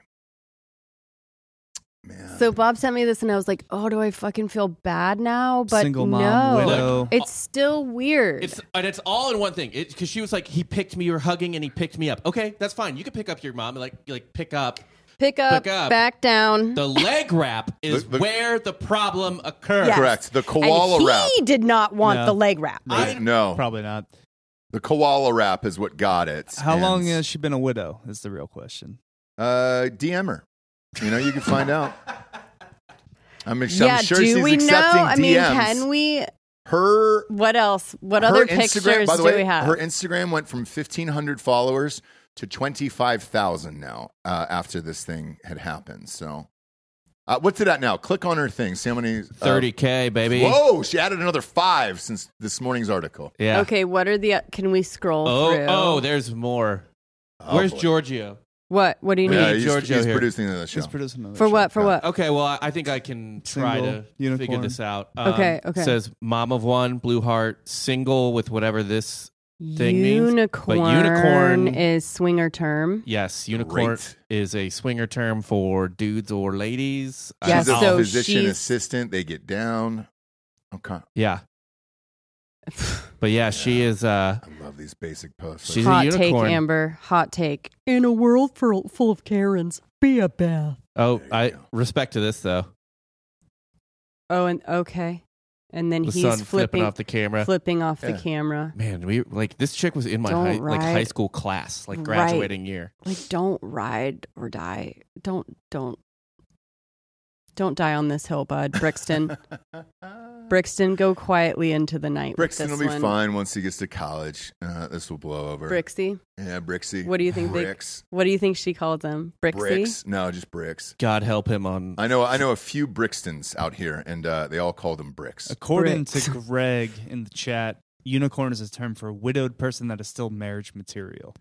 [SPEAKER 2] Man.
[SPEAKER 3] So Bob sent me this and I was like, oh, do I fucking feel bad now? But
[SPEAKER 6] Single mom,
[SPEAKER 3] no.
[SPEAKER 6] widow.
[SPEAKER 3] It's still weird.
[SPEAKER 4] Oh. It's and it's all in one thing. It because she was like, he picked me, you were hugging, and he picked me up. Okay, that's fine. You can pick up your mom and like you, like pick up.
[SPEAKER 3] pick, up,
[SPEAKER 4] Pick up.
[SPEAKER 3] back down.
[SPEAKER 4] The leg wrap is
[SPEAKER 2] The- the-
[SPEAKER 4] where the problem occurs.
[SPEAKER 3] Yes.
[SPEAKER 2] correct. The
[SPEAKER 3] and
[SPEAKER 2] koala
[SPEAKER 3] he
[SPEAKER 2] wrap.
[SPEAKER 3] did not want
[SPEAKER 6] No.
[SPEAKER 3] the leg wrap.
[SPEAKER 4] I-
[SPEAKER 2] no.
[SPEAKER 6] Probably not.
[SPEAKER 2] The koala wrap is what got it.
[SPEAKER 6] How
[SPEAKER 2] And,
[SPEAKER 6] long has she been a widow? Is the real question.
[SPEAKER 2] uh, DM her? You know, you can find out. I'm, I'm sure
[SPEAKER 3] do
[SPEAKER 2] she's
[SPEAKER 3] we know?
[SPEAKER 2] accepting
[SPEAKER 3] I
[SPEAKER 2] DMs.
[SPEAKER 3] mean, can we?
[SPEAKER 2] her
[SPEAKER 3] What else? What
[SPEAKER 2] her
[SPEAKER 3] other
[SPEAKER 2] Instagram,
[SPEAKER 3] pictures
[SPEAKER 2] by the
[SPEAKER 3] do
[SPEAKER 2] way,
[SPEAKER 3] we have?
[SPEAKER 2] Her Instagram went from 1,500 followers to 25,000 now uh, after this thing had happened. So, uh, what's it at now? Click on her thing. See how many. uh,
[SPEAKER 4] 30k, baby.
[SPEAKER 2] whoa, she added another five since this morning's article.
[SPEAKER 4] Yeah.
[SPEAKER 3] Okay, what are the? Can we scroll
[SPEAKER 4] Oh,
[SPEAKER 3] through?
[SPEAKER 4] oh, there's more. Where's
[SPEAKER 2] Oh, boy.
[SPEAKER 4] Giorgio?
[SPEAKER 3] what? What do you need?
[SPEAKER 2] Yeah, he's,
[SPEAKER 4] Giorgio
[SPEAKER 2] he's
[SPEAKER 4] here.
[SPEAKER 2] producing the show.
[SPEAKER 6] She's producing another
[SPEAKER 3] for
[SPEAKER 6] show.
[SPEAKER 3] what? For what?
[SPEAKER 4] Okay, well, I- I think I can try
[SPEAKER 6] Single,
[SPEAKER 4] to figure
[SPEAKER 6] unicorn.
[SPEAKER 4] this out. Um,
[SPEAKER 3] Okay, okay.
[SPEAKER 4] Says mom of one, blue heart, single with whatever this. Thing means, but
[SPEAKER 3] unicorn,
[SPEAKER 4] unicorn-
[SPEAKER 3] is swinger term.
[SPEAKER 4] Yes, unicorn
[SPEAKER 2] Great.
[SPEAKER 4] is a swinger term for dudes or ladies.
[SPEAKER 2] She's
[SPEAKER 3] Yeah,
[SPEAKER 2] Uh, a
[SPEAKER 3] so
[SPEAKER 2] physician
[SPEAKER 3] she's-
[SPEAKER 2] assistant. They get down. Okay.
[SPEAKER 4] yeah. But yeah, she is. Uh,
[SPEAKER 2] I love these basic posts.
[SPEAKER 4] She's a
[SPEAKER 3] Hot take,
[SPEAKER 4] unicorn.
[SPEAKER 3] Amber. Hot take. In a world full full of Karens, be a Beth.
[SPEAKER 4] oh,
[SPEAKER 2] There you
[SPEAKER 4] I
[SPEAKER 2] go.
[SPEAKER 4] respect to this though.
[SPEAKER 3] Oh, and okay, and then
[SPEAKER 4] The
[SPEAKER 3] he's
[SPEAKER 4] son
[SPEAKER 3] flipping
[SPEAKER 4] flipping off the camera.
[SPEAKER 3] flipping off
[SPEAKER 2] Yeah.
[SPEAKER 3] the camera.
[SPEAKER 4] Man, we like this chick was in my
[SPEAKER 3] Don't
[SPEAKER 4] high, like high
[SPEAKER 3] ride-
[SPEAKER 4] school class, like
[SPEAKER 3] Right.
[SPEAKER 4] graduating year.
[SPEAKER 3] Like, don't ride or die. Don't don't don't die on this hill, bud. Brixton, Brixton, go quietly into the night. with
[SPEAKER 2] Brixton will
[SPEAKER 3] this
[SPEAKER 2] be
[SPEAKER 3] one.
[SPEAKER 2] fine once he gets to college. Uh, this will blow over.
[SPEAKER 3] Brixie,
[SPEAKER 2] Yeah, Brixie.
[SPEAKER 3] what do you think? They,
[SPEAKER 2] Bricks.
[SPEAKER 3] what do you think she called them? Brixie.
[SPEAKER 2] Bricks. No, just bricks.
[SPEAKER 4] God help him on.
[SPEAKER 2] I know I know a few Brixtons out here, and uh, they all call them bricks.
[SPEAKER 6] According
[SPEAKER 3] Bricks.
[SPEAKER 6] to Greg in the chat, unicorn is a term for a widowed person that is still marriage material.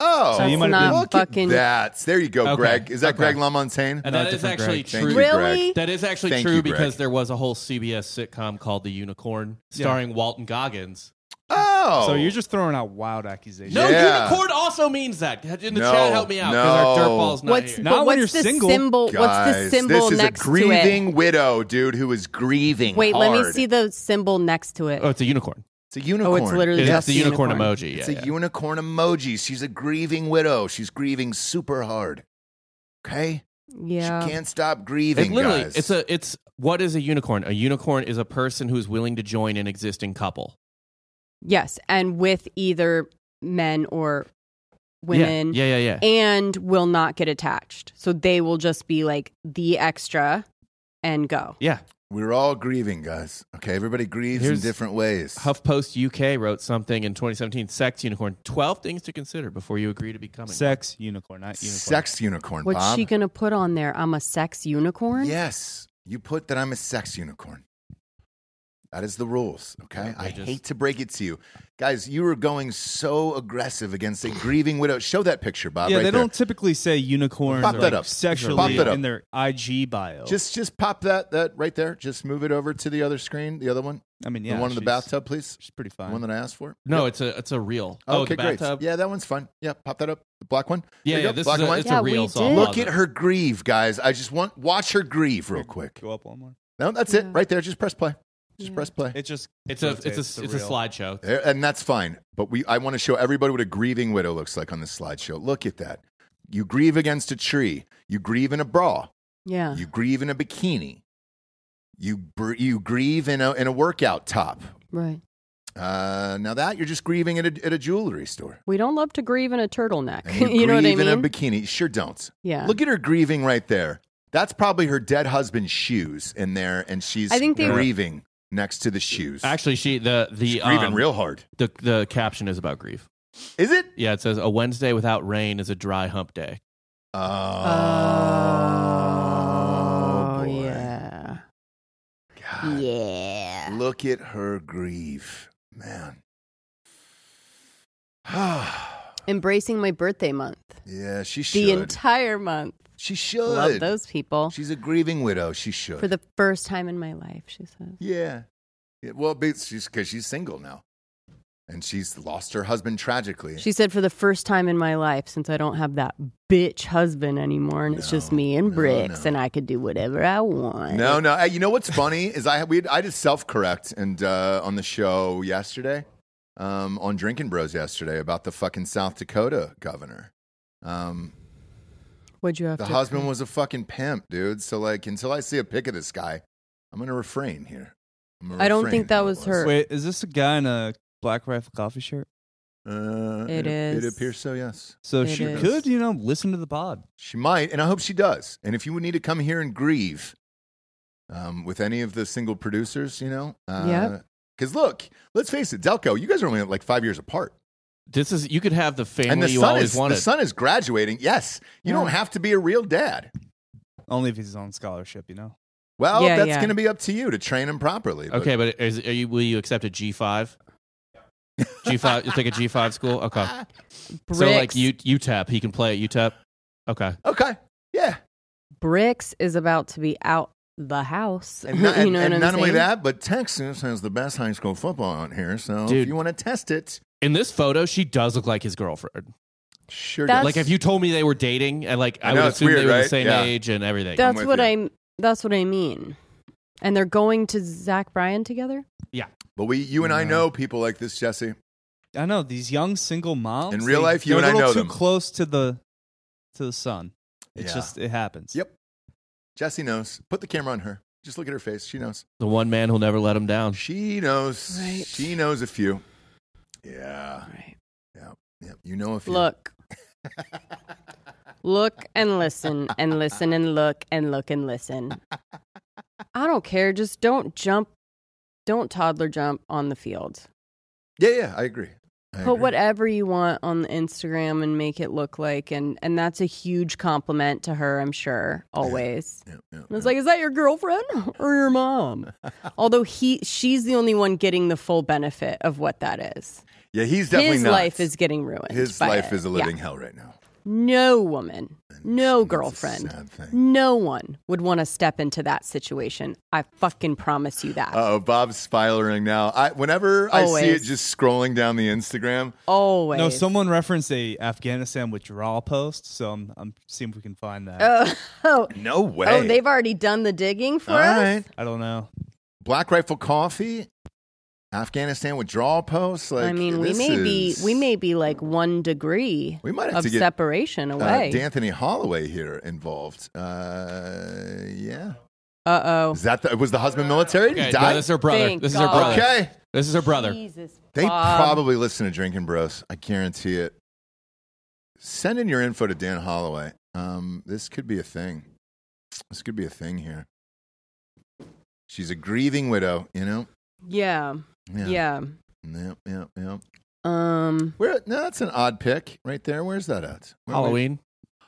[SPEAKER 2] Oh,
[SPEAKER 6] So you might have been-
[SPEAKER 2] look at
[SPEAKER 3] fucking-
[SPEAKER 2] that. There you go,
[SPEAKER 4] Okay,
[SPEAKER 2] Greg. Is that
[SPEAKER 4] okay.
[SPEAKER 2] Greg LaMontagne?
[SPEAKER 4] and
[SPEAKER 6] No,
[SPEAKER 4] that is
[SPEAKER 6] different
[SPEAKER 4] actually
[SPEAKER 6] Greg.
[SPEAKER 2] Thank
[SPEAKER 4] true.
[SPEAKER 2] you,
[SPEAKER 3] Really?
[SPEAKER 2] Greg.
[SPEAKER 4] That is actually
[SPEAKER 2] Thank
[SPEAKER 4] true
[SPEAKER 2] you, Greg.
[SPEAKER 4] because there was a whole CBS sitcom called The Unicorn,
[SPEAKER 6] Yeah.
[SPEAKER 4] starring Walton Goggins.
[SPEAKER 2] Oh,
[SPEAKER 6] So you're just throwing out wild accusations.
[SPEAKER 4] No,
[SPEAKER 2] Yeah.
[SPEAKER 4] unicorn also means that. In the
[SPEAKER 2] No,
[SPEAKER 4] chat, help me out because
[SPEAKER 2] no.
[SPEAKER 4] our dirtball's not
[SPEAKER 3] What's
[SPEAKER 4] here.
[SPEAKER 6] Not
[SPEAKER 3] but
[SPEAKER 6] when
[SPEAKER 3] what's
[SPEAKER 6] you're
[SPEAKER 3] the
[SPEAKER 6] single.
[SPEAKER 3] symbol?
[SPEAKER 2] Guys,
[SPEAKER 3] what's the symbol
[SPEAKER 2] This is
[SPEAKER 3] next
[SPEAKER 2] a
[SPEAKER 3] to it?
[SPEAKER 2] grieving widow, dude, who is grieving.
[SPEAKER 3] Wait, let me
[SPEAKER 2] hard.
[SPEAKER 3] see the symbol next to it.
[SPEAKER 4] Oh, it's a unicorn.
[SPEAKER 2] It's a unicorn.
[SPEAKER 3] Oh, it's literally
[SPEAKER 4] It's
[SPEAKER 3] just
[SPEAKER 4] the unicorn,
[SPEAKER 3] unicorn.
[SPEAKER 4] emoji.
[SPEAKER 2] It's
[SPEAKER 4] yeah,
[SPEAKER 2] a
[SPEAKER 4] yeah.
[SPEAKER 2] unicorn emoji. She's a grieving widow. She's grieving super hard. Okay,
[SPEAKER 3] Yeah.
[SPEAKER 2] she can't stop
[SPEAKER 4] It
[SPEAKER 2] grieving.
[SPEAKER 4] literally,
[SPEAKER 2] guys.
[SPEAKER 4] it's a, it's what is a unicorn? A unicorn is a person who's willing to join an existing couple.
[SPEAKER 3] Yes, and with either men or
[SPEAKER 4] Yeah.
[SPEAKER 3] women.
[SPEAKER 4] Yeah, yeah, yeah.
[SPEAKER 3] and will not get attached. So they will just be like the extra and go.
[SPEAKER 4] yeah.
[SPEAKER 2] We're all grieving, guys. Okay, everybody grieves
[SPEAKER 4] Here's-
[SPEAKER 2] in different ways.
[SPEAKER 4] HuffPost UK wrote something in 2017: sex unicorn. Twelve things to consider before you agree to becoming.
[SPEAKER 6] Sex unicorn, not unicorn.
[SPEAKER 2] sex unicorn,
[SPEAKER 3] What's
[SPEAKER 2] Bob.
[SPEAKER 3] she going to put on there? I'm a sex unicorn?
[SPEAKER 2] Yes, you put that I'm a sex unicorn. That is the rules, okay? I
[SPEAKER 4] Outrageous.
[SPEAKER 2] hate to break it to you. Guys, you were going so aggressive against a grieving widow. Show that picture, Bob,
[SPEAKER 6] yeah,
[SPEAKER 2] right
[SPEAKER 6] they
[SPEAKER 2] there.
[SPEAKER 6] don't typically say unicorn
[SPEAKER 2] Pop
[SPEAKER 6] or,
[SPEAKER 2] that
[SPEAKER 6] like,
[SPEAKER 2] up.
[SPEAKER 6] sexually
[SPEAKER 2] Pop that up.
[SPEAKER 6] in their IG bio.
[SPEAKER 2] Just just pop that that right there. Just move it over to the other screen, the other one.
[SPEAKER 6] I mean, yeah,
[SPEAKER 2] the one in the
[SPEAKER 6] she's-
[SPEAKER 2] bathtub, please.
[SPEAKER 6] She's pretty
[SPEAKER 2] The
[SPEAKER 6] fine.
[SPEAKER 2] one that I asked for.
[SPEAKER 4] No, it's a it's a real. Oh,
[SPEAKER 2] okay,
[SPEAKER 4] the
[SPEAKER 2] great.
[SPEAKER 4] bathtub.
[SPEAKER 2] Yeah, that one's fun. Yeah, pop that up. The black one.
[SPEAKER 4] yeah,
[SPEAKER 2] There you
[SPEAKER 4] yeah,
[SPEAKER 2] go.
[SPEAKER 4] This
[SPEAKER 2] black
[SPEAKER 4] is
[SPEAKER 2] and
[SPEAKER 4] a,
[SPEAKER 2] white.
[SPEAKER 4] it's
[SPEAKER 3] Yeah,
[SPEAKER 4] a
[SPEAKER 3] we
[SPEAKER 4] real
[SPEAKER 3] did.
[SPEAKER 4] song.
[SPEAKER 2] Look at her grieve, guys. I just want watch her grieve real quick.
[SPEAKER 6] Go up one more.
[SPEAKER 2] No, that's it
[SPEAKER 3] Yeah.
[SPEAKER 2] right there. Just press play. Just
[SPEAKER 3] Yeah.
[SPEAKER 2] press play.
[SPEAKER 6] It just
[SPEAKER 4] It's a it's a
[SPEAKER 6] rotates
[SPEAKER 4] it's
[SPEAKER 6] the
[SPEAKER 4] a
[SPEAKER 6] reel.
[SPEAKER 4] slideshow.
[SPEAKER 2] There- Eh, and that's fine. But we, I want to show everybody what a grieving widow looks like on this slideshow. Look at that. You grieve against a tree. You grieve in a bra.
[SPEAKER 3] Yeah.
[SPEAKER 2] You grieve in a bikini. You br- you grieve in a in a workout top.
[SPEAKER 3] Right.
[SPEAKER 2] Uh, now that you're just grieving at a, at a jewelry store.
[SPEAKER 3] We don't love to grieve in a turtleneck.
[SPEAKER 2] And
[SPEAKER 3] You, know what I
[SPEAKER 2] grieve
[SPEAKER 3] mean?
[SPEAKER 2] In a bikini, sure don't.
[SPEAKER 3] yeah.
[SPEAKER 2] Look at her grieving right there. That's probably her dead husband's shoes in there, and she's
[SPEAKER 3] I think they-
[SPEAKER 2] grieving next to the shoes.
[SPEAKER 4] Actually, she the the
[SPEAKER 2] she's grieving
[SPEAKER 4] um,
[SPEAKER 2] real hard.
[SPEAKER 4] the the caption is about grief.
[SPEAKER 2] Is it?
[SPEAKER 4] Yeah, it says a Wednesday without rain is a dry hump day.
[SPEAKER 2] Oh,
[SPEAKER 4] Uh,
[SPEAKER 3] oh,
[SPEAKER 2] boy.
[SPEAKER 3] yeah.
[SPEAKER 2] Oh, God.
[SPEAKER 3] Yeah.
[SPEAKER 2] Look at her grieve, man.
[SPEAKER 3] Embracing my birthday month.
[SPEAKER 2] yeah, she
[SPEAKER 3] The
[SPEAKER 2] should.
[SPEAKER 3] entire month.
[SPEAKER 2] she should.
[SPEAKER 3] Love those people.
[SPEAKER 2] She's a grieving widow. She should.
[SPEAKER 3] For the first time in my life, she says.
[SPEAKER 2] yeah. yeah. Well, because she's, 'cause she's single now, and she's lost her husband tragically.
[SPEAKER 3] She said, for the first time in my life, since I don't have that bitch husband anymore, and it's just
[SPEAKER 2] No,
[SPEAKER 3] me and
[SPEAKER 2] no,
[SPEAKER 3] bricks,
[SPEAKER 2] no.
[SPEAKER 3] and I could do whatever I want.
[SPEAKER 2] no, no. Hey, You know what's funny is I we I did self correct and uh, on the show yesterday, um, on Drinking Bros yesterday about the fucking South Dakota governor. Um,
[SPEAKER 3] Would you have
[SPEAKER 2] The
[SPEAKER 3] to?
[SPEAKER 2] husband was a fucking pimp, dude. So like, until I see a pic of this guy, I'm gonna refrain here. I'm gonna
[SPEAKER 3] I don't
[SPEAKER 2] refrain
[SPEAKER 3] think that
[SPEAKER 2] how it
[SPEAKER 3] was her.
[SPEAKER 6] Wait, is this a guy in a black rifle coffee shirt?
[SPEAKER 2] Uh, It
[SPEAKER 3] It is.
[SPEAKER 2] appears so. Yes,
[SPEAKER 6] So
[SPEAKER 3] It
[SPEAKER 6] she
[SPEAKER 3] is.
[SPEAKER 6] could, you know, listen to the pod.
[SPEAKER 2] she might, and I hope she does. And if you would need to come here and grieve um, with any of the single producers, you know, uh,
[SPEAKER 3] Yep.
[SPEAKER 2] Because look, let's face it, Delco, you guys are only like five years apart,
[SPEAKER 4] This is you could have the family
[SPEAKER 2] and the
[SPEAKER 4] you
[SPEAKER 2] son
[SPEAKER 4] always
[SPEAKER 2] is
[SPEAKER 4] wanted.
[SPEAKER 2] the son is graduating. Yes, you
[SPEAKER 3] Yeah.
[SPEAKER 2] don't have to be a real dad.
[SPEAKER 6] Only if he's on scholarship, you know.
[SPEAKER 2] Well,
[SPEAKER 3] Yeah,
[SPEAKER 2] that's
[SPEAKER 3] yeah.
[SPEAKER 2] going to be up to you to train him properly. but-
[SPEAKER 4] okay, but is, are you will you accept a G five? G five, you take a G five school. Okay,
[SPEAKER 3] Bricks,
[SPEAKER 4] so like U UTEP, he can play at UTEP. Okay,
[SPEAKER 2] okay, yeah.
[SPEAKER 3] Bricks is about to be out the house.
[SPEAKER 2] And, not,
[SPEAKER 3] you know
[SPEAKER 2] and
[SPEAKER 3] what I'm
[SPEAKER 2] not only
[SPEAKER 3] saying?
[SPEAKER 2] that, but Texas has the best high school football out here. So if
[SPEAKER 4] Dude.
[SPEAKER 2] you want to test it,
[SPEAKER 4] in this photo, she does look like his girlfriend.
[SPEAKER 2] sure.
[SPEAKER 3] That's-
[SPEAKER 2] does.
[SPEAKER 4] Like if you told me they were dating, and like
[SPEAKER 2] I
[SPEAKER 4] I,
[SPEAKER 2] know,
[SPEAKER 4] would
[SPEAKER 2] it's
[SPEAKER 4] assume
[SPEAKER 2] weird,
[SPEAKER 4] they were
[SPEAKER 2] right?
[SPEAKER 4] the same
[SPEAKER 2] Yeah.
[SPEAKER 4] age and everything.
[SPEAKER 3] That's
[SPEAKER 2] with
[SPEAKER 3] what
[SPEAKER 2] you.
[SPEAKER 3] I'm. That's what I mean. And they're going to Zach Bryan together.
[SPEAKER 2] But we, you and I
[SPEAKER 6] No.
[SPEAKER 2] know people like this, Jesse.
[SPEAKER 6] I know these young single moms.
[SPEAKER 2] In real life, you
[SPEAKER 6] they're
[SPEAKER 2] and I
[SPEAKER 6] a little
[SPEAKER 2] know
[SPEAKER 6] too
[SPEAKER 2] them.
[SPEAKER 6] close to the to the sun. It's
[SPEAKER 2] Yeah.
[SPEAKER 6] just it happens.
[SPEAKER 2] Yep. Jesse knows. Put the camera on her. Just look at her face. She knows.
[SPEAKER 4] the one man who'll never let him down.
[SPEAKER 2] She knows.
[SPEAKER 3] Right.
[SPEAKER 2] She knows a few. Yeah.
[SPEAKER 3] Right.
[SPEAKER 2] yeah. You know a few.
[SPEAKER 3] Look. look and listen and listen and look and look and listen. I don't care. Just don't jump. Don't toddler jump on the field.
[SPEAKER 2] Yeah, yeah. I agree. I
[SPEAKER 3] Put
[SPEAKER 2] agree.
[SPEAKER 3] whatever you want on the Instagram and make it look like and and that's a huge compliment to her, I'm sure, always.
[SPEAKER 2] Yeah, yeah,
[SPEAKER 3] And it's
[SPEAKER 2] yeah.
[SPEAKER 3] like, is that your girlfriend or your mom? Although he she's the only one getting the full benefit of what that is.
[SPEAKER 2] yeah, he's definitely
[SPEAKER 3] His
[SPEAKER 2] not.
[SPEAKER 3] life is getting ruined.
[SPEAKER 2] his
[SPEAKER 3] by
[SPEAKER 2] life
[SPEAKER 3] it.
[SPEAKER 2] is a
[SPEAKER 3] Yeah.
[SPEAKER 2] living hell right now.
[SPEAKER 3] No woman, no
[SPEAKER 2] That's a
[SPEAKER 3] girlfriend,
[SPEAKER 2] sad thing.
[SPEAKER 3] no one would want to step into that situation. I fucking promise you that.
[SPEAKER 2] Oh, Bob's spiraling now. I whenever I see it,
[SPEAKER 3] Always.
[SPEAKER 2] just scrolling down the Instagram.
[SPEAKER 3] Always.
[SPEAKER 6] No, someone referenced a Afghanistan withdrawal post, so I'm I'm seeing if we can find that.
[SPEAKER 3] Oh, oh,
[SPEAKER 2] No way.
[SPEAKER 3] oh, they've already done the digging for
[SPEAKER 2] All
[SPEAKER 3] us.
[SPEAKER 2] right.
[SPEAKER 6] I don't know.
[SPEAKER 2] Black Rifle Coffee, Afghanistan withdrawal posts. Like,
[SPEAKER 3] I mean, we
[SPEAKER 2] this
[SPEAKER 3] may be
[SPEAKER 2] is-
[SPEAKER 3] we may be like one degree
[SPEAKER 2] We might have
[SPEAKER 3] of
[SPEAKER 2] to get,
[SPEAKER 3] separation
[SPEAKER 2] uh,
[SPEAKER 3] away.
[SPEAKER 2] D'Anthony Holloway here involved. Uh, yeah,
[SPEAKER 3] Uh oh.
[SPEAKER 2] is that the, was the husband military? Did he
[SPEAKER 4] Okay,
[SPEAKER 2] die?
[SPEAKER 4] no, this is her brother.
[SPEAKER 3] Thank
[SPEAKER 4] this is
[SPEAKER 3] God.
[SPEAKER 4] her brother.
[SPEAKER 2] okay,
[SPEAKER 4] This is her brother.
[SPEAKER 3] Jesus.
[SPEAKER 2] they
[SPEAKER 3] Bob.
[SPEAKER 2] probably listen to Drinking Bros. I guarantee it. Send in your info to Dan Holloway. Um, this could be a thing. This could be a thing here. She's a grieving widow, you know.
[SPEAKER 3] Yeah, yeah.
[SPEAKER 2] yeah, yeah, yeah.
[SPEAKER 3] Um.
[SPEAKER 2] Where? No, that's an odd pick right there. Where's that at? Where-
[SPEAKER 4] Halloween.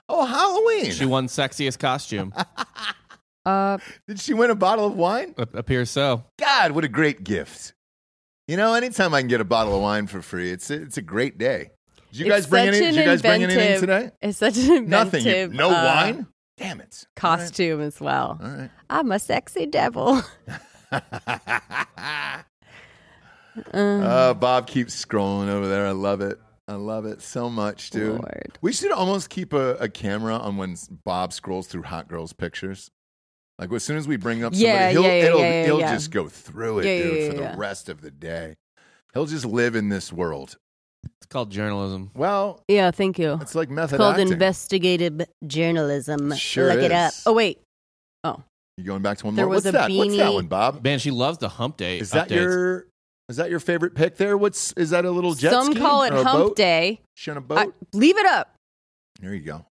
[SPEAKER 2] Oh, Halloween.
[SPEAKER 4] She won sexiest costume.
[SPEAKER 3] Uh.
[SPEAKER 2] Did she win a bottle of wine?
[SPEAKER 4] A- appears so.
[SPEAKER 2] God, what a great gift! You know, anytime I can get a bottle of wine for free, it's a, it's a great day. Did you guys
[SPEAKER 3] It's
[SPEAKER 2] bring
[SPEAKER 3] such
[SPEAKER 2] any? Did
[SPEAKER 3] an
[SPEAKER 2] you guys bring anything
[SPEAKER 3] inventive-
[SPEAKER 2] today?
[SPEAKER 3] It's such an
[SPEAKER 2] Nothing.
[SPEAKER 3] inventive.
[SPEAKER 2] You- no
[SPEAKER 3] uh,
[SPEAKER 2] wine. Damn it. All right.
[SPEAKER 3] Costume as well.
[SPEAKER 2] All right.
[SPEAKER 3] I'm a sexy devil. Um,
[SPEAKER 2] Uh, Bob keeps scrolling over there. I love it. I love it so much, dude.
[SPEAKER 3] Lord.
[SPEAKER 2] We should almost keep a, a camera on when s- Bob scrolls through hot girls' pictures. Like as soon as we bring up somebody,
[SPEAKER 3] Yeah,
[SPEAKER 2] he'll,
[SPEAKER 3] yeah, yeah,
[SPEAKER 2] it'll,
[SPEAKER 3] yeah, yeah,
[SPEAKER 2] he'll
[SPEAKER 3] yeah.
[SPEAKER 2] just go through it,
[SPEAKER 3] Yeah, yeah,
[SPEAKER 2] dude,
[SPEAKER 3] yeah,
[SPEAKER 2] for the
[SPEAKER 3] yeah.
[SPEAKER 2] rest of the day. He'll just live in this world.
[SPEAKER 4] It's called journalism.
[SPEAKER 2] Well,
[SPEAKER 3] yeah, thank you.
[SPEAKER 2] it's like method
[SPEAKER 3] It's called
[SPEAKER 2] acting.
[SPEAKER 3] investigative journalism.
[SPEAKER 2] Sure
[SPEAKER 3] Look
[SPEAKER 2] is.
[SPEAKER 3] it up. Oh wait,
[SPEAKER 2] you going back to one
[SPEAKER 3] There
[SPEAKER 2] more?
[SPEAKER 3] was
[SPEAKER 2] What's
[SPEAKER 3] a
[SPEAKER 2] that? What's that
[SPEAKER 3] beanie-
[SPEAKER 2] one, Bob?
[SPEAKER 4] Man, she loves the hump day.
[SPEAKER 2] Is that
[SPEAKER 4] updates.
[SPEAKER 2] your is that your favorite pick there? What's is that a little jet
[SPEAKER 3] some
[SPEAKER 2] ski
[SPEAKER 3] call it
[SPEAKER 2] or a
[SPEAKER 3] Hump
[SPEAKER 2] boat?
[SPEAKER 3] Day.
[SPEAKER 2] She on a boat?
[SPEAKER 3] I, leave it up.
[SPEAKER 2] there you go.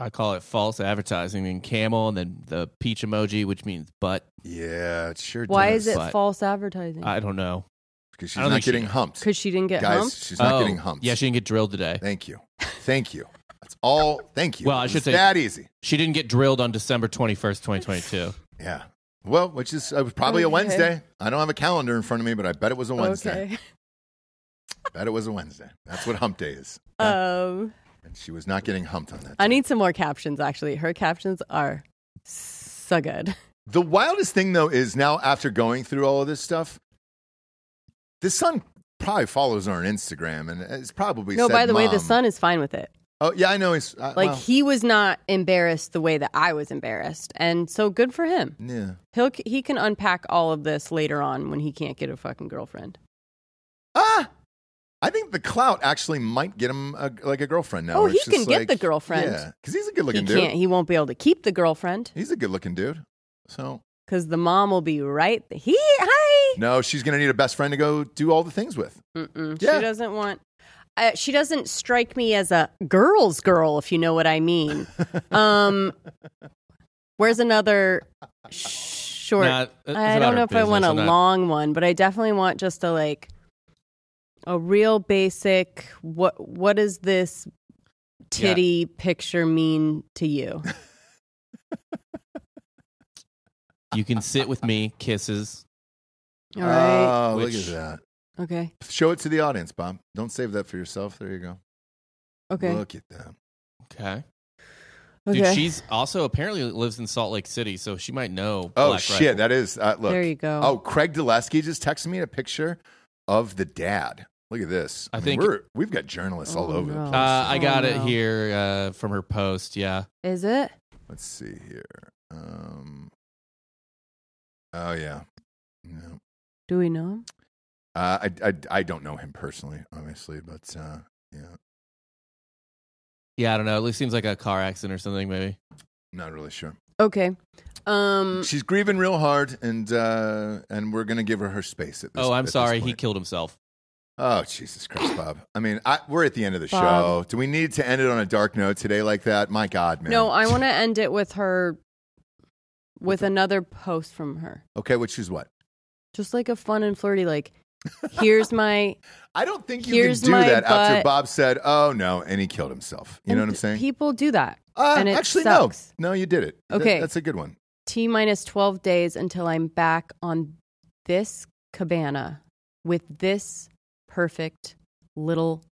[SPEAKER 4] I call it false advertising and camel and then the peach emoji, which means butt.
[SPEAKER 2] Yeah, it sure
[SPEAKER 3] Why
[SPEAKER 2] does.
[SPEAKER 3] is it
[SPEAKER 4] but-
[SPEAKER 3] false advertising?
[SPEAKER 4] I don't know.
[SPEAKER 2] Because
[SPEAKER 4] I
[SPEAKER 2] she's
[SPEAKER 4] don't
[SPEAKER 2] not
[SPEAKER 4] think she
[SPEAKER 2] getting
[SPEAKER 4] did.
[SPEAKER 2] humped.
[SPEAKER 3] Because she didn't get
[SPEAKER 2] Guys,
[SPEAKER 3] humped.
[SPEAKER 2] she's not
[SPEAKER 4] Oh,
[SPEAKER 2] getting humped.
[SPEAKER 4] Yeah, she didn't get drilled today.
[SPEAKER 2] Thank you. Thank you. That's all. Thank you.
[SPEAKER 4] Well, I
[SPEAKER 2] It was
[SPEAKER 4] should say-
[SPEAKER 2] that easy.
[SPEAKER 4] She didn't get drilled on December 21st, 2022.
[SPEAKER 2] Yeah. Well, which is it was probably a
[SPEAKER 3] Okay.
[SPEAKER 2] Wednesday. I don't have a calendar in front of me, but I bet it was a Wednesday.
[SPEAKER 3] Okay.
[SPEAKER 2] bet it was a Wednesday. That's what hump day is.
[SPEAKER 3] Um,
[SPEAKER 2] And she was not getting humped on that.
[SPEAKER 3] I
[SPEAKER 2] day.
[SPEAKER 3] need some more captions. Actually, her captions are so good.
[SPEAKER 2] the wildest thing though is now after going through all of this stuff, the son probably follows her on Instagram, and it's probably
[SPEAKER 3] no,
[SPEAKER 2] said,
[SPEAKER 3] by the way, the
[SPEAKER 2] "Mom."
[SPEAKER 3] son is fine with it.
[SPEAKER 2] Oh yeah, I know he's uh,
[SPEAKER 3] Like
[SPEAKER 2] well,
[SPEAKER 3] he was not embarrassed the way that I was embarrassed, and so good for him.
[SPEAKER 2] yeah.
[SPEAKER 3] He'll he can unpack all of this later on when he can't get a fucking girlfriend.
[SPEAKER 2] Ah, I think the clout actually might get him a, like a girlfriend now.
[SPEAKER 3] Oh,
[SPEAKER 2] where
[SPEAKER 3] he
[SPEAKER 2] it's just
[SPEAKER 3] can get
[SPEAKER 2] like-
[SPEAKER 3] the girlfriend.
[SPEAKER 2] Yeah, because he's a good
[SPEAKER 3] He
[SPEAKER 2] looking dude.
[SPEAKER 3] can't. He won't be able to keep the girlfriend
[SPEAKER 2] He's a good looking dude. So
[SPEAKER 3] because the mom will be right. He hi.
[SPEAKER 2] no, she's gonna need a best friend to go do all the things with.
[SPEAKER 3] Mm-mm.
[SPEAKER 2] Yeah.
[SPEAKER 3] She doesn't want. uh, she doesn't strike me as a girl's girl, if you know what I mean. Um, where's another short?
[SPEAKER 4] Nah, it's
[SPEAKER 3] I
[SPEAKER 4] about
[SPEAKER 3] don't
[SPEAKER 4] her
[SPEAKER 3] know if I want a
[SPEAKER 4] business. I'm not-
[SPEAKER 3] long one, but I definitely want just a like a real basic. What what does this titty picture mean to you?
[SPEAKER 4] You can sit with me, kisses.
[SPEAKER 3] All right.
[SPEAKER 2] Oh,
[SPEAKER 4] Which-
[SPEAKER 2] look at
[SPEAKER 3] okay.
[SPEAKER 2] that. Show it to the audience, Bob. Don't save that for yourself. There you go.
[SPEAKER 3] Okay.
[SPEAKER 2] Look at that.
[SPEAKER 4] Okay.
[SPEAKER 3] okay.
[SPEAKER 4] Dude, she's also apparently lives in Salt Lake City, so she might know.
[SPEAKER 2] Oh
[SPEAKER 4] Black
[SPEAKER 2] shit,
[SPEAKER 4] Rifle.
[SPEAKER 2] that is uh, look.
[SPEAKER 3] there you go.
[SPEAKER 2] Oh, Craig Dulesky just texted me a picture of the dad. Look at this.
[SPEAKER 4] I think-
[SPEAKER 2] we're, we've got journalists all
[SPEAKER 3] Oh,
[SPEAKER 2] over the
[SPEAKER 3] no.
[SPEAKER 2] place.
[SPEAKER 4] Uh, I got
[SPEAKER 3] Oh,
[SPEAKER 4] it
[SPEAKER 3] no.
[SPEAKER 4] here uh, from her post. Yeah.
[SPEAKER 3] Is it?
[SPEAKER 2] Let's see here. Um, oh yeah, no.
[SPEAKER 3] Do we know him?
[SPEAKER 2] Uh, I, I I don't know him personally, obviously, but uh, yeah,
[SPEAKER 4] Yeah, I don't know. At least seems like a car accident or something, maybe.
[SPEAKER 2] not really sure.
[SPEAKER 3] Okay. Um.
[SPEAKER 4] Mm.
[SPEAKER 2] She's grieving real hard, and uh, and we're gonna give her her space. At this,
[SPEAKER 4] oh,
[SPEAKER 2] at
[SPEAKER 4] I'm
[SPEAKER 2] this
[SPEAKER 4] sorry. He
[SPEAKER 2] point.
[SPEAKER 4] killed himself.
[SPEAKER 2] Oh Jesus Christ, Bob! I mean, I, we're at the end of the
[SPEAKER 3] Bob.
[SPEAKER 2] show. Do we need to end it on a dark note today like that? My God, man.
[SPEAKER 3] No, I want to end it with her, with another post from her,
[SPEAKER 2] Okay, which is what?
[SPEAKER 3] just like a fun and flirty. Like, here's my.
[SPEAKER 2] I don't think you
[SPEAKER 3] Here's
[SPEAKER 2] can do
[SPEAKER 3] my
[SPEAKER 2] that after
[SPEAKER 3] butt.
[SPEAKER 2] Bob said, "Oh no," and he killed himself. You know what I'm saying?
[SPEAKER 3] People do that.
[SPEAKER 2] uh,
[SPEAKER 3] and it
[SPEAKER 2] actually,
[SPEAKER 3] sucks.
[SPEAKER 2] no, no, you did it. Th-
[SPEAKER 3] Okay.
[SPEAKER 2] that's a good one.
[SPEAKER 3] T minus twelve days until I'm back on this cabana with this perfect little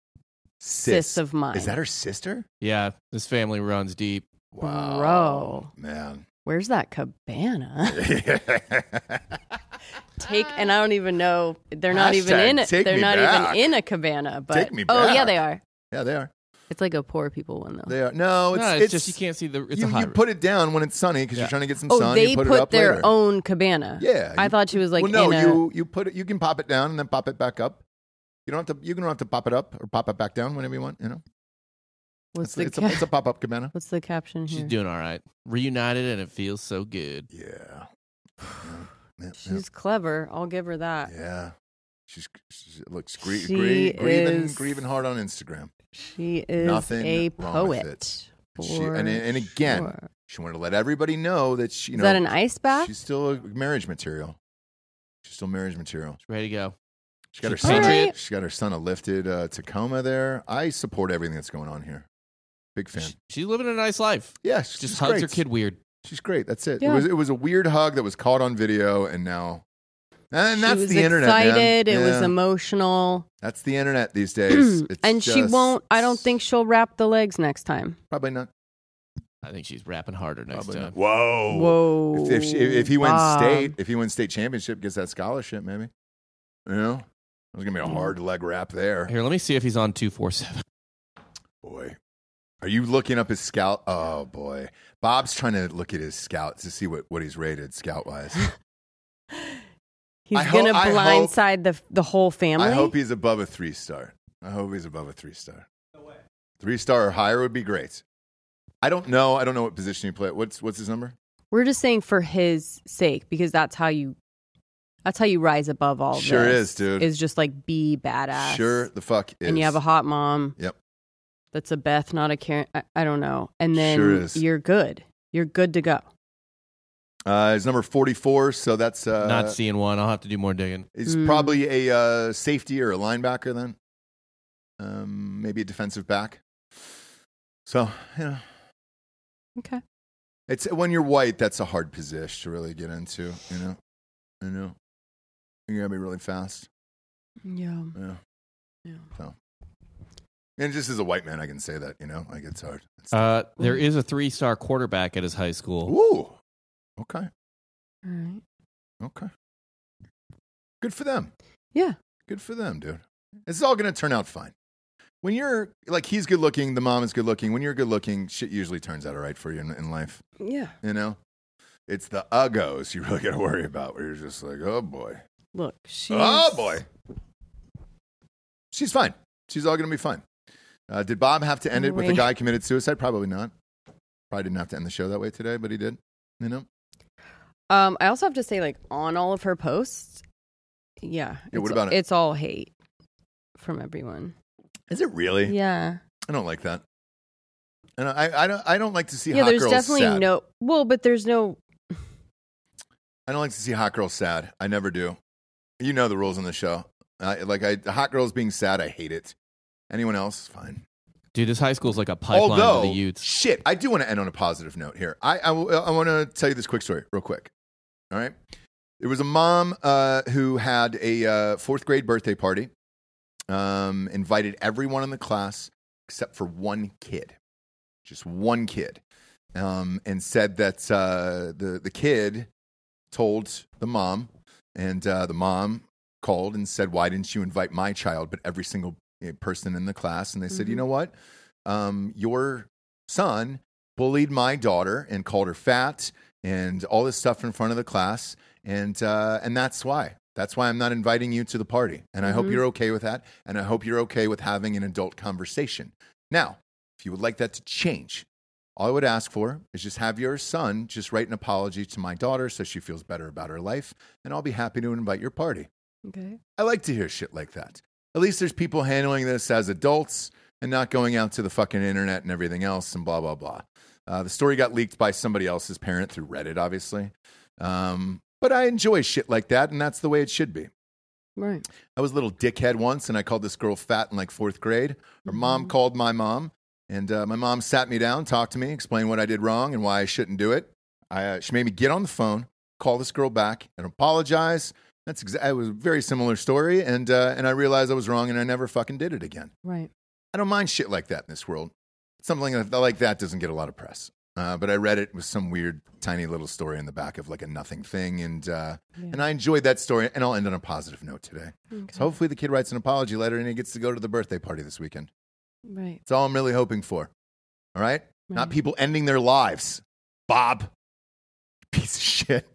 [SPEAKER 3] sis, of mine.
[SPEAKER 2] Is that her sister?
[SPEAKER 4] Yeah, this family runs deep.
[SPEAKER 2] Wow,
[SPEAKER 3] Bro.
[SPEAKER 2] man.
[SPEAKER 3] Where's that cabana? Take and I don't even know. They're not even
[SPEAKER 2] Hashtag
[SPEAKER 3] in it.
[SPEAKER 2] take
[SPEAKER 3] They're
[SPEAKER 2] me
[SPEAKER 3] not
[SPEAKER 2] back.
[SPEAKER 3] even in a cabana. But
[SPEAKER 2] Take me
[SPEAKER 3] oh yeah,
[SPEAKER 2] back.
[SPEAKER 3] they are.
[SPEAKER 2] yeah, they are.
[SPEAKER 3] It's like a poor people one though.
[SPEAKER 2] They are. No, it's,
[SPEAKER 4] no, it's, just you can't see the. It's
[SPEAKER 2] you,
[SPEAKER 4] a
[SPEAKER 2] you
[SPEAKER 4] high.
[SPEAKER 2] put it down when it's sunny because
[SPEAKER 4] Yeah.
[SPEAKER 2] you're trying to get some
[SPEAKER 3] Oh,
[SPEAKER 2] sun.
[SPEAKER 3] they
[SPEAKER 2] you put, it
[SPEAKER 3] put
[SPEAKER 2] up
[SPEAKER 3] their
[SPEAKER 2] later.
[SPEAKER 3] own cabana.
[SPEAKER 2] Yeah,
[SPEAKER 3] I
[SPEAKER 2] you-
[SPEAKER 3] thought she was like
[SPEAKER 2] well, no,
[SPEAKER 3] in a.
[SPEAKER 2] you you put it. You can pop it down and then pop it back up. You don't have to. You don't have to pop it up or pop it back down whenever you want. You know, it's,
[SPEAKER 3] what's the
[SPEAKER 2] it's,
[SPEAKER 3] ca-
[SPEAKER 2] a, it's a pop up cabana.
[SPEAKER 3] what's the caption
[SPEAKER 4] She's
[SPEAKER 2] Mhm.
[SPEAKER 3] here?
[SPEAKER 4] doing all right. Reunited, and it feels so good.
[SPEAKER 2] Yeah. Yeah. Yeah. yeah.
[SPEAKER 3] She's clever. I'll give her that.
[SPEAKER 2] Yeah. She's, she's look grie-
[SPEAKER 3] She
[SPEAKER 2] grie- grieving
[SPEAKER 3] is-
[SPEAKER 2] grieving hard on Instagram.
[SPEAKER 3] She is
[SPEAKER 2] Nothing
[SPEAKER 3] a
[SPEAKER 2] wrong with
[SPEAKER 3] poet.
[SPEAKER 2] She,
[SPEAKER 3] for
[SPEAKER 2] and and again,
[SPEAKER 3] sure.
[SPEAKER 2] she wanted to let everybody know that she, you
[SPEAKER 3] is
[SPEAKER 2] know
[SPEAKER 3] that an ice bath?
[SPEAKER 2] she's still a marriage material. She's still marriage material.
[SPEAKER 4] Ready to go.
[SPEAKER 2] She got her
[SPEAKER 4] She's
[SPEAKER 2] son.
[SPEAKER 3] Patriot.
[SPEAKER 2] She got her son a lifted uh, Tacoma there. I support everything that's going on here. Big fan.
[SPEAKER 4] She- she's living a nice life.
[SPEAKER 2] yeah, she's
[SPEAKER 4] Just hugs
[SPEAKER 2] great.
[SPEAKER 4] her kid weird.
[SPEAKER 2] She's great. That's it. It
[SPEAKER 3] Yeah.
[SPEAKER 2] was it was a weird hug that was caught on video, and now, and
[SPEAKER 3] She
[SPEAKER 2] that's
[SPEAKER 3] was
[SPEAKER 2] the internet. man.
[SPEAKER 3] Excited. It was
[SPEAKER 2] Yeah.
[SPEAKER 3] emotional.
[SPEAKER 2] That's the internet these days. It's
[SPEAKER 3] and she
[SPEAKER 2] just-
[SPEAKER 3] won't. I don't think she'll wrap the legs next time.
[SPEAKER 2] probably not.
[SPEAKER 4] I think she's rapping harder next
[SPEAKER 2] Probably
[SPEAKER 4] time.
[SPEAKER 1] Whoa.
[SPEAKER 3] Whoa!
[SPEAKER 2] Oh, If, if, she- if, if he wins
[SPEAKER 3] Bob.
[SPEAKER 2] state, if he wins state championship, gets that scholarship, maybe. You know, there's gonna be a hard leg wrap there.
[SPEAKER 4] Here, let me see if he's on two four seven.
[SPEAKER 2] Boy, are you looking up his scout? Oh boy, Bob's trying to look at his scouts to see what, what he's rated scout wise.
[SPEAKER 3] he's
[SPEAKER 2] I hope-
[SPEAKER 3] gonna
[SPEAKER 2] I hope-
[SPEAKER 3] blindside the the whole family.
[SPEAKER 2] I hope he's above a three star. I hope he's above a three star. Three star or higher would be great. I don't know. I don't know what position he played. What's what's his number?
[SPEAKER 3] We're just saying for his sake because that's how you. That's how you rise above all.
[SPEAKER 2] Sure
[SPEAKER 3] this,
[SPEAKER 2] is, dude.
[SPEAKER 3] Is just like be badass.
[SPEAKER 2] Sure, the fuck is.
[SPEAKER 3] and you have a hot mom.
[SPEAKER 2] Yep.
[SPEAKER 3] That's a Beth, not a Karen. I, I don't know. And then
[SPEAKER 2] Sure is.
[SPEAKER 3] you're good. You're good to go.
[SPEAKER 2] uh, he's number forty four. So that's uh,
[SPEAKER 4] Not seeing one. I'll have to do more digging.
[SPEAKER 2] He's
[SPEAKER 3] Mm.
[SPEAKER 2] probably a uh, safety or a linebacker then. Um, maybe a defensive back. So, you know,
[SPEAKER 3] Okay.
[SPEAKER 2] it's when you're white, that's a hard position to really get into, you know. You know. You gotta be really fast.
[SPEAKER 3] Yeah.
[SPEAKER 2] Yeah.
[SPEAKER 3] Yeah.
[SPEAKER 2] So and just as a white man I can say that, you know, like it's hard. It's
[SPEAKER 4] Uh, there is a three star quarterback at his high school.
[SPEAKER 2] Ooh. Okay.
[SPEAKER 3] All right.
[SPEAKER 2] Okay. Good for them.
[SPEAKER 3] Yeah.
[SPEAKER 2] Good for them, dude. It's all going to turn out fine. When you're like, he's good looking, the mom is good looking. When you're good looking, shit usually turns out all right for you in, in life.
[SPEAKER 3] Yeah.
[SPEAKER 2] You know, it's the uggos you really got to worry about. Where you're just like, oh boy,
[SPEAKER 3] Look, she's.
[SPEAKER 2] oh boy. She's fine. She's all going to be fine. Uh, did Bob have to end it with a
[SPEAKER 3] Wait.
[SPEAKER 2] guy committed suicide? Probably not. Probably didn't have to end the show that way today, but he did. You know,
[SPEAKER 3] Um, I also have to say, like, on all of her posts, yeah.
[SPEAKER 2] Yeah, what
[SPEAKER 3] it's-
[SPEAKER 2] about it?
[SPEAKER 3] It's all hate from everyone.
[SPEAKER 2] Is it really?
[SPEAKER 3] Yeah.
[SPEAKER 2] I don't like that. And I, I don't I don't like to see
[SPEAKER 3] Yeah,
[SPEAKER 2] hot
[SPEAKER 3] there's
[SPEAKER 2] girls
[SPEAKER 3] definitely
[SPEAKER 2] sad.
[SPEAKER 3] no well, but there's no
[SPEAKER 2] I don't like to see hot girls sad. I never do. You know the rules on the show. I, like I hot girls being sad, I hate it. Anyone else? Fine.
[SPEAKER 4] Dude, this high school's like a pipeline
[SPEAKER 2] Although,
[SPEAKER 4] of the youths.
[SPEAKER 2] shit, I do want to end on a positive note here. I, I, want to tell you this quick story, real quick. All right. There was a mom uh, who had a uh, fourth grade birthday party, um, invited everyone in the class except for one kid, just one kid, um, and said that uh, the, the kid told the mom, and uh, the mom called and said, Why didn't you invite my child? But every single eh, person in the class. And they said, You know what? um, your son bullied my daughter and called her fat and all this stuff in front of the class and uh, and that's why that's why i'm not inviting you to the party and i hope
[SPEAKER 3] Mhm.
[SPEAKER 2] you're okay with that and i hope you're okay with having an adult conversation now if you would like that to change all i would ask for is just have your son just write an apology to my daughter so she feels better about her life and i'll be happy to invite your party
[SPEAKER 3] Okay.
[SPEAKER 2] I like to hear shit like that. At least there's people handling this as adults and not going out to the fucking internet and everything else and blah, blah, blah. Uh, the story got leaked by somebody else's parent through Reddit, obviously. Um, but I enjoy shit like that, and that's the way it should be.
[SPEAKER 3] Right.
[SPEAKER 2] I was a little dickhead once, and I called this girl fat in like fourth grade. Her mom called my mom, and uh, my mom sat me down, talked to me, explained what I did wrong and why I shouldn't do it. I, uh, she made me get on the phone, call this girl back, and apologize. That's exa- it was a very similar story, and uh, and I realized I was wrong, and I never fucking did it again.
[SPEAKER 3] Right.
[SPEAKER 2] I don't mind shit like that in this world. Something like that, like that doesn't get a lot of press. Uh, but I read it with some weird, tiny little story in the back of like a nothing thing, and uh,
[SPEAKER 3] Yeah.
[SPEAKER 2] and I enjoyed that story. And I'll end on a positive note today. So
[SPEAKER 3] Okay.
[SPEAKER 2] hopefully the kid writes an apology letter and he gets to go to the birthday party this weekend.
[SPEAKER 3] Right.
[SPEAKER 2] That's all I'm really hoping for. All right? Not
[SPEAKER 3] Right.
[SPEAKER 2] people ending their lives. Bob. Piece of shit.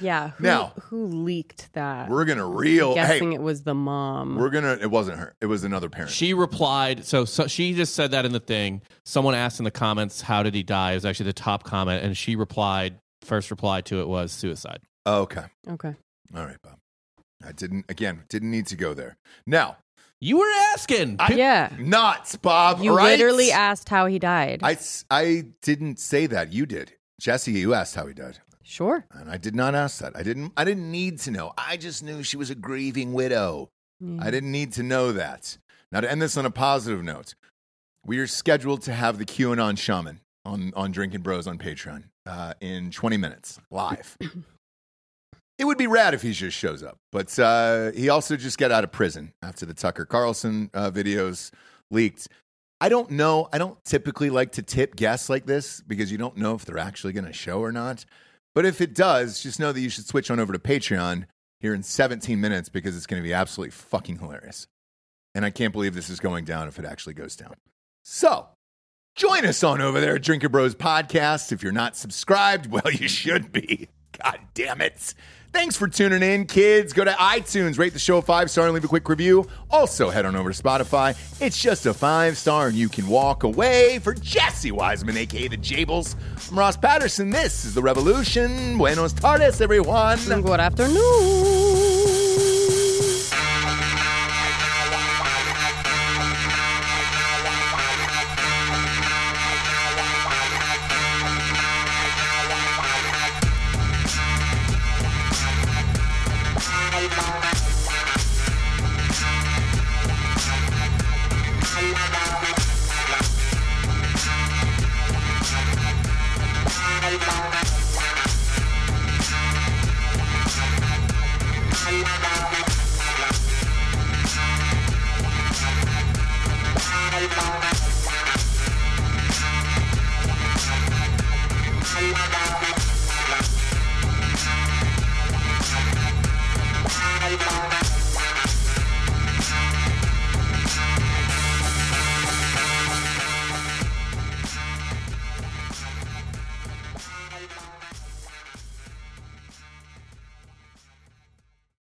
[SPEAKER 3] Yeah. Who,
[SPEAKER 2] Now-
[SPEAKER 3] who leaked that?
[SPEAKER 2] We're gonna reel hey,
[SPEAKER 3] guessing it was the mom.
[SPEAKER 2] we're gonna it wasn't her. It was another parent.
[SPEAKER 4] She replied, so, so she just said that in the thing. Someone asked in the comments, "How did he die?" It was actually the top comment, and she replied. First reply to it was suicide.
[SPEAKER 2] okay.
[SPEAKER 3] okay.
[SPEAKER 2] All right, Bob. I didn't again, didn't need to go there. Now,
[SPEAKER 4] You were asking.
[SPEAKER 3] yeah.
[SPEAKER 2] nuts, Bob.
[SPEAKER 3] You
[SPEAKER 2] right?
[SPEAKER 3] literally asked how he died.
[SPEAKER 2] I, s- I didn't say that. You did. Jesse, you asked how he died.
[SPEAKER 3] sure.
[SPEAKER 2] And I did not ask that. I didn't I didn't need to know. I just knew she was a grieving widow.
[SPEAKER 3] Yeah.
[SPEAKER 2] I didn't need to know that. Now to end this on a positive note, we are scheduled to have the QAnon shaman on on Drinking Bros on Patreon uh, in 20 minutes live. it would be rad if he just shows up, but uh, he also just got out of prison after the Tucker Carlson uh, videos leaked. I don't know. I don't typically like to tip guests like this because you don't know if they're actually going to show or not. But if it does, just know that you should switch on over to Patreon here in 17 minutes because it's going to be absolutely fucking hilarious. And I can't believe this is going down if it actually goes down. So join us on over there at Drinker Bros Podcast. If you're not subscribed, well, you should be. God damn it. Thanks for tuning in, kids. Go to iTunes, rate the show five star, and leave a quick review. Also, head on over to Spotify. It's just a five star, and you can walk away for Jesse Wiseman, aka the Jables. I'm Ross Patterson. This is The Revolution. Buenos tardes, everyone.
[SPEAKER 3] Good afternoon.
[SPEAKER 7] Bye.